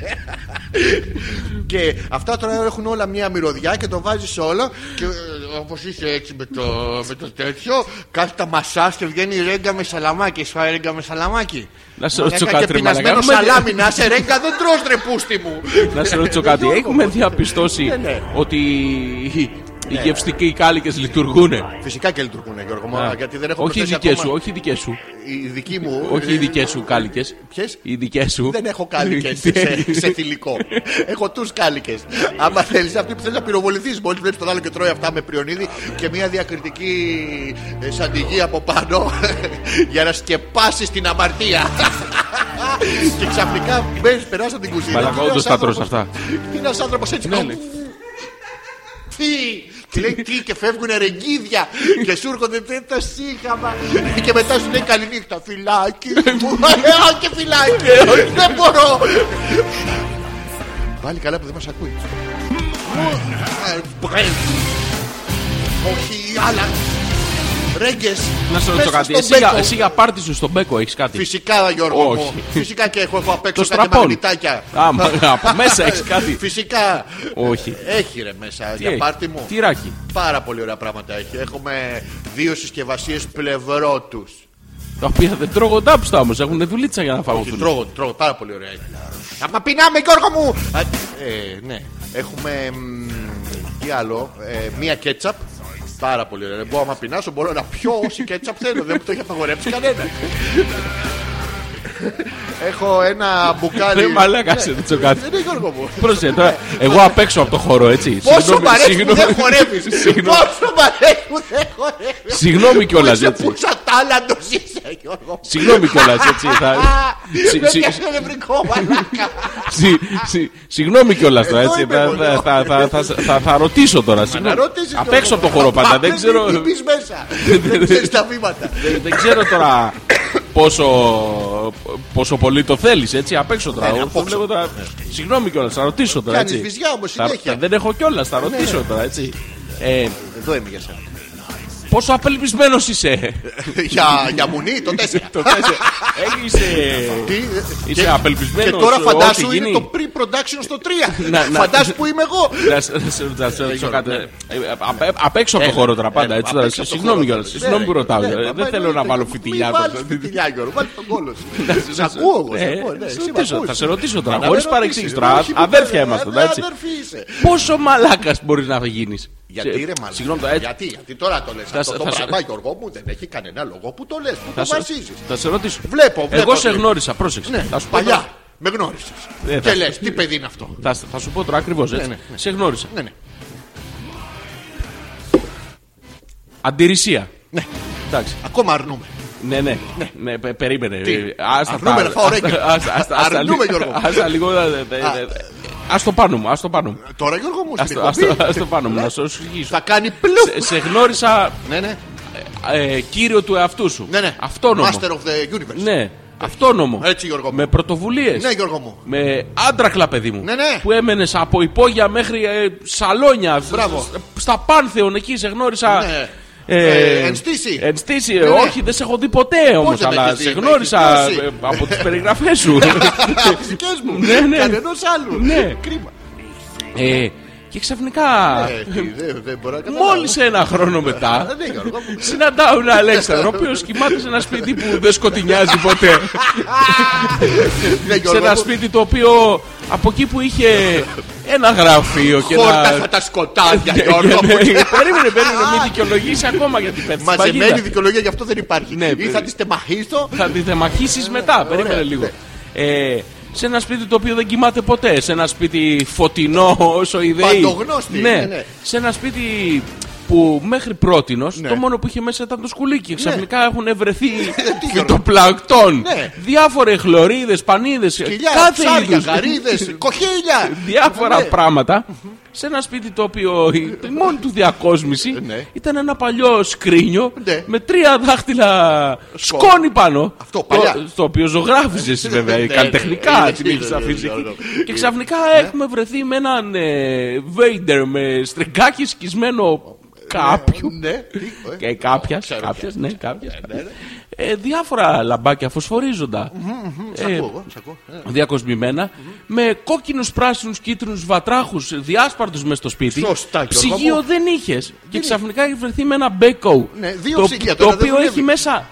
B: Και αυτά τώρα έχουν όλα μια μυρωδιά και το βάζεις όλο. Και όπως είσαι έτσι με το, με το τέτοιο, κάθε τα μασά και βγαίνει ρέγγα με σαλαμάκι. Σου φάει ρέγγα με σαλαμάκι.
A: Να σε ρωτήσω
B: Μαλάκα,
A: κάτι, ρε
B: Και πεινασμένο
A: μαλάκα.
B: σαλάμι να σε ρέγγα δεν τρως ρε πούστη μου.
A: Να σε ρωτήσω κάτι. Έχουμε διαπιστώσει
B: Ναι, ναι.
A: ότι οι- οι γευστικοί κάλικε λειτουργούν.
B: Φυσικά και λειτουργούν, Γιώργο μου, γιατί δεν έχω
A: όχι οι
B: προσθέσει
A: δικές
B: ακόμα-
A: σου, όχι οι δικές σου.
B: Οι δικοί μου.
A: Όχι οι
B: ε,
A: δικές σου κάλικες.
B: Ποιες?
A: Οι δικές σου. Ναι.
B: Δεν έχω κάλικες σε, σε θηλυκό. έχω τους κάλικες. Άμα θέλεις, αυτή που θέλεις να πυροβοληθείς, μόλι βλέπεις τον άλλο και τρώει αυτά με πριονίδι και μια διακριτική ε, σαντιγή από πάνω για να σκεπάσεις την αμαρτία. και ξαφνικά μπαίνεις, περάσεις από την κουζίνα.
A: Μαλάκα,
B: Και ένας
A: όντως τα τρως
B: άνθρωπος-
A: αυτά.
B: Είναι ένας άνθρωπος έτσι.
A: Ναι, ναι.
B: Τι! Τι λέει τι και φεύγουν ρεγγίδια και σου έρχονται τέτοια σύγχαμα και μετά σου λέει καληνύχτα φυλάκι μου Ε, όχι και φυλάκι
A: ε,
B: δεν μπορώ Πάλι καλά που δεν μας ακούει Ε, μπρε. Όχι άλλα Ρέγγες
A: Να σε
B: μέσα
A: ρωτήσω
B: στον
A: κάτι. Εσύ για-
B: μπέκο.
A: Εσύ για πάρτι σου στον μπέκο έχεις κάτι.
B: Φυσικά Γιώργο μου
A: Όχι.
B: Φυσικά και έχω, έχω απ' έξω
A: Το
B: κάτι
A: στραπών.
B: μαγνητάκια
A: Α, μα- από μέσα έχεις κάτι.
B: Φυσικά
A: Όχι.
B: Έχει ρε μέσα
A: Τι
B: για
A: έχει?
B: πάρτι μου
A: Τι ράκι.
B: Πάρα πολύ ωραία πράγματα έχει. Έχουμε δύο συσκευασίες πλευρότου.
A: Τα οποία δεν τρώγονται άψτα όμως. Έχουν δουλίτσα για να φαγωθούν.
B: Τρώγω, τρώγω, πάρα πολύ ωραία. είναι. Αμα πεινάμε, Γιώργο μου! Α, ε, ναι. Έχουμε. μ, Τι άλλο. ε, μία κέτσαπ. Πάρα πολύ ωραία. Μπορώ, άμα πεινάσω, μπορώ να πιω όση κέτσαπ θέλω. Δεν μου το έχει απαγορεύσει κανένα. Έχω ένα μπουκάλι.
A: Ρε μαλάκα, Ε,
B: Ναι.
A: σε ρωτήσω κάτι.
B: Δεν είναι Γιώργο μου.
A: Πρόσεχε τώρα. Εγώ απ' έξω από το χώρο, έτσι.
B: Πόσο
A: Συγγνώμη-
B: μ' αρέσει που δεν
A: συγγνώμη-
B: χορεύεις.
A: Συγγνώμη-
B: Πόσο μ' αρέσει που δεν χορεύεις.
A: Συγγνώμη κιόλας,
B: Είσαι
A: έτσι.
B: Που ξατάλαντο είσαι, Γιώργο.
A: Συγγνώμη κιόλας, έτσι. θα- Συ-
B: Δεν
A: συ-
B: πιάσε νευρικό μαλάκα.
A: συ- συ- Συγγνώμη κιόλας τώρα,
B: Εδώ
A: έτσι.
B: είμαι
A: θα-
B: εγώ.
A: θα- θα- θα- θα- θα- Θα ρωτήσω τώρα.
B: Να
A: συγγνώμη.
B: ρωτήσεις,
A: Ναι. Απ'
B: Γιώργο.
A: έξω από το χώρο πάντα.
B: Απ'
A: Δεν
B: έξω,
A: ξέρω.
B: μην μπεις μέσα. Δεν ξέρεις τα βήματα.
A: Δεν- Δεν ξέρω τώρα πόσο, πόσο πολύ το θέλεις, έτσι. Απ' έξω τώρα.
B: Ναι,
A: Εγώ
B: απόψε.
A: βλέπω τώρα- Συγγνώμη κιόλας, θα ρωτήσω τώρα.
B: Κάνεις
A: έτσι.
B: βυζιά όμως
A: Θα-
B: συνέχεια. Ναι.
A: θα- Δεν έχω κιόλας, θα ρωτήσω τώρα, έτσι. Ε,
B: Εδώ είμαι για σένα.
A: Πόσο απελπισμένος είσαι.
B: Για- Για μουνή το 4.
A: Το θες, ε. Έχεις, ε,
B: Τι,
A: Είσαι
B: και-
A: απελπισμένος,
B: Και τώρα
A: ε,
B: φαντάσου
A: ό,τι
B: είναι
A: γίνει.
B: το pre-production στο 3.
A: Να- να-
B: Φαντάσου που είμαι εγώ.
A: Να σε- να σε να σε ρωτήσω
B: Γιώργο,
A: κάτι.
B: ναι.
A: Ε, απ'- Απ' έξω από το χώρο τώρα πάντα.
B: Ε,
A: έτσι,
B: απ'
A: τώρα.
B: έξω από το
A: Συγγνώμη
B: χώρο.
A: κιόλας.
B: Ναι,
A: Συγγνώμη που
B: ναι,
A: ρωτάω.
B: ναι,
A: ε,
B: μα
A: Δεν θέλω να
B: εννοείται.
A: βάλω
B: Μην
A: φιτιλιά.
B: βάλεις φιτιλιά, Γιώργο. Βάλεις τον κόλο σου. Σε ακούω εγώ. σε
A: Ε,
B: ακούω, ναι,
A: σε
B: εσύ με
A: ρωτήσω,
B: ακούς.
A: θα σε ρωτήσω τώρα,
B: Μα να
A: χωρίς
B: με ρωτήσεις,
A: παρεξήγηση
B: ρε,
A: τώρα,
B: όχι,
A: αδέρφια
B: ε,
A: είμαστε,
B: ναι,
A: εντάξει.
B: Αδέρφη είσαι.
A: Πόσο μαλάκας μπορείς να γίνεις.
B: Γιατί ρε μαλάκα.
A: Συγγνώμη τώρα, έτσι.
B: γιατί, γιατί τώρα το λες αυτό
A: σε-
B: το
A: θα σε-
B: πράγμα, Γιώργο μου, δεν έχει κανένα λόγο που το λες, που
A: Θα
B: το
A: σε-
B: βασίζεις.
A: Θα σε ρωτήσω.
B: Βλέπω, βλέπω.
A: Εγώ σε
B: ότι-
A: γνώρισα, πρόσεξε.
B: Ναι,
A: Θα σου πω
B: παλιά
A: τώρα-
B: με γνώρισες.
A: Ε,
B: και
A: θα-
B: λες, τι παιδί είναι αυτό.
A: Θα, θα σου πω τώρα ακριβώς έτσι.
B: ναι,
A: Σε γνώρισα.
B: Ναι, ναι.
A: Αντιρρησία.
B: ναι.
A: Εντάξει.
B: Ακόμα αρνούμε.
A: Ναι, ναι. ναι πε- περίμενε.
B: Τι?
A: Ε, άστα
B: Αρνούμε
A: τα-
B: να φάω ρέγγα.
A: άστα- άστα- άστα
B: Αρνούμε,
A: λίγο-
B: Γιώργο.
A: Άστα λίγο. ε, ε, ε, ε, Ας το πάνω μου, ας το πάνω μου.
B: Τώρα Γιώργο μου,
A: Ας
B: στην
A: το- ας το-
B: εκπομπή,
A: ας το πάνω μου, να σου
B: Ναι.
A: εξηγήσω.
B: θα κάνει πλουπ.
A: Σε- Σε γνώρισα
B: Ναι, ναι.
A: ε, κύριο του εαυτού σου.
B: Ναι, ναι.
A: Αυτόνομο.
B: Master of the universe.
A: Ναι, αυτόνομο.
B: Έτσι, Γιώργο μου.
A: Με πρωτοβουλίες.
B: Ναι, Γιώργο μου.
A: Με άντραχλα, παιδί μου.
B: Ναι, ναι.
A: Που έμενες από υπόγεια μέχρι ε, σαλόνια.
B: Μπράβο.
A: σ- Στα πάνθεον εκεί σε γνώρισα.
B: Ναι. Ε, ενστήση.
A: ενστήση,
B: ναι.
A: όχι, δεν σε έχω δει ποτέ όμως,
B: δεν με
A: αλλά
B: έχεις δει,
A: σε
B: με
A: γνώρισα
B: έχεις
A: ε,
B: δώσει.
A: από τις περιγραφές σου.
B: Φυσικές μου.
A: Ναι, ναι.
B: Κανενός άλλου.
A: Ναι.
B: Κρίμα.
A: ε, και ξαφνικά,
B: Ε, τι, Δεν δεν μπορώ να καταλάβω.
A: μόλις ένα χρόνο μετά,
B: Ναι, Γιώργο μου.
A: συναντάω έναν Αλέξανδρο, ο οποίος κοιμάται σε ένα σπίτι που δεν σκοτεινιάζει ποτέ.
B: Ναι,
A: σε
B: Γιώργο
A: ένα
B: μου.
A: σπίτι το οποίο από εκεί που είχε ένα γραφείο και
B: Χόρτασα
A: ένα.
B: τα σκοτάδια,
A: Ναι,
B: Γιώργο
A: ναι,
B: μου.
A: ναι. Περίμενε, περίμενε, μην δικαιολογήσει ακόμα γιατί πέφτει. στην
B: Μαζεμένη
A: παγίδα.
B: δικαιολογία γι' αυτό δεν υπάρχει.
A: Ναι,
B: Ή θα
A: παιδί.
B: τη στεμαχίσω.
A: Θα τη θεμαχίσει μετά, περίμενε
B: ωραία,
A: λίγο.
B: ναι.
A: Ε, σε ένα σπίτι το οποίο δεν κοιμάται ποτέ. Σε ένα σπίτι φωτεινό όσο ιδέει.
B: Παντογνώστη, ναι, ναι.
A: Σε ένα σπίτι Που μέχρι πρότινος
B: Ναι.
A: το μόνο που είχε μέσα ήταν το σκουλίκι. Ξαφνικά έχουν βρεθεί και
B: Γιώργο.
A: το πλανκτόν.
B: Ναι.
A: Διάφορε χλωρίδες, πανίδες,
B: Σκυλιά,
A: κάθε
B: ψάρια,
A: είδους.
B: γαρίδες, κοχύλια.
A: διάφορα
B: Ναι.
A: πράγματα σε ένα σπίτι το οποίο η η μόνη του διακόσμηση
B: Ναι.
A: ήταν ένα παλιό σκρίνιο
B: Ναι.
A: με τρία δάχτυλα
B: Σκόνη.
A: σκόνη πάνω.
B: Αυτό, παλιά.
A: Το- Στο οποίο ζωγράφιζες
B: Ναι,
A: βέβαια
B: ναι,
A: καλλιτεχνικά
B: ναι,
A: την
B: ναι,
A: είχε
B: ναι, ναι,
A: αφήσει
B: ναι, ναι,
A: εκεί.
B: ναι.
A: Και ξαφνικά έχουμε βρεθεί με έναν ε, Βέιντερ με στριγκάκι σκισμένο κάποιου.
B: Ναι, τι, ε.
A: Και κάποιας.
B: Ξέρω
A: Κάποιας, ναι, κάποιας.
B: ναι.
A: Ε, διάφορα λαμπάκια φωσφορίζοντα.
B: Σ' ακούω εγώ, σ' ακούω. Ε,
A: διακοσμημένα, με κόκκινους, πράσινους, κίτρινους βατράχους διάσπαρτους μες στο σπίτι.
B: Σωστά, Γιώργο
A: ψυγείο
B: μου.
A: δεν είχες. Και ξαφνικά έχει βρεθεί με ένα μπέκο.
B: Ναι, δύο
A: το,
B: ψυγεία
A: το
B: τώρα, δεν
A: οποίο
B: δουλεύει.
A: έχει μέσα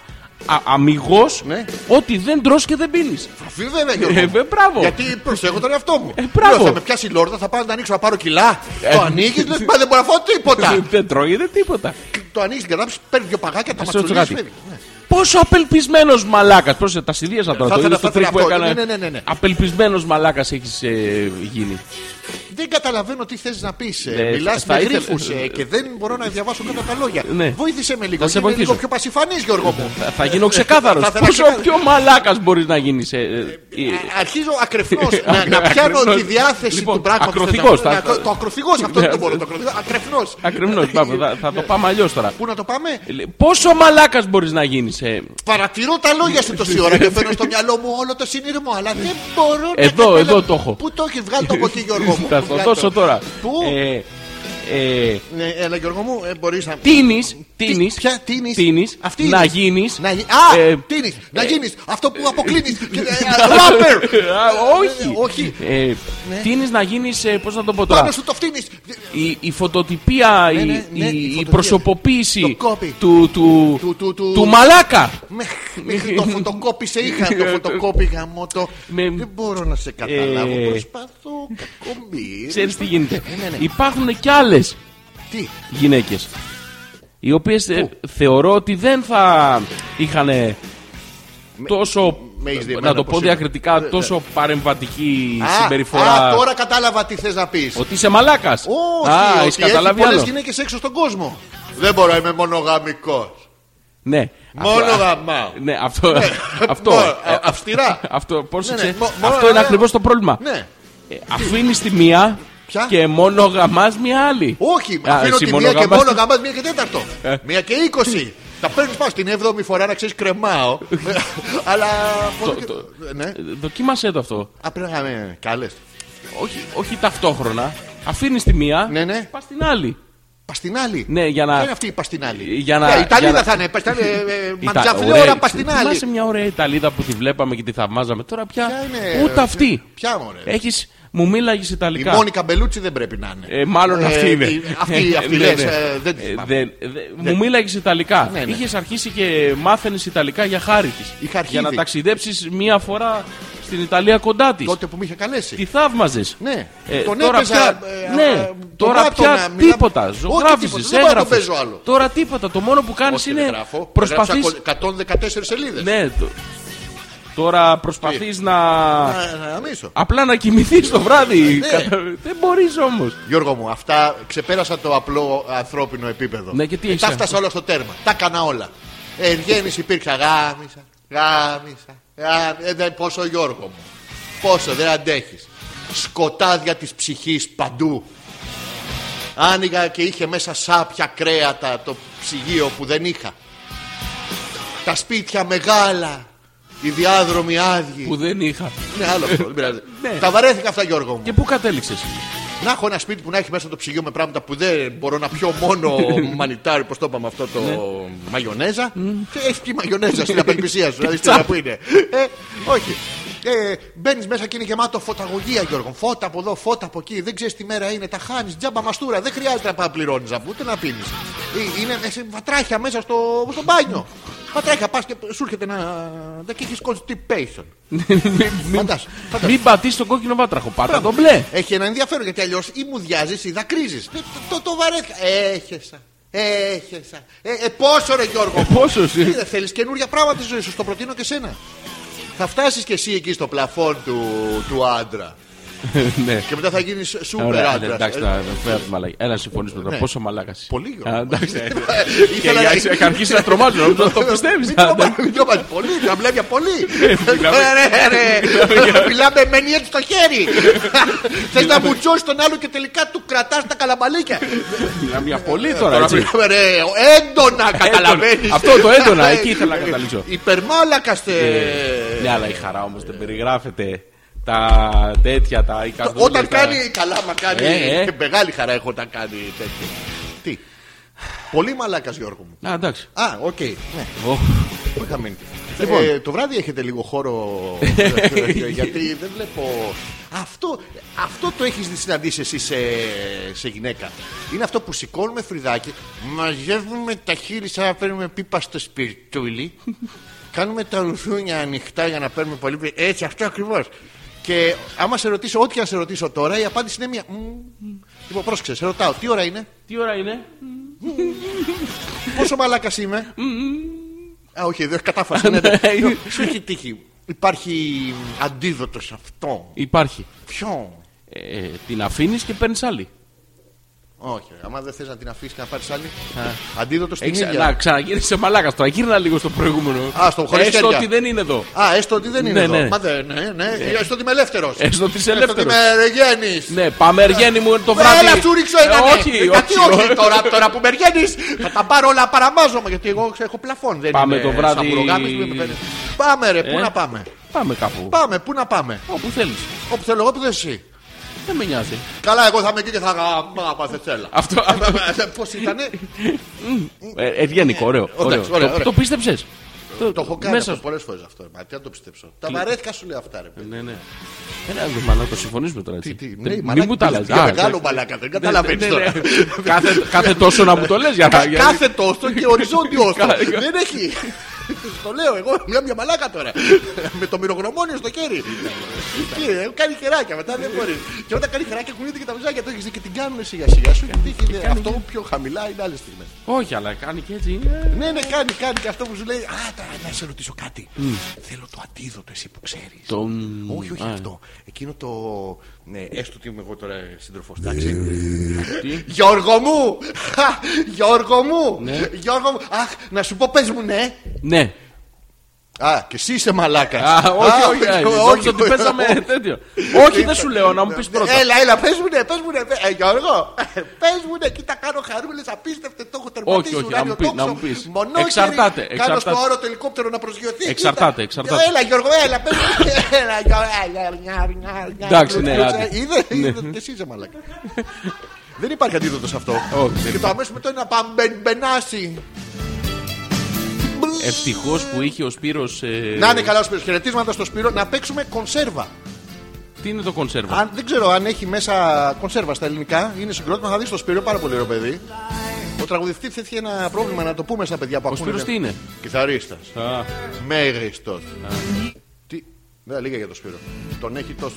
A: αμυγός
B: Ναι.
A: ότι δεν τρως και δεν πίνεις.
B: Φαφή βέβαια Γιώργο.
A: Ε,
B: μου.
A: βε, μπράβο. Ε,
B: Γιατί προσέχω τον εαυτό μου.
A: μπράβο. Ε,
B: Λέω, Θα με πιάσει η λόρδα, θα πάω να την ανοίξω να πάρω κιλά. Το ανοίγεις, λες μα δεν μπορώ να φάω τίποτα.
A: δεν τρώει, δεν τίποτα.
B: Το ανοίγεις την κατάψη, παίρνει δύο παγάκια, τα
A: Να ε, σε ρωτήσω
B: ματσουλίζει.
A: κάτι.
B: φεύγεις. Ναι.
A: Πόσο απελπισμένος μαλάκας. Πρόσεχε, τα συνδύασα
B: θα
A: τώρα. Το
B: ήθελα-
A: είδες
B: θα
A: το τρίκ που
B: ήθελα αυτό.
A: έκανα.
B: Ναι, ναι, ναι, ναι, ναι.
A: Απελπισμένος μαλάκας έχεις γίνει.
B: Δεν καταλαβαίνω τι θες να πεις.
A: Ναι,
B: Μιλάς
A: θα
B: με
A: ήθελα-
B: γρήφου και δεν μπορώ να διαβάσω κατά τα λόγια.
A: Ναι.
B: Βοήθησε με λίγο.
A: Θα σε
B: Γίνε λίγο
A: βοηθήσω.
B: πιο πασιφανής, Γιώργο μου.
A: Θα- Θα γίνω ξεκάθαρος.
B: Θα ήθελα
A: Πόσο
B: ξεκάθαρο.
A: πιο μαλάκας μπορείς να γίνεις.
B: Α- Αρχίζω ακρεφνώς να, να πιάνω
A: Ακρεφνός.
B: τη διάθεση
A: Λοιπόν,
B: του πράγματος.
A: ακροθυγός, θα- θα-
B: Το ακροθυγός
A: Ναι,
B: αυτό δεν το μπορώ.
A: ναι.
B: Το ακροθυγός. Ακρεφνό.
A: Ακριβώ, θα, θα το πάμε αλλιώς τώρα.
B: Πού να το πάμε,
A: Λε- Πόσο μαλάκας μπορείς να γίνεις. Ε,
B: Παρατηρώ τα λόγια σου τόση ώρα και φέρνω στο μυαλό μου όλο το συνειρμό, αλλά δεν μπορώ να.
A: Εδώ,
B: καταλάβω.
A: εδώ το έχω.
B: Πού το έχει βγάλει το από εκεί, Γιώργο μου.
A: θα το
B: Βγάλει
A: δώσω τώρα.
B: Πού?
A: Ε, ε,
B: Ναι, έλα, Γιώργο μου, ε, μπορείς να.
A: τίνεις,
B: Τι-
A: τίνεις,
B: ποια τίνεις?
A: τίνεις,
B: Αυτή
A: να
B: είναι.
A: γίνεις.
B: Να γι- Α!
A: Ε,
B: τίνεις, να γίνεις αυτό που ε, αποκλίνει. Ράπερ!
A: ε, όχι.
B: όχι. Ναι.
A: Ε, Τίνεις να γίνεις, ε, πώς να το πω
B: Πάνω
A: τώρα,
B: σου το φτύνεις.
A: η, η φωτοτυπία, η,
B: ναι, ναι, η
A: η- η
B: φωτοτυπία.
A: προσωποποίηση
B: Το copy.
A: του, του,
B: Του- του- του-
A: του μαλάκα.
B: Μέχ- Μέχρι το φωτοκόπησε είχα το φωτοκόπη γαμό το.
A: Με-
B: Δεν μπορώ να σε καταλάβω.
A: Ε.
B: Προσπαθώ κακομύρι.
A: Ξέρεις τι γίνεται.
B: Ναι, ναι, ναι.
A: Υπάρχουν κι άλλες
B: Τι.
A: γυναίκες οι οποίες ε, θεωρώ ότι δεν θα είχαν τόσο
B: με εισδημένα
A: να το
B: όπως
A: πω
B: είναι.
A: διακριτικά
B: ναι.
A: τόσο παρεμβατική
B: Α,
A: συμπεριφορά
B: Α, τώρα κατάλαβα τι θες να πεις.
A: ότι είσαι μαλάκας
B: Όχι,
A: Α,
B: ότι
A: έχεις
B: έχει
A: καταλάβει
B: πολλές
A: άλλο
B: γυναίκες έξω στον κόσμο. Δεν μπορώ, είμαι μονογαμικός.
A: ναι.
B: Μόνο
A: Αυτό-
B: γαμάω.
A: ναι, αυτό, αυτό,
B: Μόνο,
A: ε,
B: α- Αυστηρά.
A: αυτό, πρόσεξε,
B: Ναι, ναι, μο- μόνο
A: αυτό είναι
B: ένα-
A: ακριβώς το πρόβλημα.
B: Ναι.
A: Ε, αφήνεις τη μία
B: Ποια?
A: και μόνο γαμάς μια άλλη.
B: Όχι,
A: Α,
B: αφήνω
A: εσύ Ε.
B: τη
A: μόνο
B: μία και
A: γαμάς
B: μόνο
A: τη-
B: γαμάς μία και τέταρτο. Μία και είκοσι. Τα παίρνεις πάω στην έβδομη φορά να ξέρεις κρεμάω. Αλλά.
A: Το- το-
B: Ναι.
A: Ε, Δοκίμασέ το αυτό.
B: Α, πρέπει να με καλές.
A: Όχι, όχι ταυτόχρονα. Αφήνεις τη μία,
B: Ναι, ναι.
A: πας στην άλλη.
B: Πας στην άλλη.
A: Ναι, για
B: Ποια
A: να.
B: είναι αυτή η παστινάλη.
A: Για να-
B: Ε, Ιταλίδα
A: για να-
B: θα είναι. Παστινάλη, ε, ε,
A: ωραία,
B: Ματζαφλέωρα παστινάλη.
A: Θυμάσαι μια ωραία Ιταλίδα που τη βλέπαμε και τη θαυμάζαμε. Τώρα πια.
B: Ποια είναι,
A: Ούτε
B: ε,
A: αυτή. Ε,
B: ποια, μωρέ?
A: Έχεις, μου μίλαγες
B: Η
A: Ιταλικά.
B: Μόνικα Μπελούτσι δεν πρέπει να είναι.
A: Ε, μάλλον
B: Ε,
A: αυτή είναι.
B: η- Αυτή,
A: Ναι,
B: αυτή λες,
A: ναι.
B: ε, δεν τη
A: Ε,
B: θυμάμαι.
A: δεν- δε- Μου μίλαγες Ιταλικά.
B: Ναι, ναι.
A: Είχες αρχίσει και μάθαινες Ιταλικά για χάρη της.
B: Είχα
A: Για να
B: αρχίδι.
A: ταξιδέψεις μία φορά στην Ιταλία κοντά της.
B: Τότε που με είχε καλέσει.
A: Τη θαύμαζες.
B: Ναι,
A: Ε,
B: τον
A: τώρα
B: έπαιζα.
A: πια,
B: ε,
A: ναι,
B: α,
A: τώρα
B: τον
A: πια
B: άπτωνα, μιλάμε-
A: τίποτα.
B: Όχι τίποτα,
A: Ζωγράφιζες,
B: Δεν μπορώ να τον
A: έγραφες.
B: παίζω άλλο.
A: Τώρα τίποτα. Το μόνο που κάνεις
B: Όχι, δεν
A: είναι
B: γράφω.
A: προσπαθείς.
B: Γράψα 114 σελίδες.
A: Ναι, το- τώρα προσπαθείς να.
B: Να γαμίσω.
A: Απλά να κοιμηθείς το βράδυ.
B: Ναι.
A: Κατα- Δεν μπορείς όμως.
B: Γιώργο μου, αυτά ξεπέρασα το απλό ανθρώπινο επίπεδο.
A: Ναι, και τι
B: Ε,
A: έχεις
B: Τα
A: κάνει?
B: φτάσα όλα στο τέρμα. Τα έκανα όλα. Ε, Εν γέννηση υπήρξα γάμισα, γάμισα. γάμι- Ε, δεν, πόσο Γιώργο μου. Πόσο δεν αντέχεις. Σκοτάδια της ψυχής παντού. Άνοιγα και είχε μέσα σάπια κρέατα το ψυγείο που δεν είχα. Τα σπίτια μεγάλα. Οι διάδρομοι άδειοι.
A: Που δεν είχα.
B: Ναι, άλλο αυτό, δεν πειράζει.
A: Ναι.
B: Τα βαρέθηκα αυτά, Γιώργο μου.
A: Και πού κατέληξες.
B: Να έχω ένα σπίτι που να έχει μέσα το ψυγείο με πράγματα που δεν μπορώ να πιω μόνο μανιτάρι, πώς το είπαμε αυτό το μαγιονέζα. Και έχει πιει μαγιονέζα στην απελπισία σου, δηλαδή στην που είναι. Ε, όχι. Ε, Μπαίνεις μέσα και είναι γεμάτο φωταγωγία, Γιώργο. Φώτα από εδώ, φώτα από εκεί. Δεν ξέρεις τι μέρα είναι. Τα χάνεις, τζάμπα μαστούρα. Δεν χρειάζεται να πα- πληρώνεις αφού ούτε να πίνεις. Είναι μέσα- βατράχια μέσα στο, στο μπάνιο. Βατράχια, πας και σου έρχεται ένα. Δεν έχει constipation. Φαντάσου, φαντάσου.
A: Μην πατήσεις τον κόκκινο βάτραχο. Πάτα τον μπλε.
B: Έχει ένα ενδιαφέρον γιατί αλλιώς ή μου διάζεις ή δακρύζεις. Το, το, το βαρέθηκα. Έχεσα. Έχεσα. Ε, ε, πόσο ρε Γιώργο. μου.
A: Πόσο.
B: Τι, Δεν θέλει καινούργια πράγματα στη ζωή σου. Το προτείνω και σένα. Θα φτάσεις κι εσύ εκεί στο πλαφόν του, του άντρα.
A: ναι.
B: Και μετά θα γίνει σούπερ Ε,
A: Ωραία, ναι,
B: άντρα.
A: εντάξει, τώρα, φέρε τη μαλακία. Έλα, συμφωνήσουμε τώρα.
B: Ναι.
A: Πόσο μαλάκας. είσαι.
B: Πολύ, Γιώργο.
A: Α, εντάξει. ε, Και
B: Ήθελα να-
A: έχει αρχίσει να τρομάζει, νομίζω να το πιστεύεις.
B: Μην τρομάζει, μην τρομάζει. Πολύ, τα μπλέβια, πολύ. Ε,
A: Μιλάμε-
B: Ρε, ρε, Μιλάμε με νιέτ στο χέρι. Θες να μουτζώσει τον άλλο και τελικά του κρατάς τα καλαμπαλίκια.
A: Μιλάμε για πολύ τώρα.
B: Ε, Τώρα
A: έτσι.
B: μιλάμε, ρε, έντονα Ναι. καταλαβαίνεις.
A: Αυτό το έντονα, εκεί ήθελα να καταλήξω.
B: Υπερμάλακαστε.
A: Ναι, αλλά η χαρά όμως δεν περιγράφεται. Τα τέτοια, τα ικανότητα.
B: Όταν κάνει. Καλά, μα κάνει.
A: Ε, ε.
B: Μεγάλη χαρά έχω όταν κάνει τέτοιο. Τι. Πολύ μαλάκας Γιώργο μου.
A: Α, εντάξει.
B: Α, οκ. Ναι.
A: Ω,
B: Πού είχα μείνει.
A: Λοιπόν.
B: Ε, το βράδυ έχετε λίγο χώρο. γιατί δεν βλέπω. Αυτό, αυτό το έχεις συναντήσει εσύ σε, σε γυναίκα. Είναι αυτό που σηκώνουμε φρυδάκι, μαζεύουμε τα χείλη σαν να παίρνουμε πίπα στο σπιρτούλι, κάνουμε τα ρουθούνια ανοιχτά για να παίρνουμε πολύ πλήρη. Έτσι, αυτό ακριβώς. Και άμα σε ρωτήσω, ό,τι αν σε ρωτήσω τώρα, η απάντηση είναι μία. Μμμ. Λοιπόν, πρόσεξε, σε ρωτάω, τι ώρα είναι,
A: Τι ώρα είναι.
B: πόσο μαλάκας είμαι.
A: Mm-hmm.
B: Α, όχι, δεν κατάφασα. ναι, ναι. Σου έχει τύχει. Υπάρχει αντίδοτος σε αυτό.
A: Υπάρχει.
B: Ποιο.
A: Ε, την αφήνεις και παίρνεις άλλη.
B: Όχι, ρε, άμα δεν θες να την αφήσεις και να πάρεις άλλη. Αντίδοτος στην
A: Έχεις, να
B: ίδια.
A: ξαναγύρισε μαλάκας τώρα. Γύρνα λίγο στο προηγούμενο.
B: Α, στο χωρίς
A: Έστω
B: χέρια.
A: ότι δεν είναι εδώ.
B: Α, έστω ότι δεν είναι
A: Ναι,
B: εδώ.
A: ναι.
B: Μα δεν, ναι, ναι. Έστω ότι είμαι ελεύθερος.
A: Έστω ότι είσαι ελεύθερος.
B: με ρεγένει.
A: Ναι, πάμε εργένη μου το βράδυ.
B: Έλα, σου ρίξω
A: Ε,
B: ένα. ναι.
A: όχι,
B: Ε, Γιατί
A: όχι.
B: όχι τώρα, τώρα που με βγαίνει, θα τα πάρω όλα παραμάζομαι. Γιατί εγώ έχω πλαφόν. Δεν
A: Πάμε
B: είμαι
A: το βράδυ.
B: σαμπουρογάμις που με παίρνεις. Πάμε, ρε, πού
A: Ε.
B: να πάμε.
A: Πάμε κάπου.
B: Πάμε, πού να πάμε.
A: Όπου θέλεις.
B: Όπου θέλω εγώ, που δεν εσύ.
A: Δεν με νοιάζει.
B: Καλά, εγώ θα είμαι εκεί και θα γαμάω αν δεν θέλω.
A: Αυτό. αυτό-
B: Πώς ήτανε,
A: Ε, Ευγενικό, ωραίο. ωραίο.
B: εντάξει, ωραίο,
A: Το-
B: ωραίο.
A: Το πίστεψες.
B: το έχω κάνει αυτό πολλές φορές αυτό. ε, Μα τι να το πιστέψω. Τα βαρέθηκα σου λέει αυτά, ρε παιδί.
A: Ναι, ναι. Ένα δούμε, να το συμφωνήσουμε τώρα.
B: Τι,
A: έτσι.
B: τι,
A: Δεν-
B: ναι,
A: Μην μου τα αλλάζει.
B: αλλάζει. Μεγάλο μαλάκα,
A: Ναι,
B: δεν καταλαβαίνει τώρα.
A: Κάθε- Κάθε τόσο να μου το λες για να. για-
B: Κάθε τόσο και οριζόντιος όσο.
A: Κα-
B: Δεν έχει. Το λέω εγώ, μιλάω μια μαλάκα τώρα. Με το μυρογνωμόνιο στο χέρι. Τι, ε, Κάνει χεράκια μετά δεν μπορεί. Και όταν κάνει χεράκια κουνείται και τα βυζάκια το έχεις δει και την κάνουν σιγά σιγά σου. έχει τύχει, ναι. Αυτό πιο χαμηλά είναι άλλες στιγμές.
A: Όχι, αλλά κάνει και έτσι. ε,
B: Ναι, ναι, κάνει, κάνει και αυτό που σου λέει. Α, τα- να σε ρωτήσω κάτι. Θέλω το αντίδοτο εσύ που ξέρεις.
A: Το-
B: Όχι, όχι αυτό. Εκείνο το. Ναι, έστω ότι είμαι εγώ τώρα σύντροφος.
A: Ναι.
B: Εντάξει. Γιώργο μου! Χα, Γιώργο μου! Γιώργο μου! Αχ, να σου πω, πες μου, ναι!
A: Ναι.
B: Α, και εσύ είσαι μαλάκας.
A: Α, όχι, όχι. ε, νόμιζα ότι παίζαμε τέτοιο. Όχι, δεν σου λέω να μου πεις πρώτα.
B: Ναι. Έλα, έλα, πες μου, ναι, πες μου, ναι. Ε, Γιώργο, πες μου, ναι, κοίτα, κάνω χαρούλες, απίστευτε, το έχω τερματίσει.
A: όχι,
B: ουράνιο
A: να μου πεις,
B: τόξο,
A: να μου πεις.
B: μονόχερη,
A: Εξαρτάται,
B: Κάνω
A: εξαρτάται.
B: στο όρο το ελικόπτερο να προσγειωθεί.
A: Εξαρτάται,
B: κοίτα.
A: εξαρτάται.
B: Έλα, Γιώργο, έλα, πες μου. ναι, Έλα, Γιώργο.
A: Εντάξει, ναι, άντε.
B: Είδε, είδε, εσύ είσαι μαλάκα. Δεν υπάρχει αντίδοτος σε αυτό.
A: Όχι, δεν
B: Και το αμέσως μετά είναι να παμπενάσει.
A: Ε, Ευτυχώς που είχε ο ε, Σπύρο.
B: Να είναι καλά ο Σπύρος. Χαιρετίσματα στο Σπύρο να παίξουμε κονσέρβα.
A: Τι είναι το κονσέρβα.
B: Αν, δεν ξέρω αν έχει μέσα κονσέρβα στα ελληνικά. Είναι συγκρότημα. Θα δεις το Σπύρο πάρα πολύ ωραίο παιδί. Ο τραγουδιστής θέτει ένα πρόβλημα να το πούμε στα παιδιά που
A: Ο
B: ακούνε.
A: Σπύρος τι είναι.
B: Κιθαρίστας.
A: Α,
B: Μέγριστος. Τι. Ναι, λίγα για το Σπύρο. Τον έχει τόσο.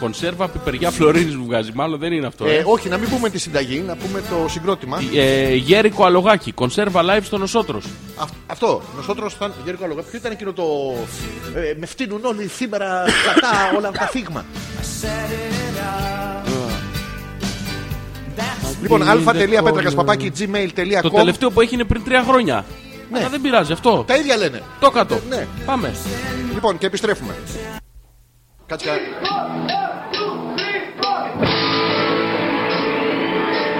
A: Κονσέρβα πιπεριά φλωρίνη μου βγάζει. Μάλλον δεν είναι αυτό.
B: Ε,
A: ε.
B: όχι, να μην πούμε τη συνταγή, να πούμε το συγκρότημα.
A: Ε, Γέρικο αλογάκι. Κονσέρβα live στο νοσότρος.
B: Αυ- αυτό. Νοσότρος ήταν. Γέρικο Αλογά. Ποιο ήταν εκείνο το. Ε, με φτύνουν όλοι σήμερα κατά όλα τα φύγμα. Λοιπόν, αλφα.πέτρακα παπάκι
A: Το
B: gmail.com.
A: τελευταίο που έχει είναι πριν τρία χρόνια.
B: Ναι.
A: Αλλά δεν πειράζει αυτό.
B: Τα ίδια λένε.
A: Το κάτω.
B: Ναι.
A: Πάμε.
B: Λοιπόν, και επιστρέφουμε. Κάτσε κα-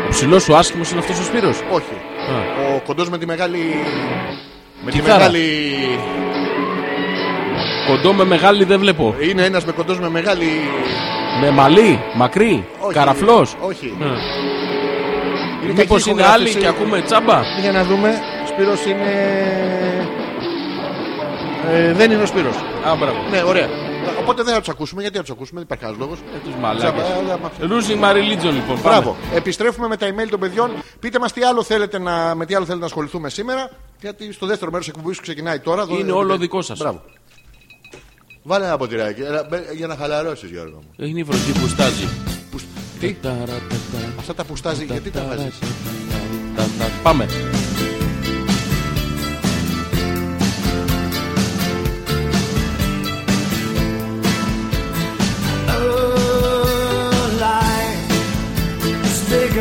A: Ο ψηλός ο άσχημος είναι αυτός ο Σπύρος.
B: Όχι. Ο κοντός με τη μεγάλη. Με τη
A: Κιθάρα.
B: μεγάλη.
A: Κοντό με μεγάλη δεν βλέπω.
B: Είναι ένας με κοντός με μεγάλη.
A: Με μαλλί, μακρύ,
B: Όχι.
A: καραφλός.
B: Όχι. Είναι
A: Μήπως
B: κακή
A: Ναι. είναι άλλοι
B: ηχογράφηση.
A: και ακούμε τσάμπα.
B: Για να δούμε. Σπύρος είναι... Ε, δεν είναι ο Σπύρος.
A: Α, μπράβο.
B: Ναι, ωραία. Οπότε δεν θα τους ακούσουμε. Γιατί θα τους ακούσουμε, δεν υπάρχει άλλος λόγος.
A: Ε, τους
B: Τσάμπα,
A: μαλάκες.
B: έλα, μα-
A: Losing my religion λοιπόν. Πάμε.
B: Μπράβο. Επιστρέφουμε με τα email των παιδιών. Πείτε μας τι άλλο θέλετε να, με τι άλλο θέλετε να ασχοληθούμε σήμερα. Γιατί στο δεύτερο μέρος της εκπομπής που ξεκινάει τώρα.
A: Είναι
B: δω-
A: όλο δικό σας.
B: Μπράβο. Βάλε ένα ποτηράκι έλα, μπε- για να χαλαρώσεις Γιώργο μου.
A: Είναι η βροχή που στάζει.
B: Που- Τι,
A: Ταρα, τα, τα,
B: αυτά τα πουστάζει, γιατί τα
A: ταρα,
B: βάζεις.
A: τα, τα, τα, τα. Πάμε.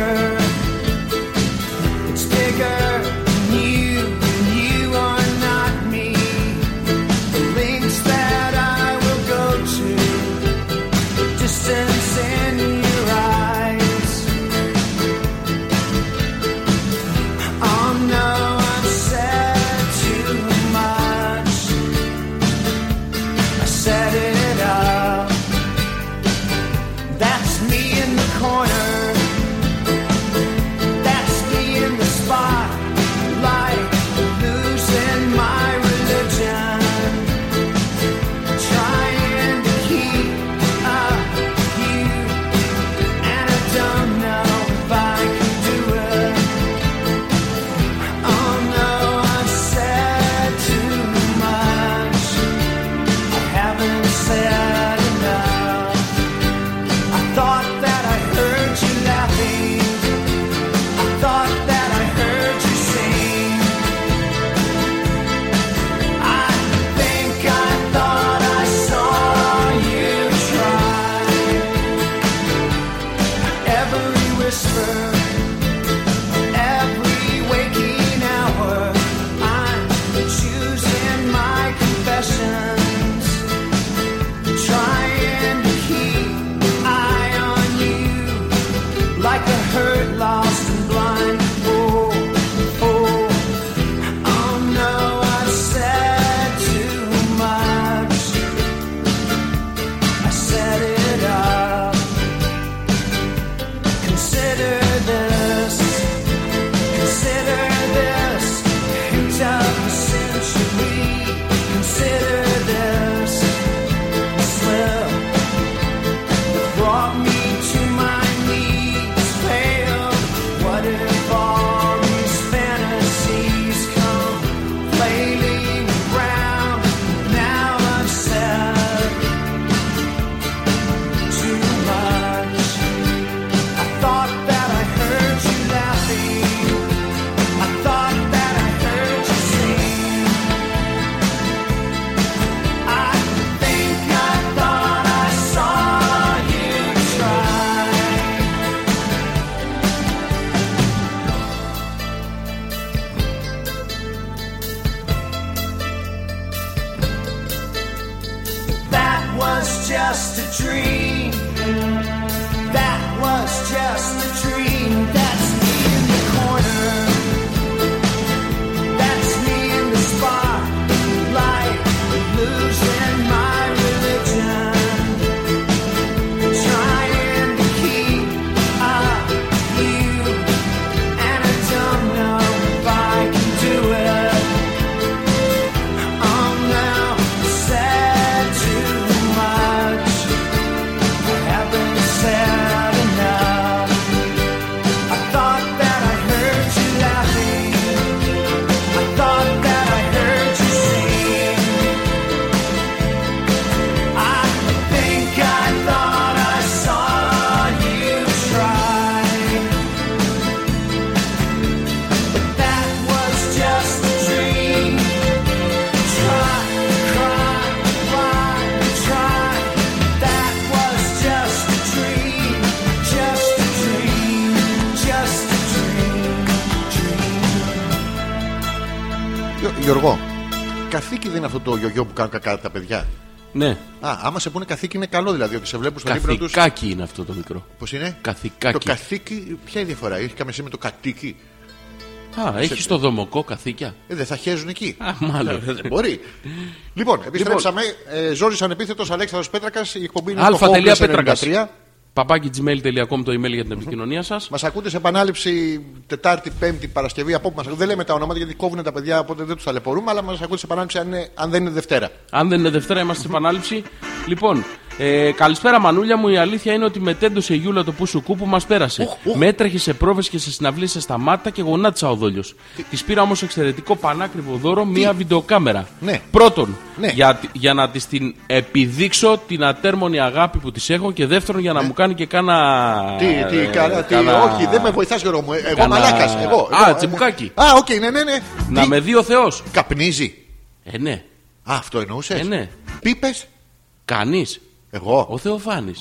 C: Oh
E: Oh, Oh, Oh, was just a dream. That was just a dream. That's me in the corner. That's me in the spotlight, losing my religion. Trying to keep up with you, and I don't know if I can do it. I'm now sad too much. I haven't said enough. I thought that I heard you laughing. I thought that I heard you sing. I think I thought I saw you try. But that was just a dream. Try, cry, cry, try. That was just a dream, just a dream, just a dream, dream.
B: Γιω- Γιώργο, καθήκη δεν είναι αυτό το γιογιό που κάνουν κακά τα παιδιά.
A: Ναι,
B: Α, άμα σε πούνε καθήκη είναι καλό δηλαδή, ότι σε βλέπουν στον ύπνο τους.
A: καθηκάκι είναι αυτό το μικρό.
B: Πώς είναι?
A: Καθηκάκι.
B: Το καθήκη, ποια είναι η διαφορά, έχει καμία σχέση με το κατοίκι.
A: Α, έχεις το δομοκό καθήκια.
B: Ε, δεν θα χέζουν εκεί.
A: Α, μάλλον.
B: Ε, Δεν μπορεί. λοιπόν, επιστρέψαμε. Ε, Ζόρις Ανεπίθετος, Αλέξανδρος Πέτρακας. Η εκπομπή είναι
A: Αλφα
B: στο
A: τελεία
B: Hopeless
A: Πέτρακας.
B: 93.
A: Παπάκι gmail.com το email για την επικοινωνία σας.
B: Μας ακούτε σε επανάληψη Τετάρτη, Πέμπτη, Παρασκευή. Από όπου μας... Δεν λέμε τα ονόματα γιατί κόβουν τα παιδιά, οπότε δεν τους ταλαιπωρούμε. Αλλά μας ακούτε σε επανάληψη αν, είναι- αν δεν είναι Δευτέρα.
A: Αν δεν είναι Δευτέρα, είμαστε σε επανάληψη. Λοιπόν, ε, καλησπέρα μανούλια μου. Η αλήθεια είναι ότι μετέντωσε η Γιούλα το πουσουκού που μας πέρασε. Μέτρεχε σε πρόβες και σε συναυλίες σε σταμάτα και γονάτισα ο δόλιος. Της πήρα όμως εξαιρετικό πανάκριβο δώρο, μία βιντεοκάμερα.
B: Ναι.
A: Πρώτον,
B: Ναι.
A: για, για να της την επιδείξω την ατέρμονη αγάπη που της έχω και δεύτερον για να μου κάνει και κάνα.
B: Ναι. Τι, τι,
A: ε,
B: κάνα, τι,
A: κάνα-
B: όχι, δεν με βοηθάς, Γιώργο μου. Ε, Εγώ
A: Κάνα-
B: μαλάκας. Εγώ,
A: Α,
B: εγώ,
A: τσιμπουκάκι.
B: ε, Α, οκ, ναι, ναι, ναι.
A: Να
B: Τι,
A: με δει ο Θεός.
B: Καπνίζει.
A: Ε, ναι.
B: Α, αυτό εννοούσες.
A: Ε, ναι.
B: Πίπες.
A: Κανείς.
B: Εγώ.
A: Ο Θεοφάνης.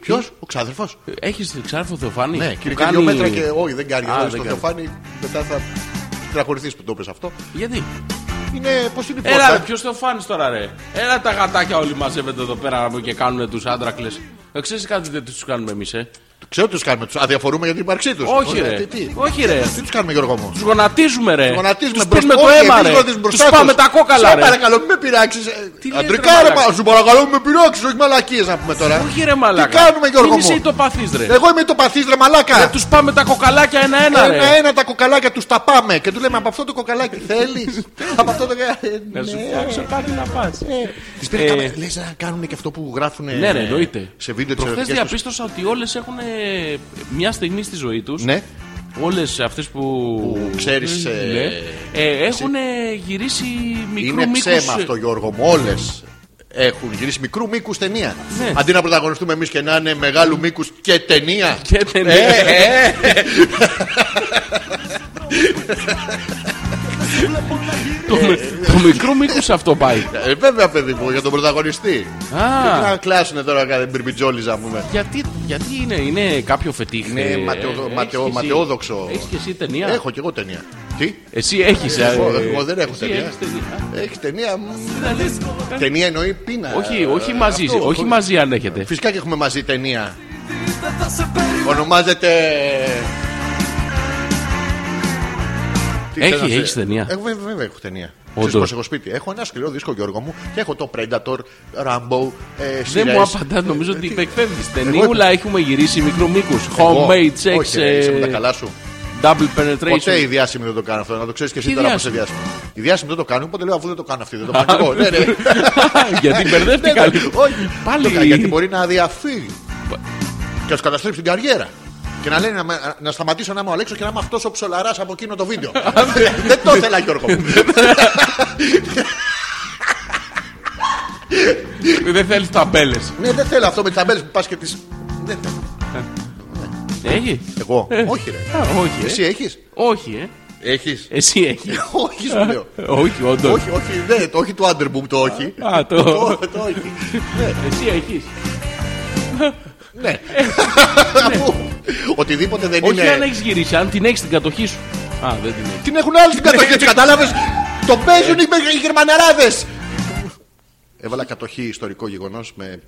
B: Ποιος, ο ξάδερφος.
A: Έχεις ξάρφο Θεοφάνη.
B: Ναι,
A: που
B: κύριε
A: κάνει-
B: κάνει... δύο μέτρα και. Όχι, δεν κάνει.
A: Ε, Α,
B: Α,
A: δεν
B: στο
A: κάνει.
B: Θεοφάνη μετά θα τραχωρηθείς που το είπε αυτό.
A: Γιατί.
B: Είναι. Πώς είναι η
A: Έλα ρε,
B: πόρτα.
A: ποιος Θεοφάνης τώρα ρε. Έλα τα γατάκια όλοι μαζεύονται εδώ πέρα μου και κάνουν τους άντρακλες. Ε, Ξέρεις κάτι δεν τους κάνουμε εμείς ε.
B: Ξέρω τι τους κάνουμε. Τους αδιαφορούμε για την ύπαρξή τους.
A: Όχι ρε.
B: Τι, τι,
A: Όχι ρε.
B: τι τους κάνουμε, Γιώργο μου.
A: Τους γονατίζουμε ρε.
B: Γονατίζουμε
A: Τους
B: μπροστά
A: πίνουμε το
B: όχι,
A: αίμα
B: εμείς
A: ρε.
B: γονατίζουμε
A: Τους
B: μπροστά
A: πάμε
B: τους.
A: τα κόκαλα
B: Σε
A: ρε.
B: παρακαλώ, μην με πειράξεις.
A: Τι λέτε,
B: Αντρικά
A: ρε,
B: ρε, μα-
A: μαλάκα.
B: σου παρακαλώ, μην με πειράξεις. Όχι μαλακίες να πούμε τώρα.
A: Όχι ρε μαλάκα.
B: Τι κάνουμε, Γιώργο
A: Μην είσαι
B: μου.
A: ητοπαθής ρε.
B: Εγώ Ε, είμαι το παθή ρε μαλάκα.
A: Ε, Τους πάμε τα κοκαλάκια ένα-ένα ρε.
B: Ένα-ένα τα κοκαλάκια τους τα πάμε και τους λέμε από αυτό το κοκαλάκι θέλεις. από αυτό το. Ε,
A: Να σου
B: ναι.
A: φτιάξω κάτι να πας.
B: Τις
A: Ε,
B: πήρε ε... Λες να κάνουν και αυτό που γράφουν
A: Ναι, ρε, εννοείται.
B: σε βίντεο της
A: Προχθές
B: ερωτικής τους.
A: διαπίστωσα ότι όλες έχουν ε, μια στιγμή στη ζωή τους.
B: Ναι.
A: Όλες αυτές που.
B: Που ξέρεις, ε,
A: έχουν γυρίσει μικρού
B: Είναι
A: μήκους,
B: ψέμα
A: ε,
B: αυτό Γιώργο μου όλες έχουν γυρίσει μικρού μήκους ταινία.
A: Ναι.
B: Αντί να πρωταγωνιστούμε εμείς και να είναι μεγάλου μήκους και ταινία.
A: Και ταινία.
B: Ε, ε, ε.
A: Το, το μικρού μήκους αυτό πάει.
B: Ε, βέβαια, παιδί μου, για τον πρωταγωνιστή.
A: Α.
B: Τι να κλάσουν τώρα κάθε μπιρμπιτζόλιζα μου.
A: γιατί, γιατί είναι, είναι κάποιο φετίχ.
B: Είναι
A: ε,
B: ματαιοδο-
A: ε, έχεις
B: ματαιό-
A: και εσύ-
B: ματαιόδοξο.
A: Έχεις και εσύ ταινία.
B: Έχω κι εγώ ταινία. Τι?
A: Εσύ έχεις ε,
B: Εγώ,
A: ε,
B: εγώ δεν έχω
A: εσύ
B: ταινία.
A: έχεις ταινία.
B: Έχεις ταινία. μ,
A: Δηλαδή,
B: Ταινία εννοεί πείνα.
A: Όχι, όχι
B: Ε,
A: μαζί,
B: αυτό,
A: όχι μαζί αν έχετε.
B: Φυσικά και έχουμε μαζί ταινία. Ονομάζεται. Τι
A: Έχει-
B: θέλω να
A: έχεις
B: σε-
A: ταινία.
B: Ε, βέβαια, βέβαια έχω ταινία.
A: Όντως.
B: Ξέρεις πως έχω σπίτι. Έχω ένα σκληρό δίσκο Γιώργο μου και έχω το Predator, Rambo, ε,
A: Δεν
B: σειρές.
A: μου απαντά, νομίζω
B: Ε,
A: ότι υπεκπέμπεις. Ταινίουλα
B: είπα.
A: έχουμε γυρίσει μικρού μήκους.
B: Εγώ-
A: Homemade sex, ε,
B: Όχι, ρε, είσαι με τα καλά σου.
A: double penetration.
B: Ποτέ οι διάσημοι δεν το κάνουν αυτό, να το ξέρεις και εσύ
A: Τι
B: τώρα που είσαι
A: διάσημοι?
B: διάσημοι. Οι διάσημοι δεν το κάνουν, οπότε λέω αφού δεν το κάνω αυτοί, δεν το κάνω εγώ. Ναι, ναι.
A: Γιατί
B: Ναι,
A: μπερδεύτηκα.
B: ναι,
A: λίγο.
B: Όχι.
A: Πάλι.
B: Το κάνει Γιατί μπορεί να διαφύγει. Και να σου καταστρέψει την καριέρα. Και να λέει να, με- να σταματήσω να είμαι ο Αλέξος και να είμαι αυτός ο ψολαράς από εκείνο το βίντεο. Δεν το ήθελα, Γιώργο. μου.
A: Δεν θέλεις ταμπέλες.
B: Ναι, δεν θέλω αυτό με τις ταμπέλες που πας και τις. Δεν θέλω.
A: Έχει.
B: Εγώ.
A: Ε.
B: Όχι, ρε.
A: Α, όχι. ε.
B: Εσύ έχεις.
A: Όχι, ε.
B: Έχεις.
A: Εσύ έχεις.
B: Όχι, σου λέω.
A: όχι, όντως.
B: Όχι, όχι, δεν. Το όχι του Άντερμπουμ το όχι.
A: Α, το-
B: το όχι.
A: Εσύ έχεις.
B: Ναι. Αφού Οτιδήποτε δεν
A: Όχι αν
B: είναι.
A: έχεις γυρίσει, αν την έχεις την κατοχή σου. Α, δεν την έχεις.
B: Την έχουν άλλοι στην κατοχή του, κατάλαβες. Το παίζουν οι Γερμαναράδες. Έβαλα κατοχή ιστορικό γεγονός με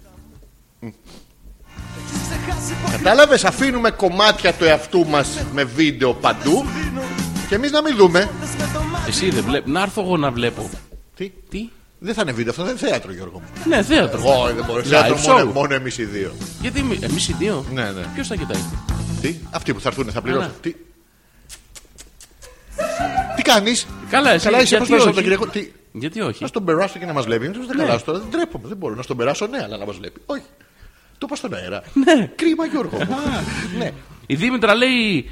B: Κατάλαβες, αφήνουμε κομμάτια του εαυτού μας με βίντεο παντού και εμείς να μην δούμε.
A: Εσύ δεν βλέπει. Να έρθω εγώ να βλέπω.
B: Τι?
A: Τι.
B: Δεν θα είναι βίντεο, αυτό δεν είναι θέατρο Γιώργο μου.
A: Ναι, θέατρο.
B: Εγώ δεν μπορώ.
A: Live
B: Θέατρο μόνο,
A: show.
B: μόνο εμείς οι δύο.
A: Γιατί εμείς οι δύο.
B: Ναι, ναι.
A: Ποιος θα κοιτάει.
B: Τι, αυτοί που θα έρθουν θα πληρώσουν.
A: Ναι.
B: Τι, τι κάνεις,
A: Καλά, εσύ.
B: καλά είσαι,
A: γιατί
B: πώς πέρασε
A: όχι?
B: τον Κυριακό. Τι,
A: Γιατί όχι.
B: να τον περάσω και να μας βλέπει. Δεν ναι. καλά τώρα, δεν τρέπομαι, δεν μπορώ να στον περάσω, ναι, αλλά να μας βλέπει. Όχι. Το είπα στον αέρα.
A: Ναι.
B: Κρίμα Γιώργο μου. ναι.
A: Η Δήμητρα λέει.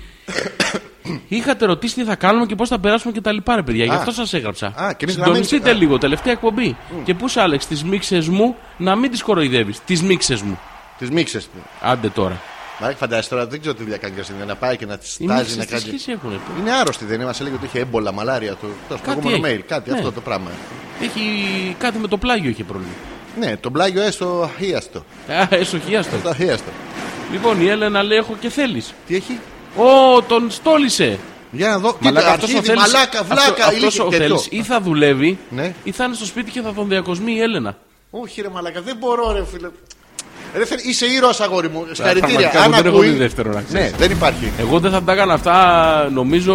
A: Είχατε ρωτήσει τι θα κάνουμε και πώς θα περάσουμε και τα λοιπά, ρε παιδιά. Γι'
B: Α.
A: αυτό σας έγραψα.
B: Α, και εμείς να μην-
A: Συντονιστείτε
B: Α.
A: λίγο, τελευταία εκπομπή. Και πού, Άλεξ, τις μίξες μου να μην τις κοροϊδεύεις. Τις μίξες μου.
B: Τις μίξες.
A: Άντε τώρα.
B: Μαράκι, φαντάζεσαι τώρα, δεν ξέρω τι δουλειά κάνει και στην να πάει και να τη
A: Οι
B: στάζει να
A: μίξε τι
B: κάνει.
A: σχέση έχουν.
B: Είναι άρρωστη, δεν είναι. Μας έλεγε ότι είχε έμπολα, μαλάρια του. Το προηγούμενο
A: έχει.
B: mail, κάτι
A: Ναι.
B: αυτό το πράγμα.
A: Έχει κάτι με το πλάγιο είχε πρόβλημα.
B: Ναι, τον πλάγιο έστω αχίαστο.
A: Α, εσοχιάστο.
B: Το αχίαστο.
A: Λοιπόν, η Έλενα λέει: Έχω και θέλεις.
B: Τι έχει,
A: Ω, τον στόλισε.
B: για να δω. Τι
A: Μαλάκα, αυτός ο
B: αρχίδι,
A: θέλεις.
B: μαλάκα, βλάκα, ηλίθι
A: Αυτό ο
B: και
A: θέλει.
B: το.
A: Ή θα δουλεύει,
B: Ναι.
A: ή θα είναι στο σπίτι και θα τον διακοσμεί η Έλενα.
B: Όχι, ρε μαλάκα, δεν μπορώ, ρε φίλε. Ρε φίλε, είσαι ήρωας, αγόρι μου. Συγχαρητήρια.
A: Πραγματικά, εγώ
B: Αν
A: δεν έχω
B: ακούει-
A: δει δεύτερο να
B: Ναι,
A: ξέρεις.
B: δεν υπάρχει.
A: Εγώ δεν θα τα έκανα αυτά, νομίζω.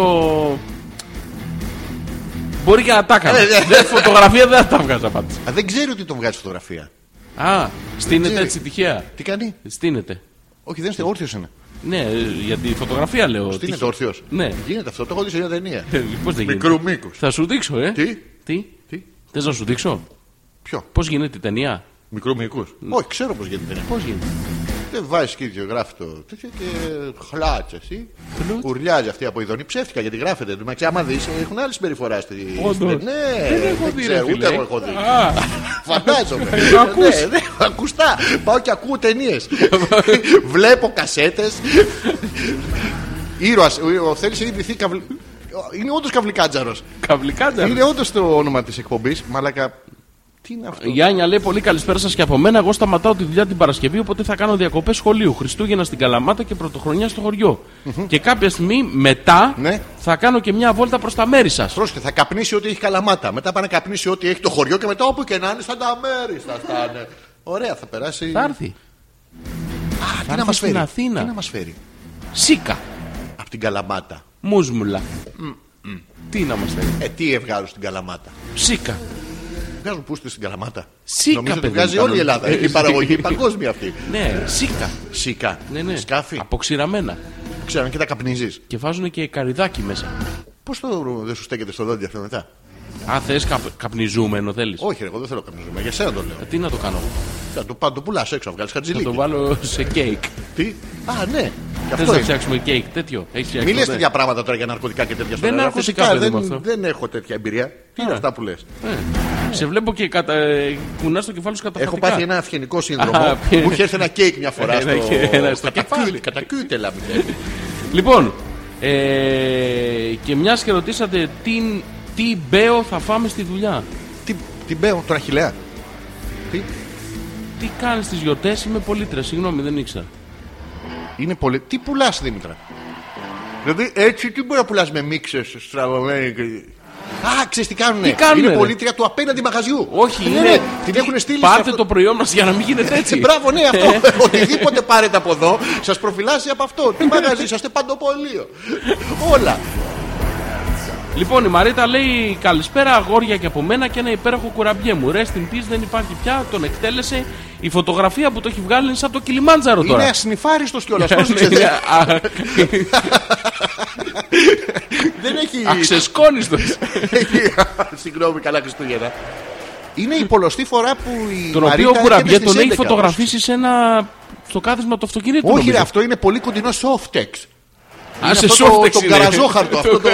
A: Μπορεί και να τα έκανα.
B: Ε, ναι.
A: Δεν φωτογραφία δεν θα τα βγάζα πάντω.
B: Α, δεν ξέρει ότι τον βγάζει φωτογραφία.
A: Α, στείνεται
B: ξέρει.
A: έτσι τυχαία.
B: Τι κάνει.
A: Στείνεται.
B: Όχι, δεν είστε όρθιος είναι.
A: Ναι, ε, για τη φωτογραφία λέω.
B: Τι είναι
A: τυχαία.
B: όρθιος.
A: Ναι.
B: Γίνεται αυτό, το έχω δει σε μια ταινία.
A: Ε, Πώς δεν γίνεται.
B: Μικρού μήκους.
A: Θα σου δείξω, ε.
B: Τι?
A: Τι.
B: Τι?
A: Θες να σου δείξω
B: Ποιο.
A: πώς γίνεται η ταινία.
B: Μικρού μήκους. Όχι, ξέρω πώς γίνεται.
A: Πώς γίνεται.
B: Δεν βάζει και ίδιο γράφει το τέτοιο και χλάτσε εσύ.
A: Χλούτ.
B: Ουρλιάζει αυτή από ειδονή. Ψεύτηκα γιατί γράφεται. Μα και άμα δεις, έχουν άλλη συμπεριφορά στη. στην-
A: Όντως.
B: Ναι,
A: Δεν έχω δει, ρε
B: ξέρω, ούτε
A: φίλε.
B: εγώ έχω δει.
A: Α,
B: Φαντάζομαι.
A: Το ακούς.
B: Ναι, ναι, ακουστά. Πάω και ακούω ταινίες. Βλέπω κασέτες. Ήρωας. Ο Θέλει είναι πληθή καβλ- Είναι όντως καβλικάτζαρος.
A: Καβλικάτζα.
B: Είναι όντως το όνομα της εκπομπής. Μαλάκα. Τι είναι αυτό.
A: Η Άνια λέει πολύ καλησπέρα σας και από μένα. Εγώ σταματάω τη δουλειά την Παρασκευή, οπότε θα κάνω διακοπές σχολείου. Χριστούγεννα στην Καλαμάτα και Πρωτοχρονιά στο χωριό. Και κάποια στιγμή μετά
B: Ναι.
A: θα κάνω και μια βόλτα προς τα μέρη σας.
B: Πρόσεχε, θα καπνίσει ό,τι έχει καλαμάτα. Μετά πάνε να καπνίσει ό,τι έχει το χωριό και μετά όπου και να είναι, στα τα μέρη θα στάνε. Ωραία, θα περάσει.
A: Θα έρθει.
B: Α, τι
A: έρθει
B: να μας
A: στην
B: φέρει.
A: Αθήνα.
B: Τι να μας φέρει.
A: Σίκα.
B: Από την καλαμάτα.
A: Μουσμουλα. Τι να μας θέλει.
B: Ε, τι βγάζουν στην καλαμάτα.
A: Σίκα.
B: Βγάζουν πούστη στην καλαμάτα.
A: Σίκα,
B: Νομίζω ότι
A: παιδί
B: βγάζει
A: μου,
B: όλη η Ελλάδα.
A: κανονικά. Ε,
B: Έχει παραγωγή παγκόσμια αυτή.
A: Ναι, σίκα.
B: Σίκα.
A: Ναι, ναι.
B: Σκάφη.
A: Αποξηραμένα.
B: Ξέρω και τα καπνίζεις.
A: Και βάζουν και καριδάκι μέσα.
B: Πώς το δεν σου στέκεται στο δόντι αυτό μετά.
A: Αν θες καπ, καπνιζούμενο, θέλεις.
B: Όχι, ρε, εγώ δεν θέλω καπνίζουμε. Για σένα το λέω.
A: Τι να το κάνω.
B: Θα το, πα- το πουλάς έξω, βγάλεις
A: Θα το
B: χατζηλίκι.
A: βάλω σε κέικ.
B: Τι. Α, ναι. Και
A: Θες
B: αυτό
A: να
B: είναι.
A: φτιάξουμε κέικ, τέτοιο. Έχεις φτιάξει
B: Μην λες
A: ποτέ?
B: τέτοια πράγματα τώρα για ναρκωτικά και τέτοια στον
A: Δεν
B: αέρα.
A: είναι ναρκωτικά,
B: Φυσικά,
A: παιδί μου,
B: δεν,
A: αυτό.
B: δεν έχω τέτοια εμπειρία. Τι είναι αυτά που λες.
A: Ε, Σε βλέπω και κατα... ε, κουνάς το κεφάλι σου
B: Έχω
A: καταφατικά.
B: πάθει ένα αυγενικό σύνδρομο.
A: Α,
B: που μου είχε έρθει ένα κέικ μια φορά στο,
A: Ένα και- ένα στο
B: κατά
A: κεφάλι.
B: κιού- κατά κιούτελα. μου λέει.
A: Λοιπόν, ε, και μιας και ρωτήσατε τι, τι μπέο θα φάμε στη δουλειά.
B: Τι- Την μπέω, τον αχιλέα. Τι,
A: Τι κάνεις στις γιορτές, είμαι πολίτρια, συγγνώμη δεν ήξερα.
B: είναι πολύ... τι πουλάς, Δήμητρα. Δηλαδή έτσι τι μπορεί να πουλάς με μίξες στραβωμένοι. και- Α, ξέρεις τι κάνουνε.
A: Τι κάνουνε,
B: είναι
A: ρε.
B: πολίτρια του απέναντι μαγαζιού.
A: Όχι,
B: Ναι,
A: είναι...
B: ρε, Την έχουν στείλει. σε
A: Πάρτε
B: αυτό-
A: το προϊόν μας για να μην γίνεται
B: Έτσι,
A: έτσι. Ε.
B: μπράβο, ναι, αυτό. Οτιδήποτε πάρετε από εδώ, σας προφυλάσσει από αυτό. Τι μαγαζί, είσαστε παντοπολείο. Όλα.
A: Λοιπόν, η Μαρίτα λέει καλησπέρα αγόρια και από μένα και ένα υπέροχο κουραμπιέ μου. Rest in peace δεν υπάρχει πια, τον εκτέλεσε. Η φωτογραφία που το έχει βγάλει είναι σαν το κιλιμάντζαρο τώρα.
B: Είναι ασνιφάριστος κιόλας.
A: Ναι, α,
B: Δεν έχει.
A: Αξεσκόνιστος.
B: έχει- Συγγνώμη, καλά Χριστούγεννα. Είναι η πολλωστή φορά που η.
A: Τον
B: Μαρίτα
A: οποίο κουραμπιέ
B: έρχεται
A: τον
B: στις
A: έχει
B: 11.
A: φωτογραφίσει σε ένα. στο κάθισμα του αυτοκινήτου.
B: Όχι,
A: νομίζω.
B: ρε, αυτό είναι πολύ κοντινό softex.
A: Α, σε
B: αυτό το,
A: σόφτεξ
B: το
A: είναι.
B: καραζόχαρτο αυτό το,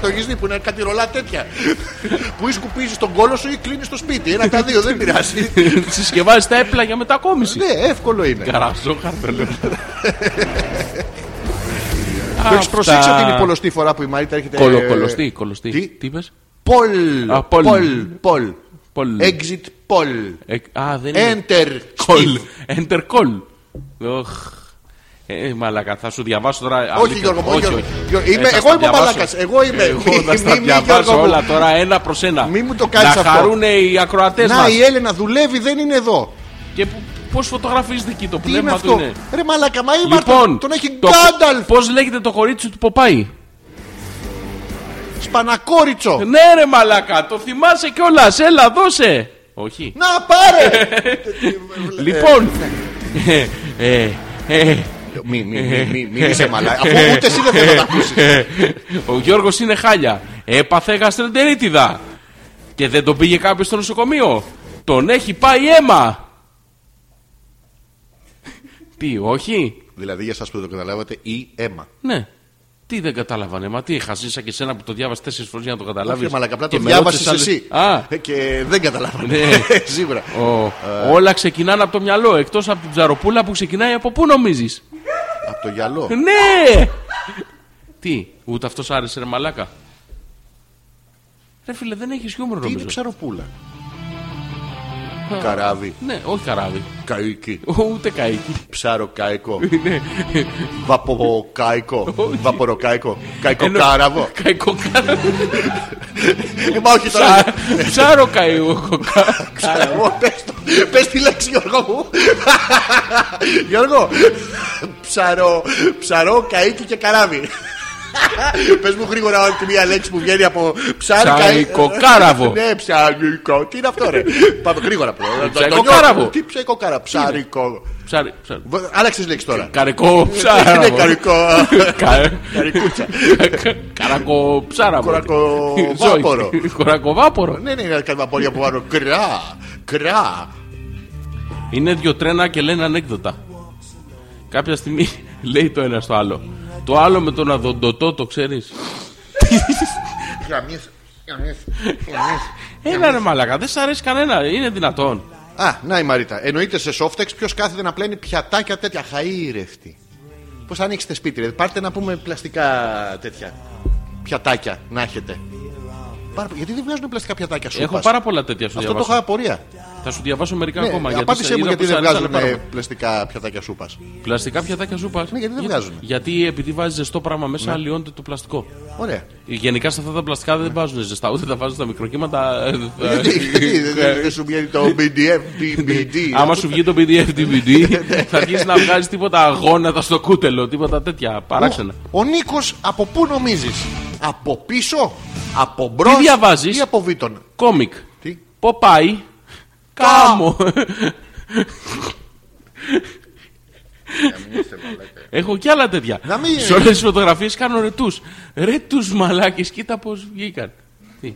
B: το έχεις δει που είναι κάτι ρολά τέτοια που ή σκουπίζεις τον κόλο σου ή κλείνεις το σπίτι ένα από τα δύο δεν πειράζει
A: Συσκευάζεις τα έπλα για μετακόμιση.
B: ναι εύκολο είναι
A: Καραζόχαρτο λέω.
B: Το έχεις προσέξει ότι είναι η πολλωστή φορά που η Μαρίτα έρχεται. ε,
A: Κολοκολωστή, κολωστή.
B: Τι?
A: Τι είπες?
B: Πολ.
A: Α, poll.
B: Πολ. Πολ.
A: Πολ.
B: Exit poll.
A: Εκ- Ε, Α, δεν είναι.
B: Enter.
A: Κολ. Enter call. Οχ. Ε, μαλακα, θα σου διαβάσω τώρα.
B: Όχι,
A: αλήθεια.
B: Γιώργο, μου,
A: όχι.
B: Γιώργο.
A: όχι.
B: Γιώργο,
A: Ε,
B: είμαι-
A: θα
B: εγώ
A: στα
B: είμαι ο
A: διαβάσω.
B: μαλάκας, εγώ είμαι.
A: Εγώ θα
B: Μη-
A: στα
B: μη- μη,
A: διαβάσω
B: Γιώργο μου.
A: όλα τώρα ένα προς ένα.
B: Μη μου το κάνεις
A: Να
B: αυτό.
A: χαρούν οι ακροατές
B: Να
A: μας.
B: η Έλενα δουλεύει, δεν είναι εδώ.
A: Και που- Πώς φωτογραφίζεται εκεί το
B: Τι είναι
A: πνεύμα του
B: αυτό.
A: είναι.
B: Ρε μαλάκα, μα η Μάρτα
A: Λοιπόν,
B: τον έχει γκάνταλφ.
A: Πώς λέγεται το κορίτσι του Ποπάη.
B: Σπανακόριτσο.
A: Ναι, ρε Μαλάκα, το θυμάσαι κιόλας. Έλα, δώσε. Όχι.
B: Να
A: ε,
B: πάρε!
A: Λοιπόν.
B: Ναι.
A: ε, ε, ε,
B: Μη, μη, μη, μη, μη είσαι μαλάκα. Αφού ούτε εσύ δεν θέλω να τα
A: ε,
B: ακούσεις.
A: Ο Γιώργος είναι χάλια. Έπαθε γαστρεντερίτιδα. Και δεν τον πήγε κάποιος στο νοσοκομείο. Τον έχει πάει αίμα. Τι, όχι.
B: Δηλαδή για εσά που δεν το καταλάβατε, ή αίμα.
A: Ναι. Τι δεν κατάλαβανε, μα τι, χαζίσα και σένα που το διάβασες τέσσερις φορές για να το
B: Όχι,
A: καταλάβει.
B: μαλάκα, απλά το διάβασε εσύ.
A: Α,
B: Ε, Και δεν καταλάβανε.
A: Ναι.
B: Σίγουρα.
A: ο,
B: Ε.
A: όλα ξεκινάνε από το μυαλό, εκτός από την ψαροπούλα που ξεκινάει από πού νομίζεις.
B: Από το γυαλό.
A: Ναι! Τι, ούτε αυτός άρεσε, ρε μαλάκα. Ρε φίλε, δεν έχεις χιούμορ
B: Τι είναι
A: νομίζω.
B: ψαροπούλα. Καράβι,
A: Ναι, όχι καράβι.
B: καίκι,
A: Ούτε καίκι.
B: ψαροκάικο,
A: Ναι.
B: βαποκάικο, βαποροκάικο,
A: Ενώ-
B: καϊκοκάραβο.
A: Καϊκοκάραβο.
B: Ε, Μα όχι τώρα.
A: Ψάρο καϊκοκάραβο.
B: Ψαραβό, πες το. Πες τη λέξη Γιώργο μου. Γιώργο, ψαρό, ψαρό, καίκι και καράβι. Πες μου γρήγορα όλη τη μία λέξη που βγαίνει από ψάρι.
A: Ψαρικοκάραβο.
B: Ναι, ψαρικο. Τι είναι αυτό ρε. Πάμε γρήγορα πρώτα.
A: Ψαρικοκάραβο.
B: Τι ψαρικοκάρα. Ψαρικο.
A: Ψάρι, ψάρι.
B: Βα- Άλλαξες λέξη τώρα.
A: Καρικό
B: Είναι
A: ψάραβο.
B: καρικό.
A: Κα-
B: Καρικούτσα.
A: Καρακο ψάραβο.
B: Κορακοβάπορο.
A: Ζώη. Κορακοβάπορο.
B: Ναι, ναι, είναι κάτι βαπόρια που βάζω. Κρά, κρά.
A: Είναι δύο τρένα και λένε ανέκδοτα. Κάποια στιγμή λέει το ένα στο άλλο. Το άλλο με τον αδοντοτό το ξέρεις.
B: Γαμίες, γαμίες.
A: Έλα ρε μαλακά, δεν σ' αρέσει κανένα, είναι δυνατόν.
B: Α, να η Μαρίτα. Εννοείται σε softex ποιος κάθεται να πλένει πιατάκια τέτοια. Χαΐρευτη. Πώς ανοίξετε σπίτι, ρε. Πάρτε να πούμε πλαστικά τέτοια. Πιατάκια να έχετε. Πάρα... Γιατί δεν βγάζουν πλαστικά πιατάκια σου.
A: Έχω πάρα πολλά τέτοια σου
B: Αυτό το
A: διαβάσω.
B: είχα απορία.
A: Θα σου διαβάσω μερικά
B: Ναι,
A: ακόμα.
B: απάντησέ μου
A: είδα
B: γιατί
A: πως
B: δεν
A: αρέσανε
B: βγάζουν
A: πάρα πολύ.
B: πλαστικά πιατάκια σούπας.
A: Πλαστικά πιατάκια σούπας.
B: Ναι, γιατί δεν Ναι. βγάζουν.
A: Γιατί επειδή βάζει ζεστό πράγμα μέσα, αλλοιώνεται το πλαστικό.
B: Ωραία.
A: Γενικά σε αυτά τα πλαστικά δεν βάζουν ζεστά, ούτε τα βάζουν στα μικροκύματα. ε, θα-
B: Γιατί- γιατί δεν- δεν δεν σου βγαίνει το BDF, BBD.
A: Άμα σου βγει το PDF DVD, θα αρχίσεις να βγάζεις τίποτα γόνατα στο κούτελο, τίποτα τέτοια παράξενα.
B: Ο Νίκος από πού νομίζεις, Από πίσω, από μπρος
A: Τι διαβάζεις?
B: ή από βίτον.
A: Κόμικ.
B: Τι?
A: Ποπάι. Κάμο. Έχω κι άλλα τέτοια.
B: Να μην-
A: Σε όλες τις φωτογραφίες κάνω ρετούς. Ρετού μαλάκες, κοίτα πώς βγήκαν. Τι.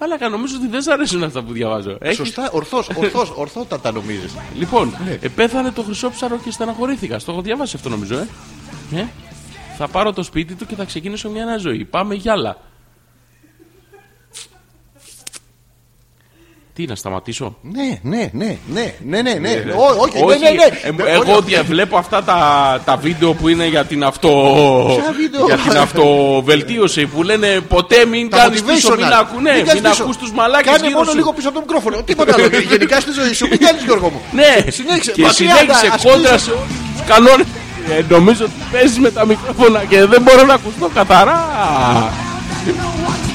A: Μαλάκα, νομίζω ότι δεν σ' αρέσουν αυτά που διαβάζω. Έχεις-
B: Σωστά, ορθώς, ορθώς, ορθότατα νομίζεις.
A: Λοιπόν,
B: Ναι.
A: ε, πέθανε το χρυσόψαρο και στεναχωρήθηκα. Στο έχω διαβάσει αυτό νομίζω, ε. ε. Θα πάρω το σπίτι του και θα ξεκινήσω μια νέα ζωή. Πάμε γυάλα. Τι, να σταματήσω.
B: Ναι, ναι, ναι, ναι, ναι, ναι, ναι. Ό, Όχι, ναι,
A: Όχι,
B: ναι, ναι.
A: ε,
B: Ναι,
A: εγώ
B: όχι.
A: δια- βλέπω αυτά τα, τα βίντεο που είναι για την αυτο...
B: Ποια βίντεο?
A: για την αυτοβελτίωση που λένε ποτέ μην
B: Τα
A: κάνεις πίσω,
B: motivational.
A: μην, ακού, ναι,
B: Μην
A: μην,
B: κάνεις πίσω.
A: ακούς τους μαλάκες
B: Κάνε
A: γύρω
B: μόνο
A: σου.
B: λίγο πίσω από το μικρόφωνο. Τίποτα άλλο. Γενικά στη ζωή σου. Μην κάνεις Γιώργο μου.
A: Ναι,
B: Συνέχισε.
A: και
B: Πατριάτα,
A: συνέχισε
B: ασκήσεις.
A: κόντρα σε όλους τους κανόνες. Ε, νομίζω ότι παίζεις με τα μικρόφωνα και δεν μπορώ να ακουστώ καθαρά.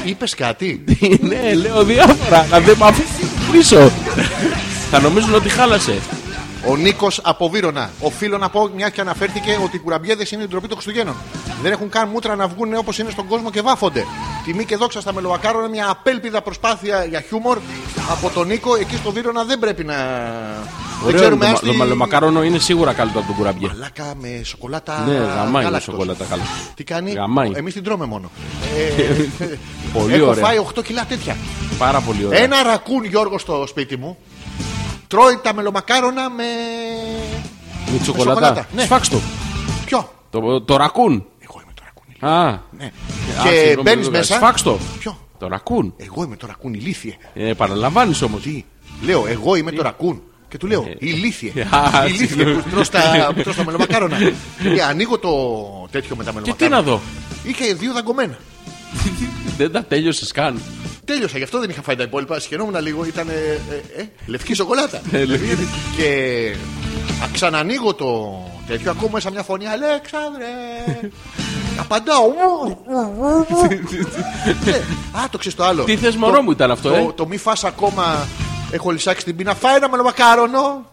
B: Είπες κάτι.
A: ναι, λέω διάφορα, αλλά δεν μ' αφήσεις πίσω. Θα νομίζουν ότι χάλασε.
B: Ο Νίκος από Βύρονα. Οφείλω να πω, μια και αναφέρθηκε, ότι οι κουραμπιέδες είναι η ντροπή των Χριστουγέννων. Δεν έχουν καν μούτρα να βγουν όπως είναι στον κόσμο και βάφονται. Τιμή και δόξα στα μελοβακάρονα, μια απέλπιδα προσπάθεια για χιούμορ από τον Νίκο. Εκεί στο Βύρονα δεν πρέπει να. δεν
A: Ωραίο, είναι το, μα-
B: αν στη-
A: το μαλομακάρονο είναι σίγουρα καλύτερο από τον κουραμπιέ.
B: Μαλάκα με σοκολάτα.
A: Ναι, γαμάει με
B: γάλακτος.
A: σοκολάτα γάλακτος.
B: Τι κάνει,
A: Γαμάει.
B: εμείς την τρώμε μόνο.
A: Πολύ
B: Έχω
A: ωραία.
B: φάει 8 κιλά τέτοια.
A: Πάρα πολύ ωραία.
B: Ένα ρακούν Γιώργος στο σπίτι μου. Τρώει τα μελομακάρονα με.
A: Με
B: σοκολάτα,
A: τσοκολάτα.
B: ναι.
A: Σφάξ' το.
B: Ποιο?
A: Το, το ρακούν.
B: Εγώ είμαι το ρακούν.
A: Α.
B: Ναι.
A: Α,
B: Και
A: συγγνώμη,
B: μπαίνει
A: βέβαια.
B: μέσα.
A: Σφάξ' το.
B: Ποιο?
A: Το ρακούν.
B: Εγώ είμαι το ρακούν, ηλίθιε.
A: Ε, Παραλαμβάνεις όμως.
B: Τι, λέω, εγώ είμαι το ρακούν. Και του λέω, ηλίθιε.
A: Ε. Α,
B: Ηλίθιε
A: συγγνώμη. Ε.
B: που τρως τα, που τρως τα μελομακάρονα. Και ανοίγω το τέτοιο με τα
A: Και τι να
B: μελομακάρονα.
A: δω.
B: Είχε δύο δαγκωμένα.
A: Δεν τα τέλειωσες καν.
B: Τέλειωσα, γι' αυτό δεν είχα φάει τα υπόλοιπα. Σχαινόμουν λίγο, ήταν ε, ε, ε, λευκή σοκολάτα. Δηλαδή,
A: Ε, λευκή.
B: και α, ξανανοίγω το τέτοιο, ακούω μέσα μια φωνή Αλέξανδρε. Απαντάω. «Μου, μου, μου, μου». Ναι. Α, το ξέρεις το άλλο.
A: Τι θες, μωρό
B: Το-
A: μου ήταν αυτό,
B: το-
A: ε?
B: Το μη φας ακόμα. Έχω λυσάξει την πείνα. Φάει ένα μελομακάρονο.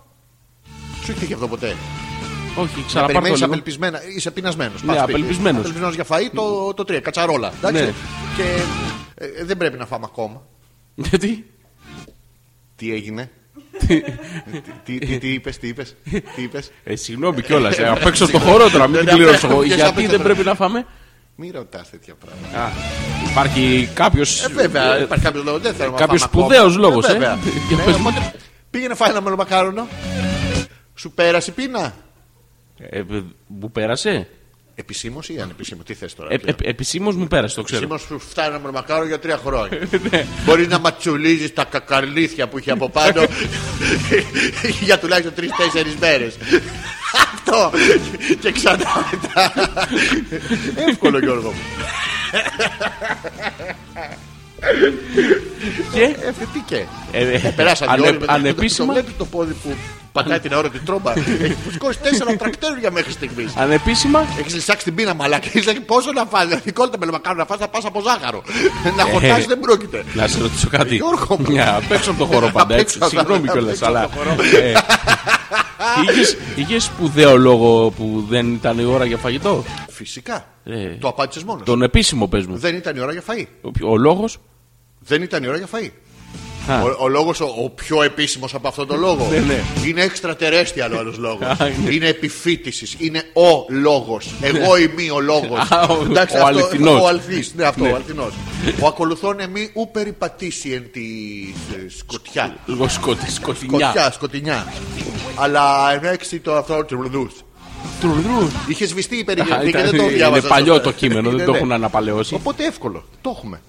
B: Σου είχε τύχει αυτό ποτέ.
A: Όχι,
B: Να
A: ξαναπάρ' το
B: περιμένεις
A: λίγο.
B: απελπισμένα. Είσαι πεινασμένος.
A: Ναι, απελπισμένος.
B: για φαΐ το, το 3, κατσαρόλα. Εντάξει.
A: Ναι.
B: Και ε, δεν πρέπει να φάμε ακόμα.
A: Γιατί.
B: Τι έγινε. τι, τι, τι είπες, τι είπες, τι είπες.
A: Ε, συγγνώμη κιόλας. Ε, απ' έξω το χώρο τώρα, μην
B: Ναι,
A: την πληρώσω
B: ναι,
A: εγώ.
B: ναι, ναι,
A: Γιατί
B: ναι,
A: δεν
B: ναι.
A: πρέπει να φάμε.
B: Μη ρωτάς τέτοια πράγματα.
A: Α, Υπάρχει κάποιος.
B: Ε, βέβαια, υπάρχει κάποιος λόγος. Δεν θέλω να
A: κάποιος
B: φάμε ακόμα.
A: σπουδαίος λόγος, ε.
B: βέβαια.
A: Για
B: Ναι,
A: πες μου.
B: οπότε πήγαινε φάει ένα μελομακάρονο. Σου πέρασε η πείνα.
A: ε, Μου πέρασε.
B: Επισήμως ή ανεπισήμως, τι θες τώρα. Ε,
A: Επισήμως μου πέρασε, το ξέρω. Ε, ναι.
B: Επισήμως σου φτάνει ένα μελομακάρο για τρία χρόνια. Μπορείς να ματσουλίζεις τα κακαρλίθια που είχε από πάνω για τουλάχιστον τρει-τέσσερι μέρες. Αυτό και ξανά μετά. Εύκολο Γιώργο μου.
A: Και
B: Ε, τι και.
A: ε, ε,
B: Περάσαν
A: ανε-
B: οι όροι με το- Το
A: ανεπίσημα,
B: βλέπεις το πόδι που πατάει την αόρατη τρόμπα. Έχει φουσκώσει τέσσερα τρακτέρια μέχρι στιγμής.
A: ανεπίσημα
B: Έχεις λυσάξει την πείνα, μαλάκα. Έχεις λέει, πόσο να φάει. Δηλαδή, κόλτα με λεμακάρο να φάει, θα πας από ζάχαρο. να
A: Ε.
B: χορτάσεις δεν πρόκειται.
A: Να σε ρωτήσω κάτι.
B: Ε, Γιώργο μου.
A: Μια, απ' έξω από το χώρο πάντα.
B: Απ'
A: έτσι.
B: έξω,
A: Συγγνώμη
B: απ'
A: κιόλα,
B: έξω
A: αλλά.
B: από το χώρο.
A: ε, είχες- Είχες σπουδαίο λόγο που δεν ήταν η ώρα για φαγητό.
B: Φυσικά.
A: Ε.
B: Το απάντησες μόνος.
A: Τον επίσημο πες μου.
B: Δεν ήταν η ώρα για φαΐ.
A: Ο- Ο λόγος.
B: Δεν ήταν η ώρα για φαΐ.
A: Α.
B: Ο, ο λόγος ο, ο πιο επίσημος από αυτόν τον λόγο
A: Ναι, ναι.
B: Είναι εξτρατερέστια ο άλλος λόγος
A: Α, ναι. είναι.
B: Είναι επιφύτησης Είναι ο λόγος Εγώ είμαι ο λόγος
A: Ναι. Α, ο- ο
B: αυτό-
A: αληθινός.
B: Ο αληθής Ναι αυτό
A: Ναι.
B: ο αληθινός Ο ακολουθών εμεί ου περιπατήσει εν τη ε, σκοτιά
A: Λίγο σκοτι- σκοτεινιά.
B: Σκοτιά, σκοτεινιά Αλλά ενέξει το αυτό του
A: Τουρνού.
B: Είχε σβηστεί η
A: Α,
B: περιγραφή και
A: ήταν-
B: δεν το διάβασα
A: Είναι παλιό
B: σωστά.
A: το κείμενο,
B: Ναι,
A: δεν το
B: ναι.
A: έχουν αναπαλαιώσει.
B: Οπότε εύκολο, το έχουμε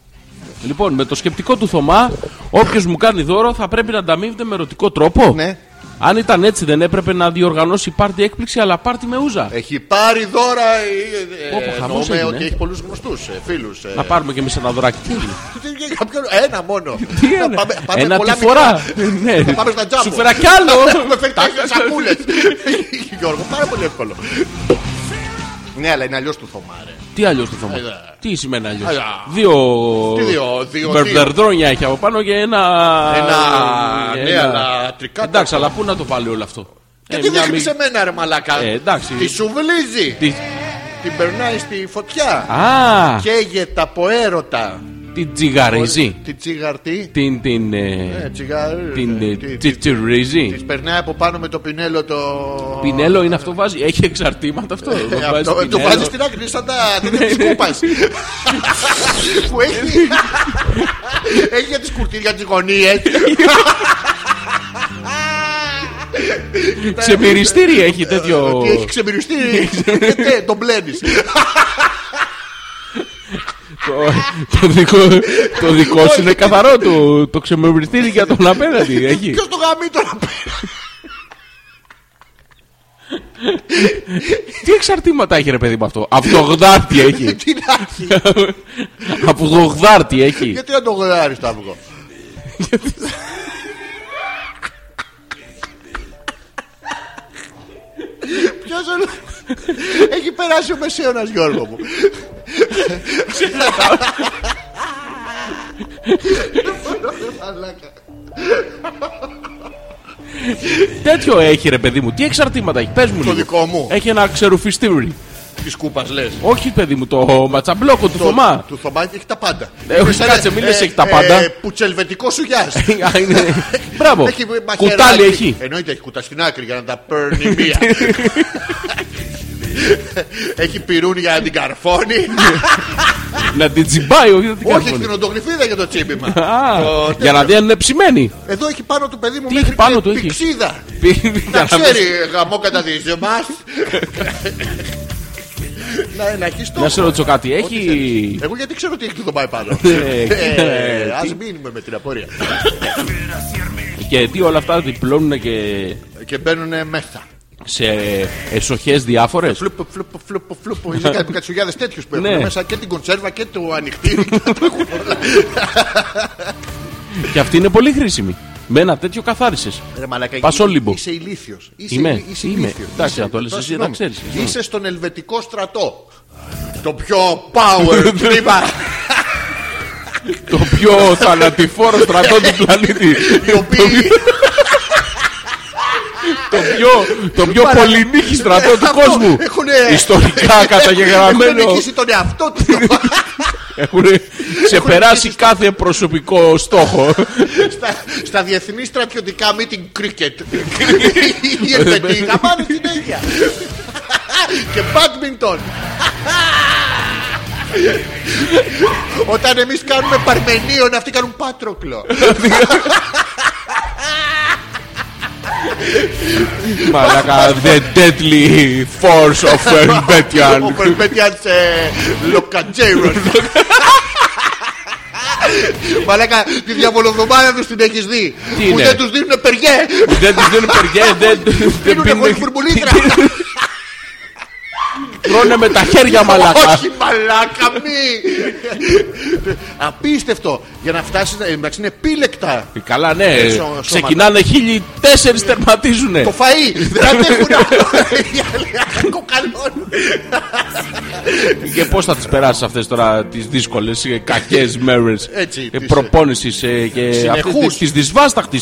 A: Λοιπόν, με το σκεπτικό του Θωμά, όποιος μου κάνει δώρο θα πρέπει να ανταμείβεται με ερωτικό τρόπο.
B: Ναι.
A: Αν ήταν έτσι, δεν έπρεπε να διοργανώσει πάρτι έκπληξη, αλλά πάρτι με ούζα.
B: Έχει πάρει δώρα. ε, ε,
A: Πω, πω, χαμός
B: ε, Εννοούμε
A: έγινε,
B: ότι
A: ε.
B: έχει πολλούς γνωστούς φίλου.
A: Να πάρουμε κι εμείς ένα δωράκι. Τι έγινε?
B: ε. Ένα μόνο.
A: Τι
B: Να
A: ένα.
B: πάμε- πάμε
A: Ένα
B: πολλά
A: τη φορά.
B: μικρά.
A: Ναι.
B: Θα πάμε στα τζάμπο.
A: Σου φέρα κι άλλο.
B: Με φέρει τέσσερις σακούλες. Γιώργο, πάρα πολύ εύκολο. Ναι, αλλά είναι αλλιώς του Θωμά, ρε.
A: Τι αλλιώς το Θωμά.
B: Έλα.
A: Τι σημαίνει αλλιώς.
B: Έλα. ε. Τι δύο, δύο,
A: Δύο. Μπερδερδρόνια έχει από πάνω και ένα.
B: Ένα.
A: ε,
B: Ναι,
A: ένα-
B: αλλά τρικά.
A: Εντάξει, αλλά πού να το βάλει όλο αυτό.
B: Και
A: Ε,
B: τι
A: μια
B: δείχνει
A: μη-
B: σε μένα, ρε Μαλάκα.
A: Ε, εντάξει.
B: Τη σουβλίζει.
A: Τι-
B: Την περνάει στη φωτιά.
A: Α,
B: Καίγεται από έρωτα.
A: την τσιγαρίζει.
B: Την τσιγαρτή.
A: Την. την ε,
B: Ε, τσιγαρ-
A: Την
B: ε,
A: ε,
B: τι- τι-
A: τσιτσιρίζει.
B: Της περνάει από πάνω με το πινέλο το.
A: Πινέλο είναι αυτό βάζει. Έχει εξαρτήματα αυτό.
B: Ε,
A: Το
B: αυτό,
A: βάζει
B: το
A: πινέλο. Ναι,
B: βάζεις στην άκρη, είναι σαν τα τέτοια τη κούπα. που έχει. έχει για τις κουρτίδια τι γωνίε.
A: Σε μυριστήρι έχει τέτοιο. Ναι,
B: Ότι Ε, έχει ξεμυριστεί. Ε, τε, τον μπλένεις.
A: το- το, δικό, το δικό σου είναι καθαρό του. Το ξεμεμριστήρι για τον απέναντι. Έχει.
B: Ποιος το γαμί τώρα πέρα.
A: Τι εξαρτήματα έχει ρε παιδί με αυτό. Από το γδάρτι έχει.
B: Τι να έχει.
A: Από το γδάρτι έχει.
B: Γιατί να το γδάρει το αυγό. Ποιος ο- Έχει περάσει ο μεσαίωνας Γιώργο μου Μαλάκα.
A: Τέτοιο έχει ρε παιδί μου. Τι εξαρτήματα έχει. Πες μου
B: Το
A: λίγο.
B: δικό μου
A: Έχει ένα ξερουφιστήρι.
B: Της κούπας λες
A: Όχι παιδί μου το ματσαμπλόκο του
B: Το-
A: Θωμά.
B: Του Θωμά έχει τα πάντα
A: Ε, όχι,
B: Είναι σαν,
A: κάτσε, μην
B: ε,
A: λες έχει τα
B: ε,
A: πάντα.
B: Πουτσελβετικό σουγιάς
A: Α, είναι- Μπράβο.
B: Έχει μαχαιράκι.
A: Κουτάλι έχει.
B: Εννοείται έχει κουτά στην άκρη για να τα παίρνει μία. έχει πυρούνι για να την καρφώνει.
A: Να την τσιμπάει, όχι να την
B: Όχι
A: καρφώνει.
B: στην οντογλυφίδα για το τσίπημα.
A: Α,
B: Το
A: για να δει αν είναι ψημένη.
B: Εδώ έχει πάνω του παιδί μου
A: Τι
B: μέχρι
A: έχει πάνω
B: και
A: του, έχει?
B: πηξίδα.
A: Για
B: Να
A: να δεις.
B: ξέρει γαμό κατά τη ζωμά. Να εναχίσει το.
A: Να σε ρωτήσω κάτι,
B: Ό,τι
A: έχει-
B: θέλεις. Εγώ γιατί ξέρω τι έχει το πάει πάνω.
A: Ναι, ναι,
B: Α
A: τι-
B: μείνουμε με την απορία.
A: Και τι όλα αυτά διπλώνουν και
B: Και μπαίνουν μέσα.
A: σε εσοχές διάφορες.
B: Φλουπ, φλουπ, φλουπ, φλουπ. Είναι κάτι κατσουγιάδες τέτοιους που έχουν
A: Ναι.
B: μέσα και την κονσέρβα και το ανοιχτήρι.
A: Και αυτή είναι πολύ χρήσιμη. Με ένα τέτοιο καθάρισες.
B: Ρε μαλακά,
A: Πας
B: είσαι-
A: όλυμπο.
B: Είσαι ηλίθιος.
A: Είμαι, είμαι. Εντάξει, να το λες εσύ, να ξέρεις. Ναι.
B: Είσαι στον ελβετικό στρατό. Το πιο power τμήμα.
A: Το πιο θανατηφόρο στρατό του πλανήτη.
B: Οι οποίοι
A: Το το πιο, το πιο πολυνίκη στρατό του
B: Αυτό,
A: κόσμου.
B: έχουνε-
A: Ιστορικά
B: Έχουν
A: καταγεγραμμένο.
B: νικήσει τον εαυτό του.
A: Έχουν ξεπεράσει κάθε προσωπικό στόχο.
B: στα, στα διεθνή στρατιωτικά meeting cricket. Η Ελβετοί γαμάνε την ίδια. και badminton. Όταν εμείς κάνουμε παρμενίον, αυτοί κάνουν πάτροκλο.
A: Μαλάκα, the deadly force of
B: Ο
A: Ελβετιαν.
B: Περπέτιαν σε λοκατζέιρον. Μαλάκα, τη διαβολοβδομάδα τους την έχεις δει.
A: Τι
B: Που
A: είναι?
B: δεν τους δίνουν περιέ.
A: Δεν τους δίνουν παιδιά, δεν δεν
B: Πίνουνε
A: πίνουν-
B: χωρίς μπουρμπουλίτρα.
A: τρώνε με τα χέρια μαλάκα.
B: Όχι μαλάκα μη Απίστευτο Για να φτάσεις Εντάξει είναι επίλεκτα
A: Καλά, ναι.
B: Ε, σω-
A: Ξεκινάνε χίλιοι, τέσσερις τερματίζουνε.
B: Το φαΐ Δεν αντέχουν άλλο Κοκαλών
A: Και πώς θα τις περάσεις αυτές τώρα ε, τις δύσκολες, κακές μέρες
B: Έτσι, τις, ε,
A: προπόνησης ε, και
B: συνεχούς.
A: τη δυσβάσταχτη.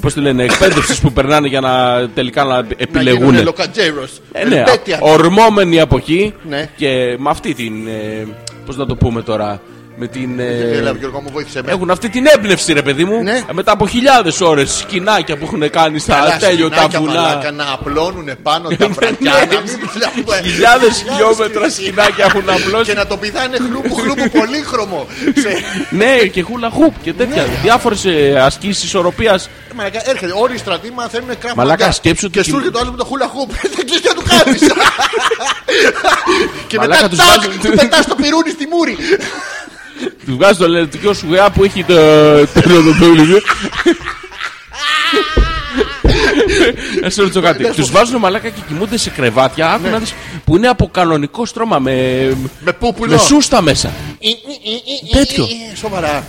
A: Πώ ε, τη λένε, εκπαίδευσης που περνάνε για να τελικά να επιλεγούν.
B: Λοκατζέιρος
A: Ε, ναι,
B: Ελπέτια.
A: ορμόμενοι από εκεί
B: Ναι.
A: και με αυτή την. Πώς να το πούμε τώρα. Με την. ε,
B: Έλα Γιώργο μου βοήθησε με
A: έχουν αυτή την έμπνευση, ρε παιδί μου. Ε,
B: Ναι.
A: Μετά από χιλιάδες ώρες σκηνάκια που έχουν κάνει στα
B: Καλά
A: τέλειωτα
B: σκηνάκια,
A: βουνά.
B: μαλάκα, Να απλώνουνε πάνω
A: Ναι,
B: τα βρακιά να μην βλέπουμε.
A: Χιλιάδε χιλιόμετρα σκηνάκια έχουν απλώσει.
B: ναι. Και να το πηδάνε χλούπου χλούπου πολύχρωμο Σε-
A: Ναι, και χούλα χουπ και τέτοια.
B: Ναι.
A: ε, Διάφορε ασκήσεις ισορροπίας.
B: Μαλακά, Ε, έρχεται. Όλοι οι στρατοί μαθαίνουν κράμα.
A: Μαλάκα, σκέψου
B: Και
A: ότι
B: σου
A: την-
B: έρχεται το άλλος με το χούλα χούπ. Δεν ξέρεις τι να του κάνεις. και μετά
A: Μαλάκα, τους
B: τάκ,
A: βάζουν-
B: του πετάς το πυρούνι στη μούρη.
A: Του βγάζει το ελεκτρικό σου γεά που έχει το. το- το- το- Να σε ρωτήσω κάτι. Τους βάζουν μαλάκα και κοιμούνται σε κρεβάτια. Άκου να δεις, που είναι από κανονικό στρώμα με.
B: Ναι. με πούπουλο.
A: με σούστα μέσα.
B: Ε,
A: Τέτοιο.
B: Σοβαρά.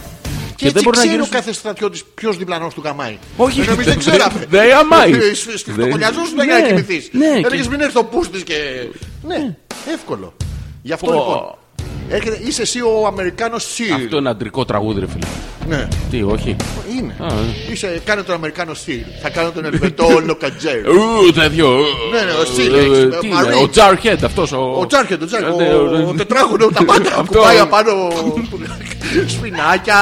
B: Και,
A: δεν
B: έτσι
A: μπορεί να
B: ξέρει ο
A: γυρίσουν.
B: κάθε στρατιώτης ποιος διπλανός του καμάει.
A: Όχι,
B: Ενώ εμείς
A: δεν-
B: δεν ξέραμε.
A: δεν- δεν γαμάει.
B: Ε, σ- σ-
A: Δεν-
B: Στοχολιαζόσουν
A: ναι,
B: για να κοιμηθείς.
A: ναι, και-
B: Έλεγε μην έρθει ο πούστη και. Ναι, εύκολο. Γι' αυτό
A: Το-
B: λοιπόν. Έρχεται, είσαι εσύ ο Αμερικάνος Seal.
A: Αυτό είναι αντρικό τραγούδι, ρε φίλε.
B: Ναι.
A: Τι, όχι.
B: Είναι.
A: ναι.
B: Είσαι, κάνε τον Αμερικάνο στυλ. Θα κάνω τον Ελβετό Λοκατζέρο.
A: Ε, Ου, τέτοιο.
B: Ναι, ναι, ο Στήλεξ,
A: Ε, τι
B: ο
A: είναι,
B: Μαρίνς.
A: Ο Τζάρχεντ αυτός.
B: Ο Τζάρκετ, ο Τζάρκετ.
A: Ναι,
B: Ο ο τετράγωνο, τα πάντα.
A: Αυτό.
B: Κουπάει απάνω. Σφινάκια.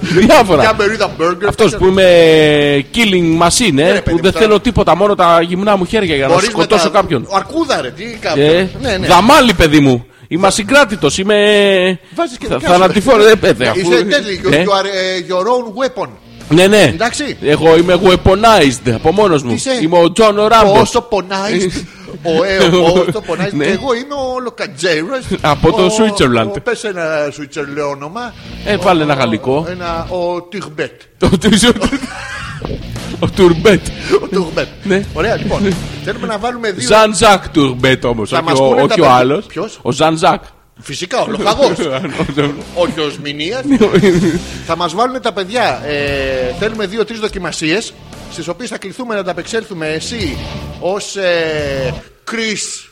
A: Διάφορα.
B: Μια μερίδα μπέργκερ.
A: Αυτό που είμαι killing machine, ε,
B: Ναι, ρε, παιδί
A: που
B: μου,
A: δεν
B: τώρα.
A: θέλω τίποτα, μόνο τα γυμνά μου χέρια για να
B: Μπορείς με
A: σκοτώσω
B: τα-
A: κάποιον.
B: Ο Αρκούδα, ρε, τι
A: Ε,
B: κάποιον. Ναι, ναι.
A: Δαμάλι, παιδί μου. Είμαι ασυγκράτητος. Είμαι. ε,
B: Βάζεις και
A: Θα
B: δικιά σου,
A: θανατηφόρο.
B: ρε.
A: Ε, παιδί, αφού-
B: Είσαι τέλειο.
A: Ναι,
B: You are ε, your own weapon.
A: Ναι, ναι.
B: Εντάξει.
A: Εγώ είμαι weaponized από μόνος μου.
B: είσαι?
A: Είμαι ο Τζον ο Ράμπο.
B: Όσο πονάεις. Ο Αίο, όσο πονάεις.
A: Ε, Ναι.
B: Και εγώ είμαι ο Λοκατζέρο.
A: Από το Switzerland.
B: Πες ένα Σουιτσερλέ όνομα.
A: Ε, βάλε ένα γαλλικό.
B: Ένα ο Τιχμπέτ.
A: Το τρίζο- Ο Τουρμπέτ.
B: Ο Τουρμπέτ.
A: Ναι.
B: Ωραία, λοιπόν. Θέλουμε να βάλουμε δύο.
A: Ζαν Ζακ Τουρμπέτ όμως.
B: Θα μας πούνε τα
A: Όχι ο
B: παιδιά.
A: άλλος.
B: Ποιος?
A: Ο Ζαν Ζακ.
B: Φυσικά, ο λοχαγός.
A: Ε,
B: Όχι ο Σμηνία.
A: Ναι.
B: θα μας βάλουν τα παιδιά. Ε, θέλουμε δύο-τρει δοκιμασίες στις οποίες θα κληθούμε να ανταπεξέλθουμε εσύ ως ε, Chris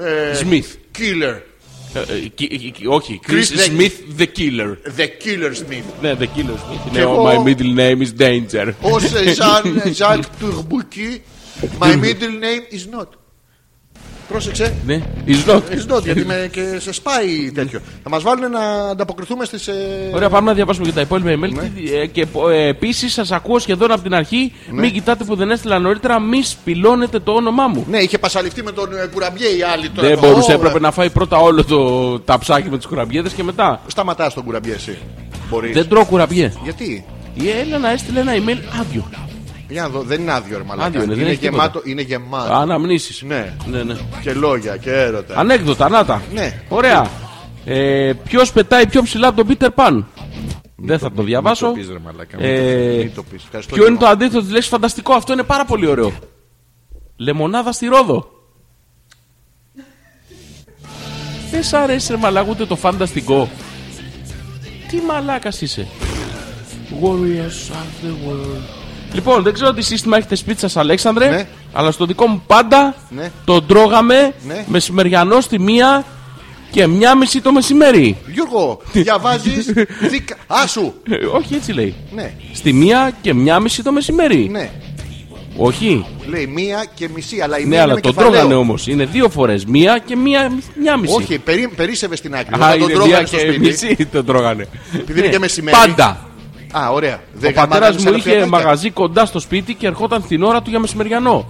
B: ε,
A: Smith.
B: Killer.
A: Ε, κι- κι- κι- Όχι, Chris
B: Chris the-
A: Smith the Killer.
B: The Killer Smith.
A: Ναι, The Killer Smith. Είναι
B: εγώ-
A: ο My Middle Name is Danger.
B: Ω ε, Jean Jacques Τουρμπουκί. My middle name is not. Πρόσεξε.
A: Ναι, is not.
B: Is not, γιατί με και σε σπάει τέτοιο. Θα μας βάλουν να ανταποκριθούμε ε, στι.
A: Ωραία, πάμε να διαβάσουμε και τα υπόλοιπα email.
B: Ναι.
A: Τι- ε, Και επίσης σας ακούω σχεδόν από την αρχή.
B: Ναι.
A: Μην κοιτάτε που δεν έστειλα νωρίτερα, μη σπηλώνετε το όνομά μου.
B: Ναι, είχε πασαληφθεί με τον ε, κουραμπιέ η άλλη τώρα.
A: Δεν
B: το- ε.
A: μπορούσε,
B: Ω,
A: έπρεπε να φάει πρώτα όλο το ταψάκι με του κουραμπιέδες και μετά.
B: Σταματάς τον κουραμπιέ, εσύ. Μπορείς.
A: Δεν τρώω κουραμπιέ.
B: Γιατί.
A: Η Έλενα έστειλε ένα email άδειο.
B: Για να δω, δεν είναι άδειο, ρε μαλάκα.
A: Άδειο είναι, δεν έχει τίποτα.
B: γεμάτο, είναι γεμάτο.
A: Αναμνήσεις.
B: Ναι.
A: ναι, ναι.
B: Και λόγια και έρωτα.
A: Ανέκδοτα, να τα.
B: Ναι.
A: Ωραία. Ε, Ποιος πετάει πιο ψηλά από τον Πίτερ Παν. Δεν θα το διαβάσω.
B: το πεις, ρε μαλάκα, μην
A: Ε,
B: το- μην το πεις. Ευχαριστώ,
A: Ποιο είναι
B: Γιώργο.
A: το αντίθετο της λέξης φανταστικό. Αυτό είναι πάρα πολύ ωραίο. Λεμονάδα στη Ρόδο. Δεν σ' αρέσει ρε μαλάκα ούτε το φανταστικό. Τι μαλάκας είσαι. Warriors of the world. Λοιπόν, δεν ξέρω τι σύστημα έχετε σπίτι σας Αλέξανδρε,
B: Ναι.
A: αλλά στο δικό μου πάντα
B: Ναι.
A: τον τρώγαμε
B: Ναι.
A: μεσημεριανό στη μία και μία μισή το μεσημέρι.
B: Γιώργο, διαβάζει. Δικα... Άσου!
A: Ε, όχι έτσι λέει.
B: Ναι,
A: Στη μία και μία μισή το μεσημέρι.
B: ναι.
A: Όχι.
B: Λέει μία και μισή, αλλά η μία
A: Ναι,
B: είναι
A: αλλά
B: με
A: τον
B: κεφαλαίο.
A: τρώγανε όμως. Είναι δύο φορές. Μία και μία, μία μισή.
B: Όχι, περί, περίσευε στην άκρη.
A: Α,
B: Όταν τον
A: είναι
B: τρώγανε
A: μία
B: στο
A: και
B: σπίτι.
A: μισή τον τρώγανε.
B: Επειδή είναι
A: Ναι.
B: και μεσημέρι.
A: Πάντα.
B: Α, ωραία.
A: Ο πατέρα μου είχε μαγαζί κοντά στο σπίτι και ερχόταν την ώρα του για μεσημεριανό.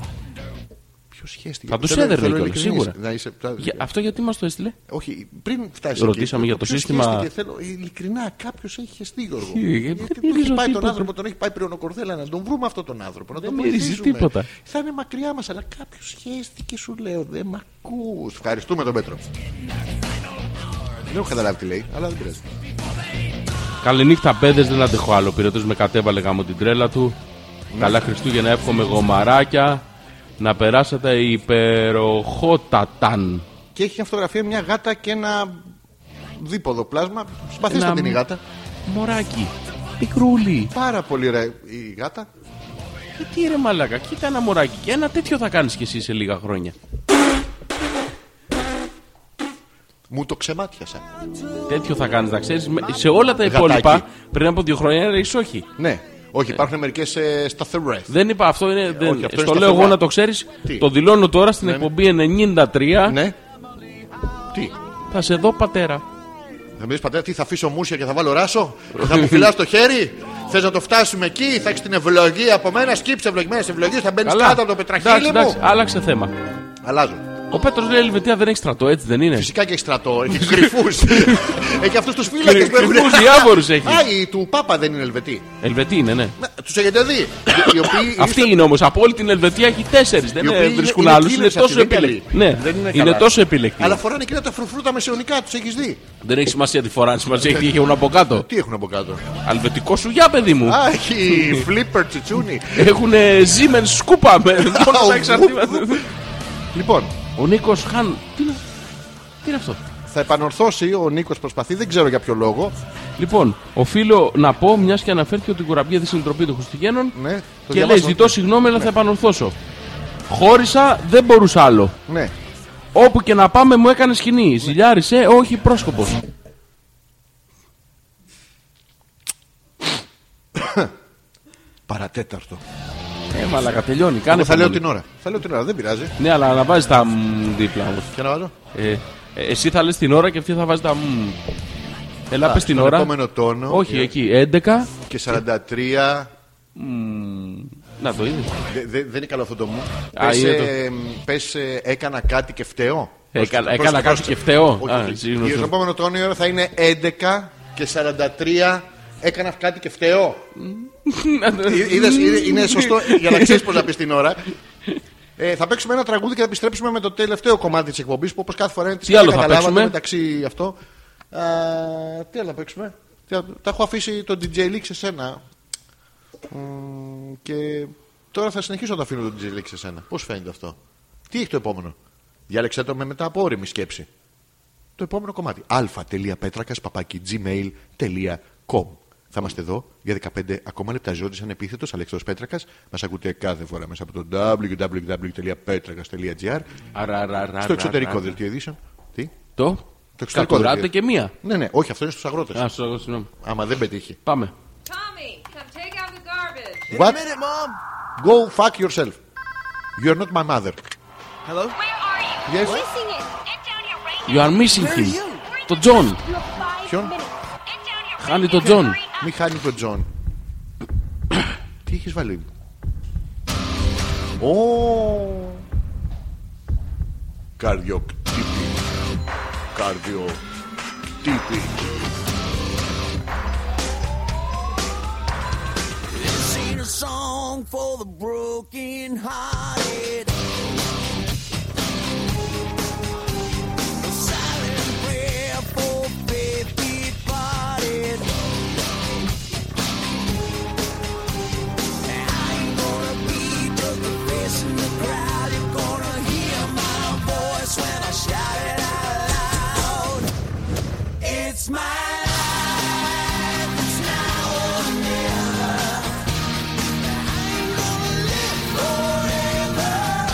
B: Ποιο σχέστηκε.
A: Θα τους
B: Θέλω-
A: έδερνε
B: θέλω
A: κιόλας,
B: ειλικρινής.
A: σίγουρα.
B: Να είσαι- θα-
A: Για- Αυτό γιατί μας το έστειλε.
B: Όχι, πριν φτάσει.
A: Ρωτήσαμε
B: εκεί,
A: για το
B: ποιος
A: σύστημα-
B: χαίστηκε, θέλω, ειλικρινά, κάποιος έχει χεστεί, Γιώργο.
A: Ε,
B: Γιατί
A: δεν
B: τον
A: μυρίζω
B: έχει πάει τον
A: τίποτα.
B: άνθρωπο, τον έχει πάει πριονοκορδέλα, να τον βρούμε αυτόν τον άνθρωπο. Να τον
A: μυρίζει
B: βοηθήσουμε.
A: τίποτα.
B: Θα είναι μακριά μας, αλλά κάποιος χαίστηκε, σου λέω. Δεν μ' ακούς. Ευχαριστούμε τον Πέτρο. Δεν έχω καταλάβει τι λέει, αλλά δεν πειράζει.
A: Καληνύχτα, παιδες, δεν αντέχω άλλο. Πυρετός με κατέβαλε γάμο την τρέλα του. Καλά Χριστούγεννα, εύχομαι γομαράκια. Να περάσετε υπεροχόταταν.
B: Και έχει μια φωτογραφία μια γάτα και ένα δίποδο πλάσμα. Συμπαθήστε
A: Ένα
B: την η
A: μ-
B: γάτα.
A: Μωράκι, μικρούλι.
B: Πάρα πολύ ωραία η γάτα.
A: Ε, τι ρε μαλάκα, κοίτα ένα μωράκι. Και ένα τέτοιο θα κάνεις κι εσύ σε λίγα χρόνια.
B: Μου το ξεμάτιασα.
A: Τέτοιο θα κάνεις, να ξέρεις. Με- Σε όλα τα υπόλοιπα, πριν από δύο χρόνια έλεγες όχι.
B: Ναι. Όχι, υπάρχουν μερικές ε, σταθερέ.
A: Δεν είπα αυτό, είναι, δεν,
B: όχι, αυτό
A: στο
B: είναι
A: λέω εγώ
B: σταθερά.
A: να το ξέρεις.
B: Τι?
A: Το δηλώνω τώρα στην εκπομπή 93.
B: Ναι. Τι.
A: Θα σε δω πατέρα.
B: Θα μου δεις, πατέρα, τι θα αφήσω μουσια και θα βάλω ράσο. Και θα μου φυλάς το χέρι. Θες να το φτάσουμε εκεί. Θα έχεις την ευλογία από μένα. Σκύψε ευλογημένε ευλογίες. Θα μπαίνεις κάτω από το
A: Εντάξει,
B: πετραχύλι
A: εντάξει,
B: μου.
A: άλλαξε θέμα.
B: Αλλάζω.
A: Ο Πέτρος λέει Ελβετία δεν έχει στρατό, έτσι δεν είναι.
B: Φυσικά και έχει στρατό. Έχει κρυφούς. έχει αυτούς τους φύλακες που έχουν.
A: Κρυφούς διάφορους έχει.
B: Α, οι του Πάπα δεν είναι Ελβετοί.
A: Ελβετοί είναι, ναι.
B: Τους έχετε δει. Οι οποίοι
A: Αυτή είναι όμως. Από όλη την Ελβετία έχει τέσσερις. Δεν
B: Οι
A: ε,
B: οποίοι είναι-
A: βρίσκουν
B: είναι
A: άλλους. Είναι,
B: κύλες αυτοί,
A: τόσο
B: δεν είναι
A: επιλεκτοί.
B: καλοί.
A: Ναι,
B: Δεν είναι
A: είναι,
B: καλά.
A: τόσο επιλεκτοί.
B: Αλλά φοράνε εκείνα τα φρουφρούτα μεσαιωνικά. Τους έχεις δει.
A: Δεν έχει σημασία τι φοράνε. Σημασία έχει τι έχουν από κάτω.
B: Τι έχουν από κάτω.
A: Αλβετικό σουγιά, παιδί μου.
B: Α, έχει φλίπερ τσιτσούνι.
A: Έχουν Siemens σκούπα με
B: ο
A: μόνο εξαρτήματα.
B: βουπ. Λοιπόν,
A: Ο Νίκος Χαν. Τι είναι, τι είναι αυτό.
B: θα επανορθώσει ο Νίκος προσπαθεί, δεν ξέρω για ποιο λόγο.
A: Λοιπόν, οφείλω να πω, μιας και αναφέρθηκε ότι η κουραμπία δεν είναι η ντροπή των Χριστουγέννων.
B: Ναι, το Ναι.
A: και λέει:
B: διαβάζω.
A: Ζητώ συγγνώμη, αλλά θα επανορθώσω. Χώρισα, δεν μπορούσα άλλο.
B: Ναι.
A: Όπου και να πάμε μου έκανε σκηνή. Ζηλιάρισε, όχι πρόσκοπος.
B: Παρατέταρτο.
A: Ε, μαλακα, τελειώνει. Κάνε
B: Εγώ θα λέω
A: υπομονή.
B: την ώρα. Θα λέω την ώρα, δεν πειράζει.
A: Ναι, αλλά να βάζεις τα μ δίπλα όμως.
B: Και να βάλω.
A: Ε, ε, εσύ θα λες την ώρα και αυτή θα βάζει τα μ. Ελά, πες την
B: Στον
A: ώρα.
B: επόμενο τόνο.
A: Όχι, εκεί. 11.
B: Και 43.
A: Να το είδες.
B: Δε- δε- δεν είναι καλό αυτό το μου.
A: Α,
B: Πες,
A: είναι το-
B: ε, πες, ε, έκανα κάτι και φταίω.
A: Έκανα-
B: Πρόσεξε,
A: έκανα κάτι
B: πρόσεξε.
A: και φταίω.
B: Όχι,
A: Α,
B: όχι.
A: συγγνώμη.
B: Και Στον επόμενο τόνο η ώρα θα είναι 11 και 43. Έκανα κάτι και φταίω. Ε, είδες, είναι, είναι σωστό για να ξέρεις πώς να πεις την ώρα. Ε, θα παίξουμε ένα τραγούδι και θα επιστρέψουμε με το τελευταίο κομμάτι της εκπομπής που όπως κάθε φορά είναι τη
A: Τι άλλο θα παίξουμε?
B: μεταξύ αυτό. Α, τι άλλο θα παίξουμε. Τι άλλο- Τα έχω αφήσει το DJ Leak σε σένα. Μμ, Και τώρα θα συνεχίσω να το αφήνω το DJ Leak σε σένα. Πώς φαίνεται αυτό. Τι έχει το επόμενο. Διάλεξε το με μετά από όρημη σκέψη. Το επόμενο κομμάτι. α.πέτρακα.gmail.com Θα είμαστε εδώ για 15 ακόμα λεπτά. Ζώντης ανεπίθετος, Αλέξανδρος Πέτρακας. Μας ακούτε κάθε φορά μέσα από το www.petrakas.gr Στο εξωτερικό δελτίο ειδήσεων. Τι?
A: Το.
B: Το εξωτερικό
A: Κατουράτε
B: δελτίο.
A: και μία.
B: Ναι, ναι, όχι, αυτό είναι στους αγρότες.
A: Α, στο- συγγνώμη.
B: Άμα δεν πετύχει.
A: Πάμε.
F: Tommy, come take out the garbage.
B: What? Go fuck yourself. You are not my
G: Hello?
B: mother.
F: Where are you?
B: Yes.
F: Missing it. Get down here right
A: You are missing
G: Where are
A: him.
G: you?
A: Το Τζον.
F: You have five
B: Ποιον?
F: minutes. Get down here
A: Χάνει
F: right
A: τον
F: now.
A: Τζον.
F: Hurry up.
B: Μη χάνει τον Τζον. Τι έχεις βάλει. Ω. Καρδιοκτύπη. Καρδιοκτύπη.
G: Sing a song for the broken hearted. A silent prayer for faith departed. I ain't gonna be just a face in the crowd. You're gonna hear my voice when I shout it out loud. It's my life. It's now or never. Forever.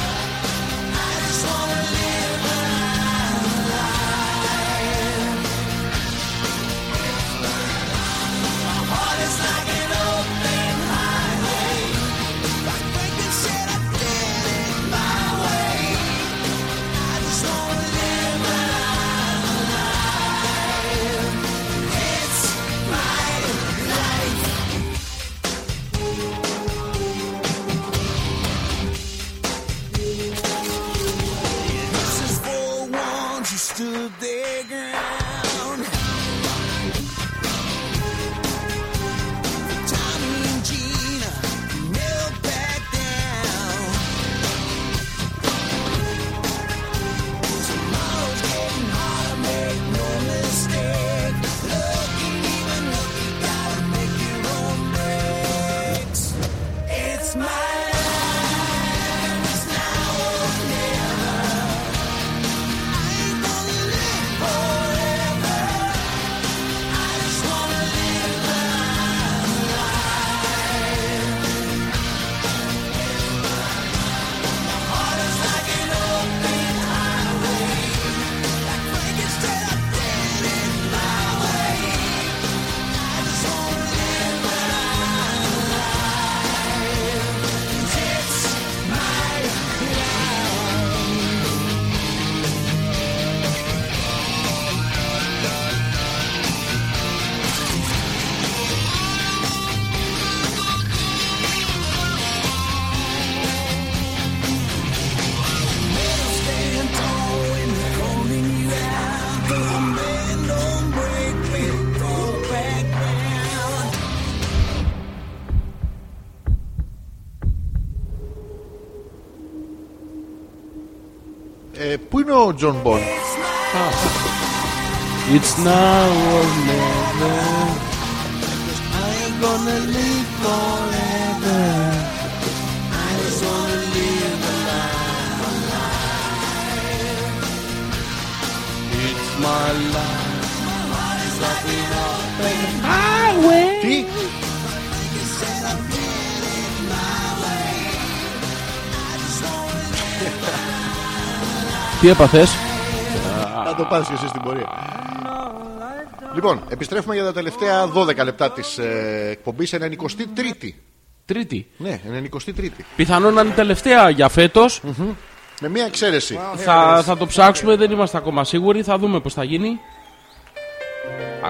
B: Ε, πού είναι ο Τζον Μπον,
A: It's now or never. It's my life.
B: τι,
A: Τι έπαθες
B: θα το πας και εσύ στην πορεία. Λοιπόν, επιστρέφουμε για τα τελευταία 12 λεπτά της ε, εκπομπής, έναν 23η.
A: Τρίτη.
B: Ναι, έναν 23η.
A: Πιθανόν να είναι τελευταία για φέτος.
B: Με μία εξαίρεση.
A: Θα, θα το ψάξουμε, δεν είμαστε ακόμα σίγουροι. Θα δούμε πώς θα γίνει.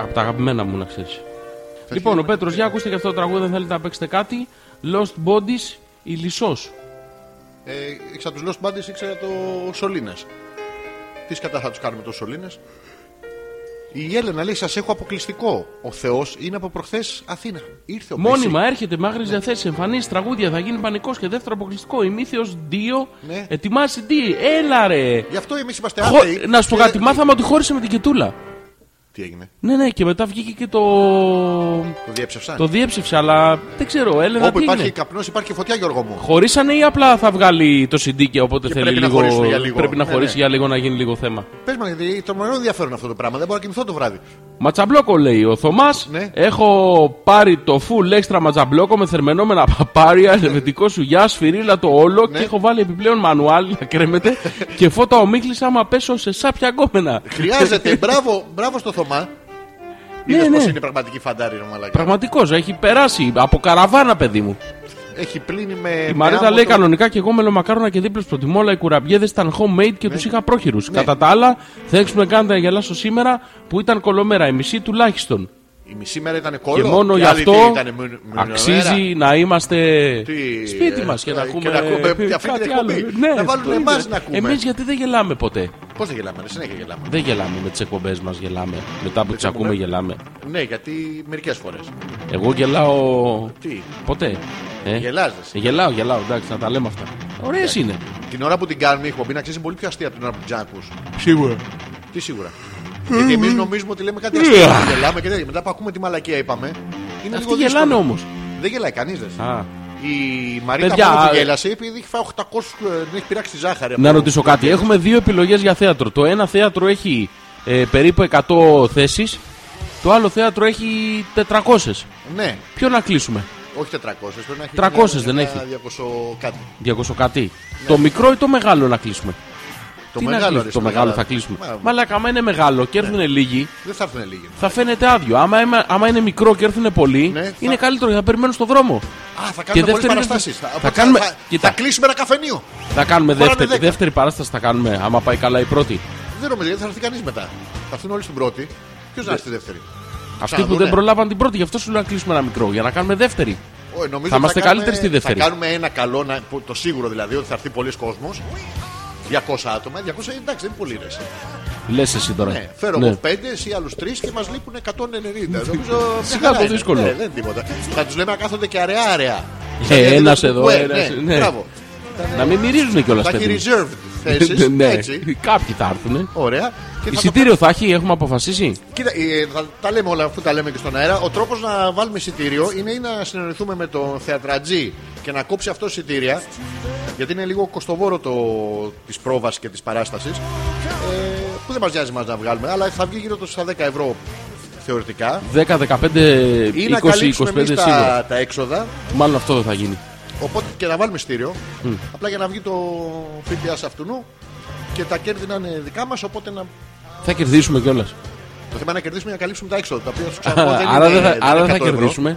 A: Από τα αγαπημένα μου, να ξέρεις. Λοιπόν, ο Πέτρος, για ακούστε και αυτό το τραγούδι, δεν θέλετε να παίξετε κάτι. Lost Bodies, η Λυσό.
B: Ε, ήξερα τους Lost Buddies, ήξερα το Σολίνας. Τι σκατά θα τους κάνουμε το Σολίνας. Η Έλενα λέει: Σας έχω αποκλειστικό. Ο Θεός είναι από προχθές Αθήνα. Ήρθε ο
A: Μόνιμα ε. έρχεται
B: Ναι.
A: με άγριε διαθέσει, εμφανίσεις τραγούδια, θα γίνει πανικός και δεύτερο αποκλειστικό. Η μύθιο 2
B: Ναι.
A: ετοιμάσει τι, έλα ρε.
B: Γι' αυτό εμείς είμαστε
A: Χω-
B: άθεοι.
A: Να σου πω
B: και-
A: κάτι, μάθαμε ότι χώρισε με την κετούλα.
B: ε, Τι έγινε,
A: Ναι, ναι, και μετά βγήκε και το.
B: το διέψευσαν.
A: Το διέψευσε, αλλά δεν ξέρω, Έλενα
B: Όπου
A: τι
B: υπάρχει
A: είναι.
B: καπνός, υπάρχει και φωτιά, Γιώργο μου.
A: Χωρίσανε ή απλά θα βγάλει το CD και οπότε
B: Και
A: θέλει
B: πρέπει να
A: λίγο,
B: χωρίσουν για λίγο.
A: Πρέπει να
B: Ναι,
A: χωρίσει
B: ναι.
A: για λίγο να γίνει λίγο θέμα.
B: Πες μας, γιατί τρομερό ενδιαφέρον αυτό το πράγμα. Δεν μπορώ να κοιμηθώ το βράδυ.
A: Ματσαμπλόκο λέει ο Θωμάς.
B: Ναι.
A: Έχω πάρει το full extra ματσαμπλόκο με θερμενόμενα παπάρια,
B: Ναι.
A: ελβετικό σουγιά, σφυρίλα το όλο και έχω βάλει επιπλέον μανουάλι να κρέμεται και φώτα ομίχλης άμα πέσω σε σάπια γκόμενα.
B: Χρειάζεται, μπράβο, μπράβο στο Θωμά.
A: Ναι,
B: Είδες
A: ναι.
B: πώς είναι η πραγματική φαντάρη, ρε μαλάκα.
A: Πραγματικός, έχει περάσει από καραβάνα, παιδί μου.
B: Έχει πλύνει με.
A: Η
B: Ε, με
A: Μαρίτα
B: άμμο
A: λέει
B: το-
A: κανονικά και εγώ μελομακάρονα και δίπλε προτιμώ, αλλά οι κουραμπιέδες ήταν homemade και τους τους είχα πρόχειρους. Κατά τα άλλα, θα έξουμε καν να γελάσω σήμερα που ήταν κολομέρα, η μισή τουλάχιστον.
B: Η μισή μέρα ήταν κόλλο.
A: και μόνο
B: η
A: γι'
B: άλλη
A: αυτό
B: τι ήτανε, μου- μου-
A: αξίζει να είμαστε
B: Τι,
A: σπίτι
B: ε,
A: μας και να
B: ε, και
A: ακούμε,
B: να ακούμε
A: πι-
B: αυτή την εκπομπή. Να βάλουν
A: το
B: εμάς
A: είναι.
B: να ακούμε.
A: ναι, Εμείς γιατί δεν γελάμε ποτέ.
B: Πώς δεν γελάμε, ρε, συνέχεια γελάμε.
A: Δεν γελάμε με τις εκπομπές μας, γελάμε. Μετά που τι ακούμε,
B: εκπομπές.
A: γελάμε.
B: Ναι, γιατί μερικές φορές.
A: Εγώ γελάω.
B: Τι,
A: Ποτέ. Ε.
B: γελάζεσαι.
A: Γελάω, γελάω, εντάξει, να τα λέμε αυτά. Ωραίες είναι.
B: Την ώρα που την κάνουμε η εκπομπή να ξέρει πολύ πιο αστεία από την ώρα που την τζάκου.
A: Σίγουρα.
B: Τι σίγουρα. Γιατί εμείς νομίζουμε ότι λέμε κάτι αστείο. γελάμε και τέτοια. Μετά που ακούμε τη μαλακία είπαμε. Είναι
A: Αυτοί
B: λίγο
A: γελάνε
B: δύσκολο.
A: όμως.
B: Δεν γελάει κανείς, δεν. Η
A: Παιδιά,
B: Μαρίτα μόνο που
A: ε,
B: γέλασε επειδή έχει φάει 800. ε, Δεν έχει πειράξει τη ζάχαρη.
A: Να
B: από-
A: ρωτήσω κάτι. Έχουμε δύο επιλογές για θέατρο. Το ένα θέατρο έχει ε, περίπου 100 θέσεις. Το άλλο θέατρο έχει 400.
B: Ναι,
A: Ποιο να κλείσουμε.
B: όχι 400. Πρέπει να έχει
A: 300
B: μια-
A: δεν
B: μια
A: έχει.
B: 200 κάτι.
A: 200 κάτι. Το μικρό ή το μεγάλο να κλείσουμε.
B: Ναι. Το
A: Τι να
B: μεγάλο, Ναι.
A: κλείσουμε,
B: ρε,
A: το μεγάλο θα
B: Μα-
A: κλείσουμε. Μαλάκα, άμα είναι μεγάλο και έρθουν λίγοι,
B: Δεν θα έρθουν λίγοι.
A: θα φαίνεται άδειο. Άμα, είμαι- άμα είναι μικρό και έρθουν πολλοί,
B: Ναι, θα-
A: είναι καλύτερο γιατί θα περιμένουν στον δρόμο.
B: Α, θα κάνουμε πολλές
A: δεύτερη-
B: παραστάσεις.
A: θα κάνουμε- κοίτα.
B: θα κλείσουμε ένα καφενείο.
A: Θα κάνουμε
B: Χωράνε
A: δεύτερη,
B: δέκα.
A: δεύτερη παράσταση, θα κάνουμε άμα πάει καλά η πρώτη.
B: Δεν νομίζω γιατί θα έρθει κανείς μετά. Θα έρθουν όλοι στην πρώτη. Ποιος να έρθει
A: Ε,
B: στη δεύτερη.
A: Αυτοί που
B: δούνε.
A: δεν προλάβαν την πρώτη, γι' αυτό σου λέω να κλείσουμε ένα μικρό, για να κάνουμε δεύτερη.
B: Ω, ε, νομίζω
A: Θα
B: ότι
A: είμαστε
B: κάνουμε-
A: καλύτεροι στη δεύτερη.
B: Θα κάνουμε ένα καλό, να- που- το σίγουρο δηλαδή, ότι θα έρθει πολλοί κόσμος. 200 άτομα. 200 εντάξει, δεν είναι πολύ ρε.
A: Λες εσύ τώρα.
B: Ναι, φέρω
A: Ναι.
B: εγώ 5, εσύ άλλους 3 και μας λείπουν 190. Νομίζω. μια
A: Σιγά
B: χαρά
A: το
B: είναι.
A: δύσκολο.
B: Ναι, δεν είναι τίποτα. Θα τους λέμε να κάθονται και αραιά-αραιά.
A: Ε, ένας
B: Δηλαδή,
A: εδώ,
B: ναι,
A: ένας,
B: ναι,
A: ναι.
B: Μπράβο.
A: Να μην μυρίζουν κιόλας
B: Θα έχει
A: παιδί. μου.
B: reserved θέσεις.
A: ναι,
B: έτσι.
A: κάποιοι θα έρθουν.
B: Ωραία. Και θα το
A: Εισιτήριο θα έχει, έχουμε αποφασίσει.
B: Κοίτα, ε, θα τα λέμε όλα αφού τα λέμε και στον αέρα. Ο τρόπος να βάλουμε εισιτήριο είναι ή να συνεννοηθούμε με τον θεατρατζή και να κόψει αυτό εισιτήρια. Γιατί είναι λίγο κοστοβόρο το της πρόβας και της παράστασης. Ε, που δεν μας νοιάζει μας να βγάλουμε, αλλά θα βγει γύρω το στα 10 ευρώ θεωρητικά.
A: 10, 15,
B: Ή να
A: 20, 25
B: καλύψουμε εμείς
A: σίγουρα.
B: τα, τα έξοδα
A: Μάλλον αυτό δεν θα γίνει.
B: οπότε και να βάλουμε στήριο. Απλά για να βγει το ΦΠΑ σε αυτού και τα κέρδη να είναι δικά μας. Οπότε να...
A: Θα κερδίσουμε κιόλας.
B: το θέμα είναι να κερδίσουμε για να καλύψουμε τα έξοδα. Τα οποία σου ξαναπώ, δεν
A: Άρα
B: είναι-
A: δεν θα,
B: δεν
A: άρα
B: είναι
A: δεν θα
B: 100 ευρώ.
A: κερδίσουμε.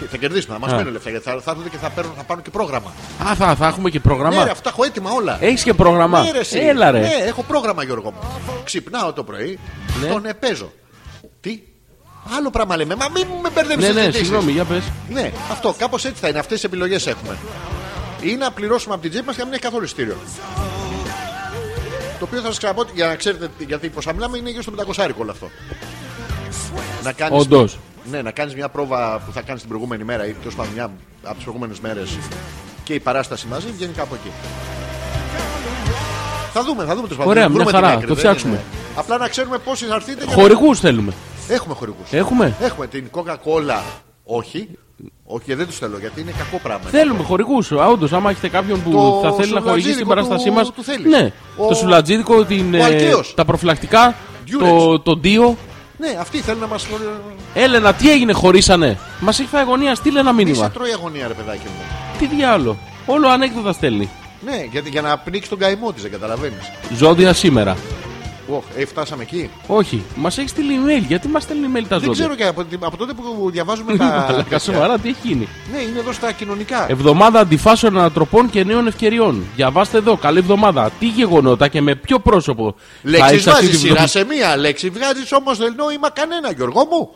B: Και Θα κερδίσουμε, να μας
A: Α.
B: μένουν λεφτά γιατί θα, θα έρθουν και θα, παίρνουν, θα πάρουν και πρόγραμμα.
A: Α, θα, θα έχουμε και πρόγραμμα.
B: Ναι, ρε, αυτά έχω έτοιμα όλα.
A: Έχεις και πρόγραμμα.
B: Ναι, ρε, εσύ.
A: Ε, Έλα ρε.
B: Ναι, έχω πρόγραμμα, Γιώργο μου. Ξυπνάω το πρωί,
A: Ναι.
B: τον επέζω. Τι, άλλο πράγμα λέμε. Μα μην με μπερδεύεις
A: ναι, ναι, συγγνώμη, για πες.
B: Ναι, αυτό κάπως έτσι θα είναι. Αυτές τι επιλογές έχουμε. Ή να πληρώσουμε από την τσέπη μας και να μην έχει καθόλου εισιτήριο. Το οποίο θα σας ξαναπώ ότι- για να ξέρετε γιατί πόσα μιλάμε είναι γύρω στο 500 όλο αυτό. Να κάνεις,
A: Όντως.
B: Ναι, να κάνεις μια πρόβα που θα κάνεις την προηγούμενη μέρα ή τέλος πάντων μια από τις προηγούμενες μέρες και η παράσταση μαζί βγαίνει κάπου εκεί. Θα δούμε, θα δούμε το σπαθί.
A: Ωραία,
B: Βρούμε
A: μια
B: την
A: χαρά,
B: άκρη,
A: το
B: δεν
A: φτιάξουμε.
B: είναι. Απλά να ξέρουμε πόσοι θα έρθετε. για να-
A: Χορηγούς θέλουμε.
B: Έχουμε χορηγούς.
A: Έχουμε.
B: Έχουμε την Coca-Cola. Όχι. Όχι, δεν τους θέλω γιατί είναι κακό πράγμα.
A: Θέλουμε χορηγούς. Όντως, άμα έχετε κάποιον που
B: Το
A: θα θέλει να χορηγήσει την
B: σουβλατζίδικο
A: παράστασή
B: του-
A: μας.
B: του θέλεις.
A: Ναι,
B: Ο-
A: το σουλατζίδικο, την,
B: ο
A: ε,
B: Αλκαίος.
A: τα προφυλακτικά, το,
B: Durex.
A: το ντίο.
B: Ναι, αυτοί θέλουν να μας χορηγήσουν.
A: Έλενα, τι έγινε, χωρίσανε. Μας έχει φάει αγωνία, στείλε ένα
B: Είσαι
A: μήνυμα.
B: τρώει αγωνία, ρε παιδάκι μου.
A: Τι διάλογο. Όλο ανέκδοτα στέλνει.
B: Ναι, γιατί για να πνίξει τον καημό της, δεν καταλαβαίνεις.
A: Ζώδια σήμερα.
B: Ωχ, ε, φτάσαμε εκεί.
A: Όχι, μας έχεις στείλει email. Γιατί μας στέλνει email τα
B: Δεν
A: ζώδια.
B: ξέρω και από, την- από τότε που διαβάζουμε τα.
A: Μαλάκα, σοβαρά, Ε, τι έχει γίνει.
B: ναι, είναι εδώ στα κοινωνικά.
A: Εβδομάδα αντιφάσεων ανατροπών και νέων ευκαιριών. Διαβάστε εδώ, καλή εβδομάδα. Τι γεγονότα και με ποιο πρόσωπο
B: Λέξεις
A: έχεις αυτή
B: βάζεις
A: τη
B: σειρά
A: βδομάδα.
B: σε μία λέξη. Βγάζεις όμως δεν νόημα κανένα, Γιώργο μου.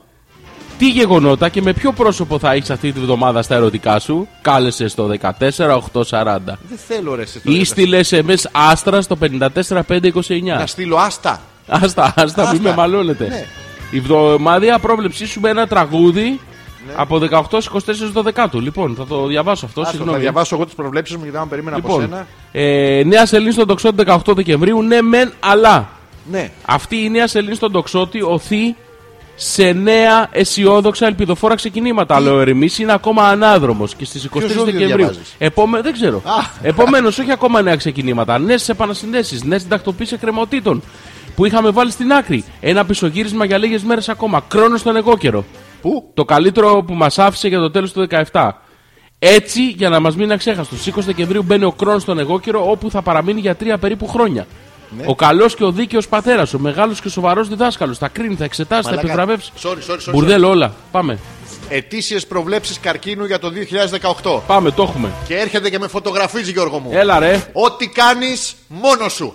A: Τι γεγονότα και με ποιο πρόσωπο θα έχεις αυτή τη βδομάδα στα ερωτικά σου. Κάλεσε στο 14840.
B: Δεν θέλω ρε εσύ τώρα.
A: Ή στείλε SMS άστρα στο 54529.
B: Να στείλω άστα.
A: Άστα, άστα, μην
B: Άστα.
A: με μαλώνετε.
B: Ναι.
A: Η βδομάδια πρόβλεψή σου με ένα τραγούδι από 18-24 12. Λοιπόν, θα το διαβάσω αυτό.
B: Ναι. Άστο, θα
A: Συγγνώμη.
B: διαβάσω εγώ τις προβλέψεις μου γιατί άμα περίμενα από
A: Λοιπόν,
B: σένα.
A: ε, νέα σελήνη στον τοξότη 18 Δεκεμβρίου. Ναι, μεν, αλλά.
B: Ναι.
A: Αυτή η νέα σελήνη στον τοξότη οθεί σε νέα αισιόδοξα ελπιδοφόρα ξεκινήματα. Αλλά ο Ερμή είναι ακόμα ανάδρομος και στις 23
B: ζώδιο
A: Δεκεμβρίου.
B: διαβάζεις?
A: Επόμε... Δεν ξέρω. Επομένως, όχι ακόμα νέα ξεκινήματα. Νέες επανασυνδέσεις, νέες συντακτοποίησεις εκκρεμωτήτων που είχαμε βάλει στην άκρη. Ένα πισωγύρισμα για λίγες μέρες ακόμα. Κρόνος στον εγώ καιρό.
B: Πού?
A: Το καλύτερο που μας άφησε για το τέλος του 17. Έτσι, για να μας μείνει αξέχαστος, στι 20 Δεκεμβρίου μπαίνει ο Κρόν στον εγώκερο, όπου θα παραμείνει για τρία περίπου χρόνια.
B: Ναι.
A: Ο καλός και ο δίκαιος πατέρας, ο μεγάλος και σοβαρός διδάσκαλος. Θα κρίνει, θα εξετάσει, θα
B: Μαλάκα.
A: επιβραβεύσει.
B: Sorry, sorry, sorry,
A: Μπουρδέλ όλα. Πάμε.
B: Ετήσιες προβλέψεις καρκίνου για το 2018.
A: Πάμε, το έχουμε.
B: Και έρχεται και με φωτογραφίζει, Γιώργο μου.
A: Έλα ρε.
B: Ό,τι κάνεις μόνο σου.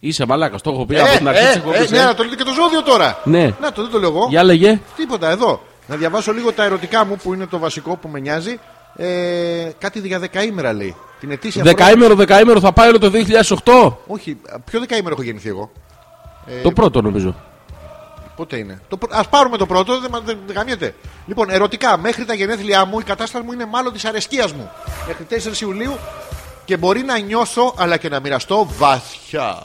A: Είσαι μαλάκας, το έχω
B: Ε,
A: πει από την αρχή της εκπομπή.
B: ναι, να το λέτε και το ζώδιο τώρα.
A: Ναι.
B: Να το δεν το λέω εγώ.
A: Για λέγε.
B: Τίποτα εδώ. Να διαβάσω λίγο τα ερωτικά μου που είναι το βασικό που με νοιάζει. Ε, κάτι για δεκαήμερα λέει. Την ετήσια προβλέψη-
A: Δεκαήμερο, δεκαήμερο θα πάει όλο το 2008.
B: Όχι, ποιο δεκαήμερο έχω γεννηθεί εγώ. Ε,
A: Το πρώτο νομίζω.
B: Πότε είναι. Το, πρω- ας πάρουμε το πρώτο, δεν, μα- δεν, δεν γαμιέται. Λοιπόν, ερωτικά, μέχρι τα γενέθλιά μου η κατάσταση μου είναι μάλλον της αρεσκίας μου. Μέχρι 4 Ιουλίου και μπορεί να νιώσω αλλά και να μοιραστώ βαθιά. Α,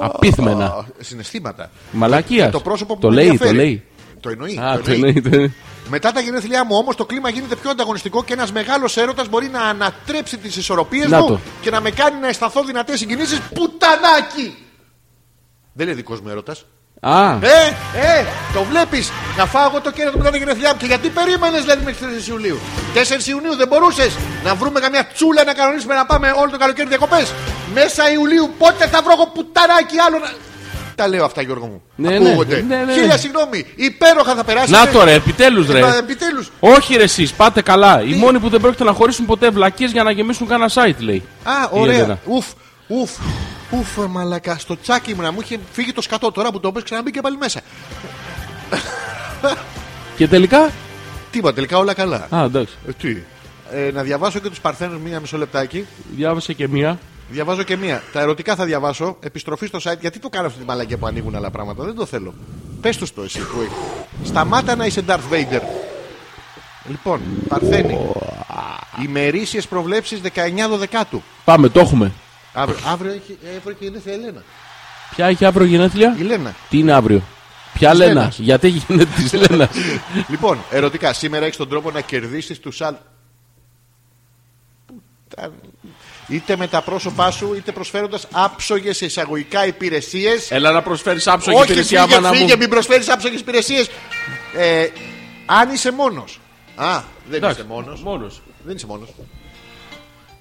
A: Απίθμενα.
B: Συναισθήματα.
A: Μαλακίας.
B: ε, Το πρόσωπο που
A: το
B: με
A: λέει, το
B: ενδιαφέρει.
A: λέει.
B: Το εννοεί.
A: Α,
B: το
A: το
B: εννοεί.
A: λέει. το λέει.
B: Μετά τα γενέθλιά μου όμως το κλίμα γίνεται πιο ανταγωνιστικό και ένας μεγάλος έρωτας μπορεί να ανατρέψει τις ισορροπίες
A: Να
B: μου
A: το.
B: και να με κάνει να αισθανθώ δυνατές συγκινήσεις. Πουτανάκι! Δεν λέει δικός μου έρωτας.
A: Α,
B: Ε, ε, το βλέπεις να φάω εγώ το κέρατο μετά τα γενέθλιά μου. Και γιατί περίμενες, δηλαδή, μέχρι 4 Ιουλίου. 4 Ιουνίου δεν μπορούσες να βρούμε καμιά τσούλα να κανονίσουμε να πάμε όλο το καλοκαίρι διακοπές. Μέσα Ιουλίου πότε θα βρω εγώ πουτανάκι άλλο να. Τα λέω αυτά, Γιώργο μου.
A: Ναι, ναι,
B: Ακούγονται.
A: ναι, ναι, ναι.
B: Χίλια συγγνώμη, υπέροχα θα περάσει.
A: να το ρε, επιτέλους
B: Ε,
A: ρε.
B: Επιτέλους.
A: Όχι ρε εσείς, πάτε καλά. Οι μόνοι που δεν πρόκειται να χωρίσουν ποτέ βλακίες για να γεμίσουν κανένα site λέει.
B: Α,
A: Η Έλενα.
B: ωραία. Ουφ, ουφ, ουφ, ε, μαλακά. Στο τσάκι μου να μου είχε φύγει το σκατό τώρα που το πες ξαναμπήκε πάλι μέσα.
A: Και τελικά,
B: Τίποτα, τελικά όλα καλά.
A: α εντάξει,
B: Ε, τι. Ε, να διαβάσω και τους Παρθένους μία μισό λεπτάκι.
A: διάβασε και μία.
B: Διαβάζω και μία. Τα ερωτικά θα διαβάσω. Επιστροφή στο site. Γιατί το κάνω αυτή τη μαλακία που ανοίγουν άλλα πράγματα. Δεν το θέλω. Πες τους το εσύ που έχεις. Σταμάτα να είσαι Darth Vader. Λοιπόν, Παρθένη. Ημερήσιες προβλέψεις 19 Δεκάτου.
A: Πάμε, το έχουμε.
B: Αύριο, αύριο έχει αύριο και η Ελένα.
A: Ποια έχει αύριο γενέθλια,
B: Η Λένα.
A: τι είναι αύριο. Ποια Λένα,
B: Λένας.
A: γιατί έχει γενέθλια της Λένας.
B: Λοιπόν, ερωτικά, σήμερα έχεις τον τρόπο να κερδίσεις τους άλλου. Είτε με τα πρόσωπά σου, είτε προσφέροντας άψογες εισαγωγικά υπηρεσίες.
A: Έλα να προσφέρεις άψογη
B: Όχι,
A: υπηρεσία
B: φύγε,
A: μάνα μου.
B: φύγε, μην προσφέρεις άψογες υπηρεσίες. Ε, αν είσαι μόνος. Α, δεν
A: Εντάξει,
B: είσαι μόνος.
A: μόνος.
B: Δεν είσαι μόνος.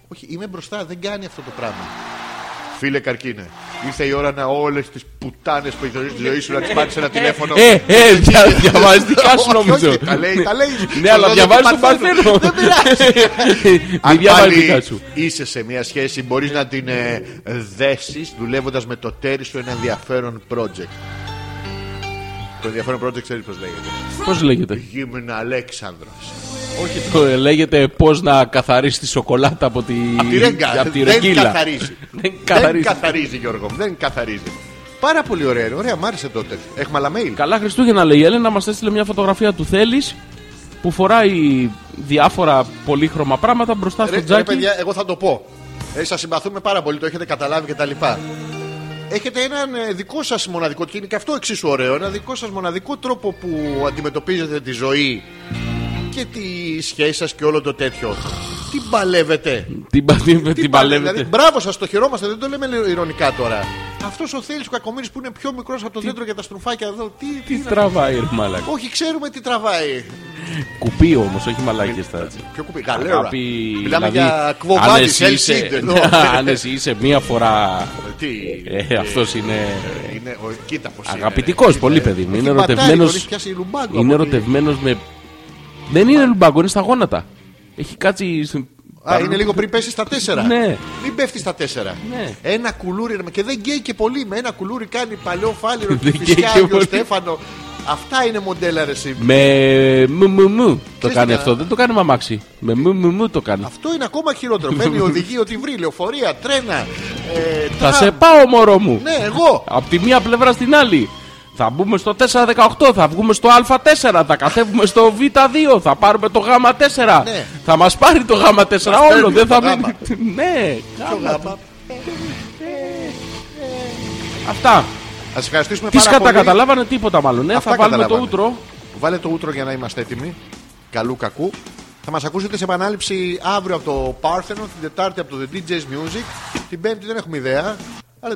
B: Όχι, είμαι μπροστά, δεν κάνει αυτό το πράγμα. Φίλε Καρκίνε, ήρθε η ώρα να όλες τις πουτάνες που έχει τη ζωή σου να τις πάρεις ένα τηλέφωνο.
A: Ε, ε, δια- διαβάζεις δικά σου
B: Όχι, όχι,
A: νομίζω.
B: Τα λέει, τα λέει.
A: Ναι, αλλά
B: Στο
A: διαβάζεις τον
B: Παρθένο.
A: Παρθένο.
B: Δεν πειράζει.
A: Μην
B: Αν
A: διαβάζεις
B: πάλι
A: δικά σου.
B: είσαι σε μια σχέση, μπορείς να την ε, δέσεις δουλεύοντας με το τέρι σου ένα ενδιαφέρον project. Το ενδιαφέρον project ξέρεις πώς λέγεται.
A: Πώς λέγεται.
B: Γύμνα Αλέξανδρος.
A: Όχι, το ε, λέγεται πώς να καθαρίσεις τη σοκολάτα από τη,
B: Απ' τη ρέγγα.
A: απ' τη
B: Δεν
A: ρεγγύλα.
B: καθαρίζει.
A: Δεν καθαρίζει.
B: Δεν καθαρίζει, Γιώργο. μου, Δεν καθαρίζει. Πάρα πολύ ωραία. είναι. Ωραία, μ' άρεσε τότε. Έχουμε άλλα mail.
A: Καλά Χριστούγεννα λέει η Έλενα, μας έστειλε μια φωτογραφία του Θέλης που φοράει διάφορα πολύχρωμα πράγματα μπροστά
B: Ρε,
A: στο
B: ρε,
A: τζάκι.
B: παιδιά, εγώ θα το πω. Ε, σας συμπαθούμε πάρα πολύ, το έχετε καταλάβει κτλ. Έχετε έναν ε, δικό σας μοναδικό, και είναι και αυτό εξίσου ωραίο, ένα δικό σας μοναδικό τρόπο που αντιμετωπίζετε τη ζωή και τη σχέση σας και όλο το τέτοιο. Τι μπαλεύετε.
A: Την, πα- την- την
B: Δηλαδή,
A: παλεύετε.
B: μπράβο σας, το χαιρόμαστε, δεν το λέμε ηρωνικά τώρα. Αυτός ο Θέλει ο Κακομοίρης που είναι πιο μικρός από το δέντρο για τα στρουφάκια εδώ, τι. τι
A: Τι
B: είναι
A: τραβάει, ρε μαλάκα.
B: αυτό? Όχι, ξέρουμε τι τραβάει.
A: Κουπί όμως, όχι μαλάκια στα έτσι.
B: Ποιο κουμπί, καλέρα.
A: Αγάπη,
B: Μιλάμε
A: δηλαδή,
B: για
A: αν
B: κβοβάτη,
A: εσύ είσαι-
B: Ελσίντε.
A: Αν εσύ είσαι μία φορά.
B: Τι.
A: Ε, Αυτός είναι.
B: Ε, Είναι, ο, κοίτα πως είναι,
A: Αγαπητικός,
B: ρε.
A: πολύ
B: Κοίτα, ε,
A: παιδί μου.
B: έχει
A: Είναι
B: πατάρει,
A: ερωτευμένο.
B: τον έχει πιάσει λουμπάγκο
A: Είναι
B: από τη-
A: ερωτευμένος με. Δεν είναι λουμπάγκο, είναι στα γόνατα. Έχει κάτσει. στην-
B: Α, είναι λίγο πριν πέσει στα τέσσερα.
A: Ναι.
B: Μην πέφτει στα τέσσερα.
A: Ναι.
B: Ένα κουλούρι ρε, και δεν γκέει και πολύ. Με ένα κουλούρι κάνει παλαιό φάλιρο
A: Δεν
B: και
A: γκέει και
B: φυσικά ο
A: πολύ.
B: Στέφανο. Αυτά είναι μοντέλα ρε εσύ.
A: Με μου μου μου το
B: Ξέρεις
A: κάνει
B: τι, α?
A: αυτό. Δεν το κάνει μαμάξι. Με μου μου μου το κάνει.
B: Αυτό είναι ακόμα χειρότερο. Παίρνει οδηγεί ό,τι βρει. Λεωφορεία, τρένα. Ε,
A: Θα
B: τραμ.
A: σε πάω, μωρό μου.
B: Ναι, εγώ.
A: Απ' τη μία πλευρά στην άλλη. Θα μπούμε στο 418, θα βγούμε στο Α4, θα κατέβουμε στο Β2, θα πάρουμε το Γ4.
B: Ναι.
A: Θα μας πάρει το Γ4
B: Μας
A: όλο,
B: παίρνει
A: δεν
B: το
A: θα
B: γάμα.
A: μείνει. ναι,
B: Ποιο
A: γάμα.
B: γάμα.
A: Αυτά.
B: Θα σα ευχαριστήσουμε
A: Τις
B: πάρα πολύ.
A: κατακαταλάβανε τίποτα μάλλον. Ναι,
B: Αυτά
A: θα βάλουμε το
B: καταλάβανε.
A: ούτρο.
B: Βάλε το ούτρο για να είμαστε έτοιμοι. Καλού κακού. Θα μας ακούσετε σε επανάληψη αύριο από το Parthenon, την Τετάρτη από το The DJ's Music. Την Πέμπτη δεν έχουμε ιδέα. Αλλά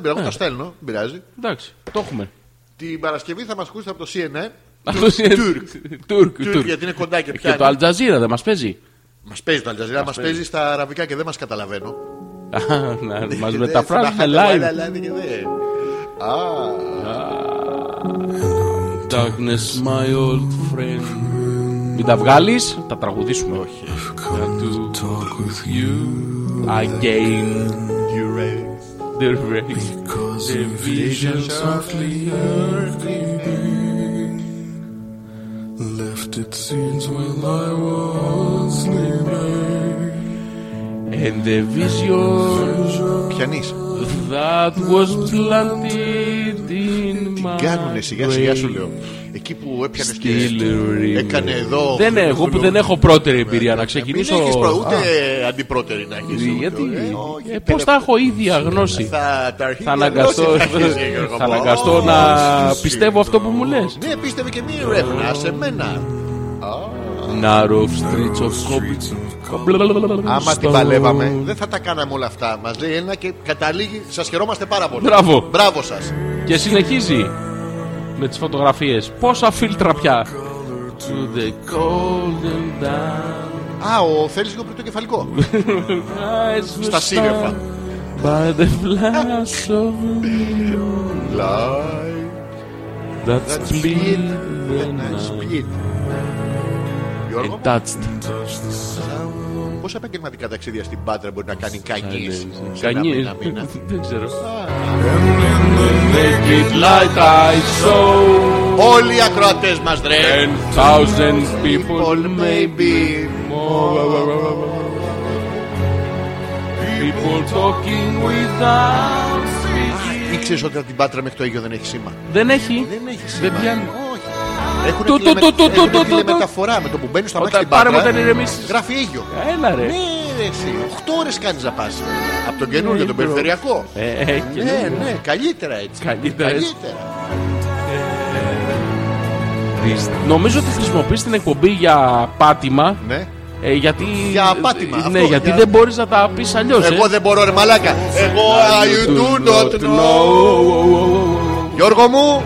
A: Ε.
B: δεν πειράζει, το στέλνω, δεν πειράζει.
A: Εντάξει, το έχουμε.
B: Την Παρασκευή θα μας ακούσετε από το CNN.
A: Αυτός είναι-
B: Τουρκ.
A: Τουρκ,
B: Τουρκ,
A: Τουρκ. Ε,
B: γιατί είναι κοντά και
A: Και
B: πιάνει.
A: το Αλτζαζίρα δεν μας παίζει.
B: Μας παίζει το Αλτζαζίρα, μας παίζει στα αραβικά και δεν μας καταλαβαίνω.
A: Α, να- Μας
B: Και δεν-
A: μεταφράζουν
B: στην Αχάτα,
A: Ε, live.
B: βάλε, αλλά, και δεν.
A: Darkness, my old friend. Μην τα βγάλεις, τα τραγουδήσουμε. Όχι. to talk with you again. The race. The visions of
H: softly earthly breeze left its scenes when I was sleeping.
A: and the vision
B: Πιανείς.
A: that was planted in my
B: Κάνουνε σιγά σιγά σου
A: brain.
B: λέω. Εκεί που έπιανες
A: Still
B: και. Έκανε
A: remember.
B: εδώ.
A: Δεν έχω που δεν έχω πρώτερη εμπειρία να
B: Μην
A: ξεκινήσω.
B: έχεις προ-
A: Α,
B: ούτε αντιπρότερη να έχεις ούτε-
A: Γιατί.
B: ε, όχι,
A: ε, Πώς
B: παιδε-
A: τα έχω ήδη αγνώσει.
B: ε, Θα ε, τα
A: Θα αναγκαστώ, θα αναγκαστώ να
B: ε,
A: πιστεύω αυτό που μου λες.
B: Ναι, πίστευε και μη ρεύνα σε μένα.
A: Narrow streets of Cobblestone.
B: Άμα την παλεύαμε, δεν θα τα κάναμε όλα αυτά. Μας λέει ένα και καταλήγει. Σας χαιρόμαστε πάρα πολύ.
A: Μπράβο.
B: Μπράβο σας.
A: Και συνεχίζει με τις φωτογραφίες. Πόσα φίλτρα πια. To the cold and dark
B: Α, ο θέλεις λίγο πριν το κεφαλικό.
A: eyes were
B: Στα σύννεφα.
A: stung By the flash of that split when I
B: Γιώργο,
A: touched
B: πόσα επαγγελματικά ταξίδια στην Πάτρα μπορεί να κάνει κανείς σε ένα
A: Κανείς.
B: μήνα, μήνα.
A: Δεν ξέρω. Naked light I saw
B: Όλοι οι ακροατές μας ρε.
A: Ten thousand people
B: People
A: maybe
B: maybe.
A: People talking without speaking
B: Ήξερες ότι από την Πάτρα μέχρι το Αίγιο δεν έχει σήμα.
A: Δεν έχει
B: Δεν έχει
A: Δεν
B: σήμα.
A: πιάνει.
B: Όχι.
A: Του, του,
B: Έχουν
A: του, του, του, του,
B: τη
A: του.
B: τηλεμεταφορά με το που μπαίνεις στο αμάξι
A: Όταν
B: στην
A: πάρε μου
B: Πάτρα.
A: όταν ηρεμήσεις
B: Γράφει Αίγιο.
A: Έλα ρε
B: Ναι, ρε, εσύ. 8 ώρες κάνεις να πας. Από τον καινούριο, τον περιφερειακό.
A: Ε, ε, και-
B: Ναι, ναι, καλύτερα έτσι.
A: Καλύτερα έτσι.
B: Καλύτερα.
A: Νομίζω ότι χρησιμοποιείς την εκπομπή για πάτημα
B: Ναι.
A: ε, γιατί,
B: Για πάτημα,
A: Ναι,
B: αυτό,
A: γιατί
B: για-
A: δεν μπορείς να τα πεις αλλιώς ε.
B: Ναι. Εγώ δεν μπορώ, ρε Μαλάκα. Εγώ, I you do not know. Γιώργο μου,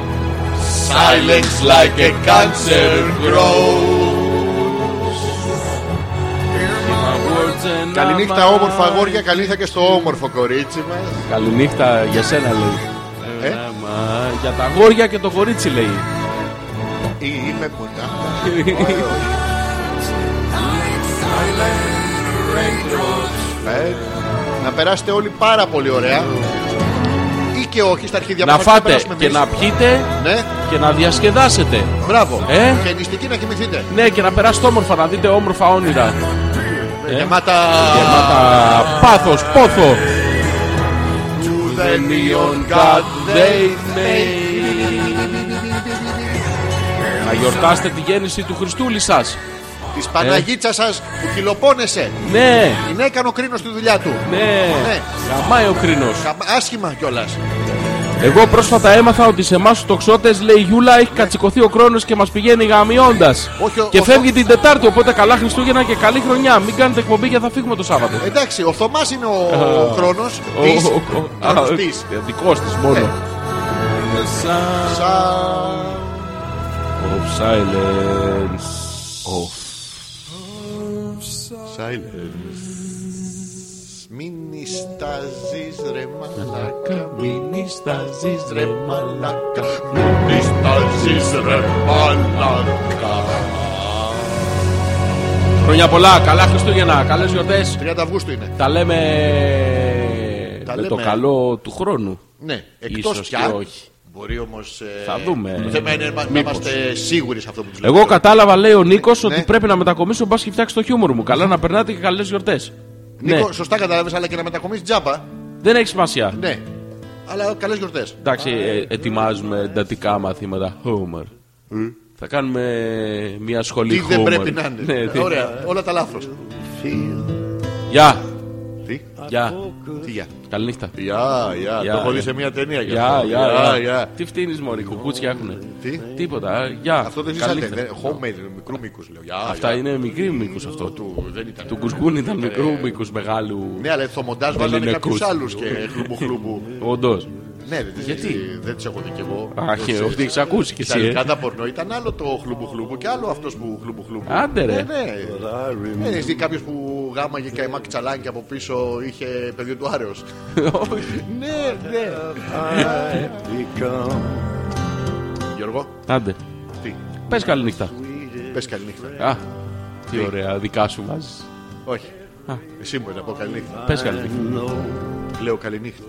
A: Silence like a cancer grows.
B: καληνύχτα όμορφα αγόρια, καληνύχτα και στο όμορφο κορίτσι μας.
A: Καληνύχτα για σένα λέει.
B: Ε?
A: Μα, για τα αγόρια και το κορίτσι λέει.
B: Είμαι κοντά. Ε, Να περάσετε όλοι πάρα πολύ ωραία. Ή και όχι στα αρχίδια
A: να
B: μας, θα
A: φάτε
B: περάσουμε
A: και
B: εμείς.
A: να πιείτε
B: Ναι,
A: και να διασκεδάσετε.
B: μπράβο.
A: Ε?
B: Και νηστική να κοιμηθείτε.
A: Ναι, και να περάσετε όμορφα, να δείτε όμορφα όνειρα.
B: Γεμάτα.
A: Ε? Γεμάτα πάθος, πόθο.
B: The neon god they made.
A: Να γιορτάσετε τη γέννηση του Χριστούλη σας.
B: Της Παναγίτσα σας που κυλοπώνεσαι.
A: Ναι,
B: Είναι έκανε ο κρίνος τη δουλειά του.
A: ναι.
B: Ναι.
A: Γαμάει ο κρίνος.
B: Καμ- Άσχημα κιόλας.
A: Εγώ πρόσφατα έμαθα ότι σε εμάς τους τοξότες λέει Γιούλα έχει κατσικωθεί ο χρόνος και μας πηγαίνει γαμιώντας.
B: Όχι, ο-
A: Και
B: ο-
A: φεύγει την Τετάρτη, οπότε καλά Χριστούγεννα και καλή χρονιά. Μην κάνετε εκπομπή γιατί θα φύγουμε το Σάββατο.
B: Εντάξει, ο Θωμάς είναι ο, χρόνο. Τη.
A: Δικός της μόνο. The sound of silence.
B: Μην ισταζείς ρε μαλάκα
A: Μην ισταζείς, ρε
B: Μαλάκα Μην ισταζείς ρε μαλάκα
A: Χρόνια πολλά, καλά Χριστούγεννα, καλές γιορτές.
B: 30 Αυγούστου είναι
A: Τα λέμε.
B: Τα
A: με
B: λέμε.
A: το καλό του χρόνου.
B: Ναι, εκτός
A: Ίσως και
B: πια
A: όχι.
B: Μπορεί όμως ε,
A: Θα δούμε.
B: Το θέμα είναι να να
A: Μήπως.
B: είμαστε σίγουροι σε αυτό που τους λέμε
A: Εγώ κατάλαβα, λέει ο Νίκος,
B: Ναι.
A: ότι πρέπει να μετακομίσω μπα και φτιάξει το χιούμορ μου. Καλά να περνάτε και καλές γιορτές. Ναι,
B: Νίκο, σωστά κατάλαβες αλλά και να μετακομίσεις τζάμπα
A: δεν έχει σημασία.
B: Ναι Αλλά καλές γιορτές
A: Εντάξει, ε, ετοιμάζουμε εντατικά μαθήματα. Homer. Θα κάνουμε μια σχολή
B: Ε. Τι δεν
A: Homer.
B: πρέπει να είναι
A: Ναι, τι-
B: Ωραία, όλα τα λάθος
A: Γεια.
B: Τι,
A: Γεια.
B: τι για
A: Καληνύχτα.
B: Γεια, γεια,
A: Γεια,
B: το έχω δει
A: γεια.
B: σε μια ταινία γι'
A: Γεια,
B: αυτό.
A: γεια, γεια.
B: γεια.
A: Τι φτύνεις, Μωρή, κουκούτσια έχουν.
B: Τι?
A: Τίποτα. α, Γεια.
B: Αυτό δεν ε,
A: Καλή
B: ζήσατε,
A: νύχτα.
B: δεν- homemade, μικρού μήκους λέω. Γεια,
A: Αυτά
B: γεια.
A: είναι μικρή μήκους αυτό.
B: Του δεν ήταν.
A: Του κουσκούν ήταν μικρού μήκους μεγάλου.
B: Ναι, αλλά στο μοντάζ βάζανε
A: είναι
B: κάποιου
A: κούτσι.
B: άλλους και χλουμπου χλουμπου.
A: Όντως.
B: ναι, δεν τις-
A: Γιατί?
B: Δεν τις έχω δει κι εγώ.
A: Αχ, ε, όχι, έχεις ακούσεις κι
B: Στα
A: εσύ. ε.
B: ελληνικά τα πορνό ήταν άλλο το χλουμπου χλουμπου και άλλο αυτός που χλουμπου χλουμπου.
A: Άντε, ρε.
B: Ναι, ναι. Έχει δει κάποιος που γάμαγε καημά τσαλάνκι από πίσω είχε παιδί του Άρεος.
A: Όχι.
B: ναι, ναι. Γιώργο,
A: Άντε.
B: τι,
A: Πες καληνύχτα.
B: πες καλή νύχτα.
A: Α, τι ωραία, δικά σου βάζεις.
B: Όχι. Εσύ μου να πω καλή νύχτα.
A: Πες καληνύχτα.
B: Λέω καλή νύχτα.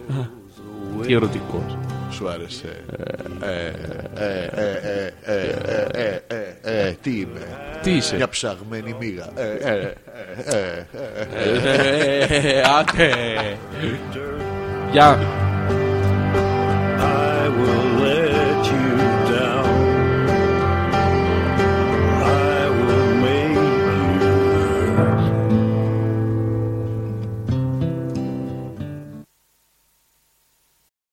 B: ε,
A: Τι ερωτικός.
B: Σου άρεσε. Ε, ε, ε, ε, ε, ε, ε, ε, ε, Τι είμαι.
A: Τι
B: Μια
A: είσαι.
B: ψαγμένη μίγα. Ε, ε, ε, ε, ε, ε.
A: Ε, Άντε. Γεια.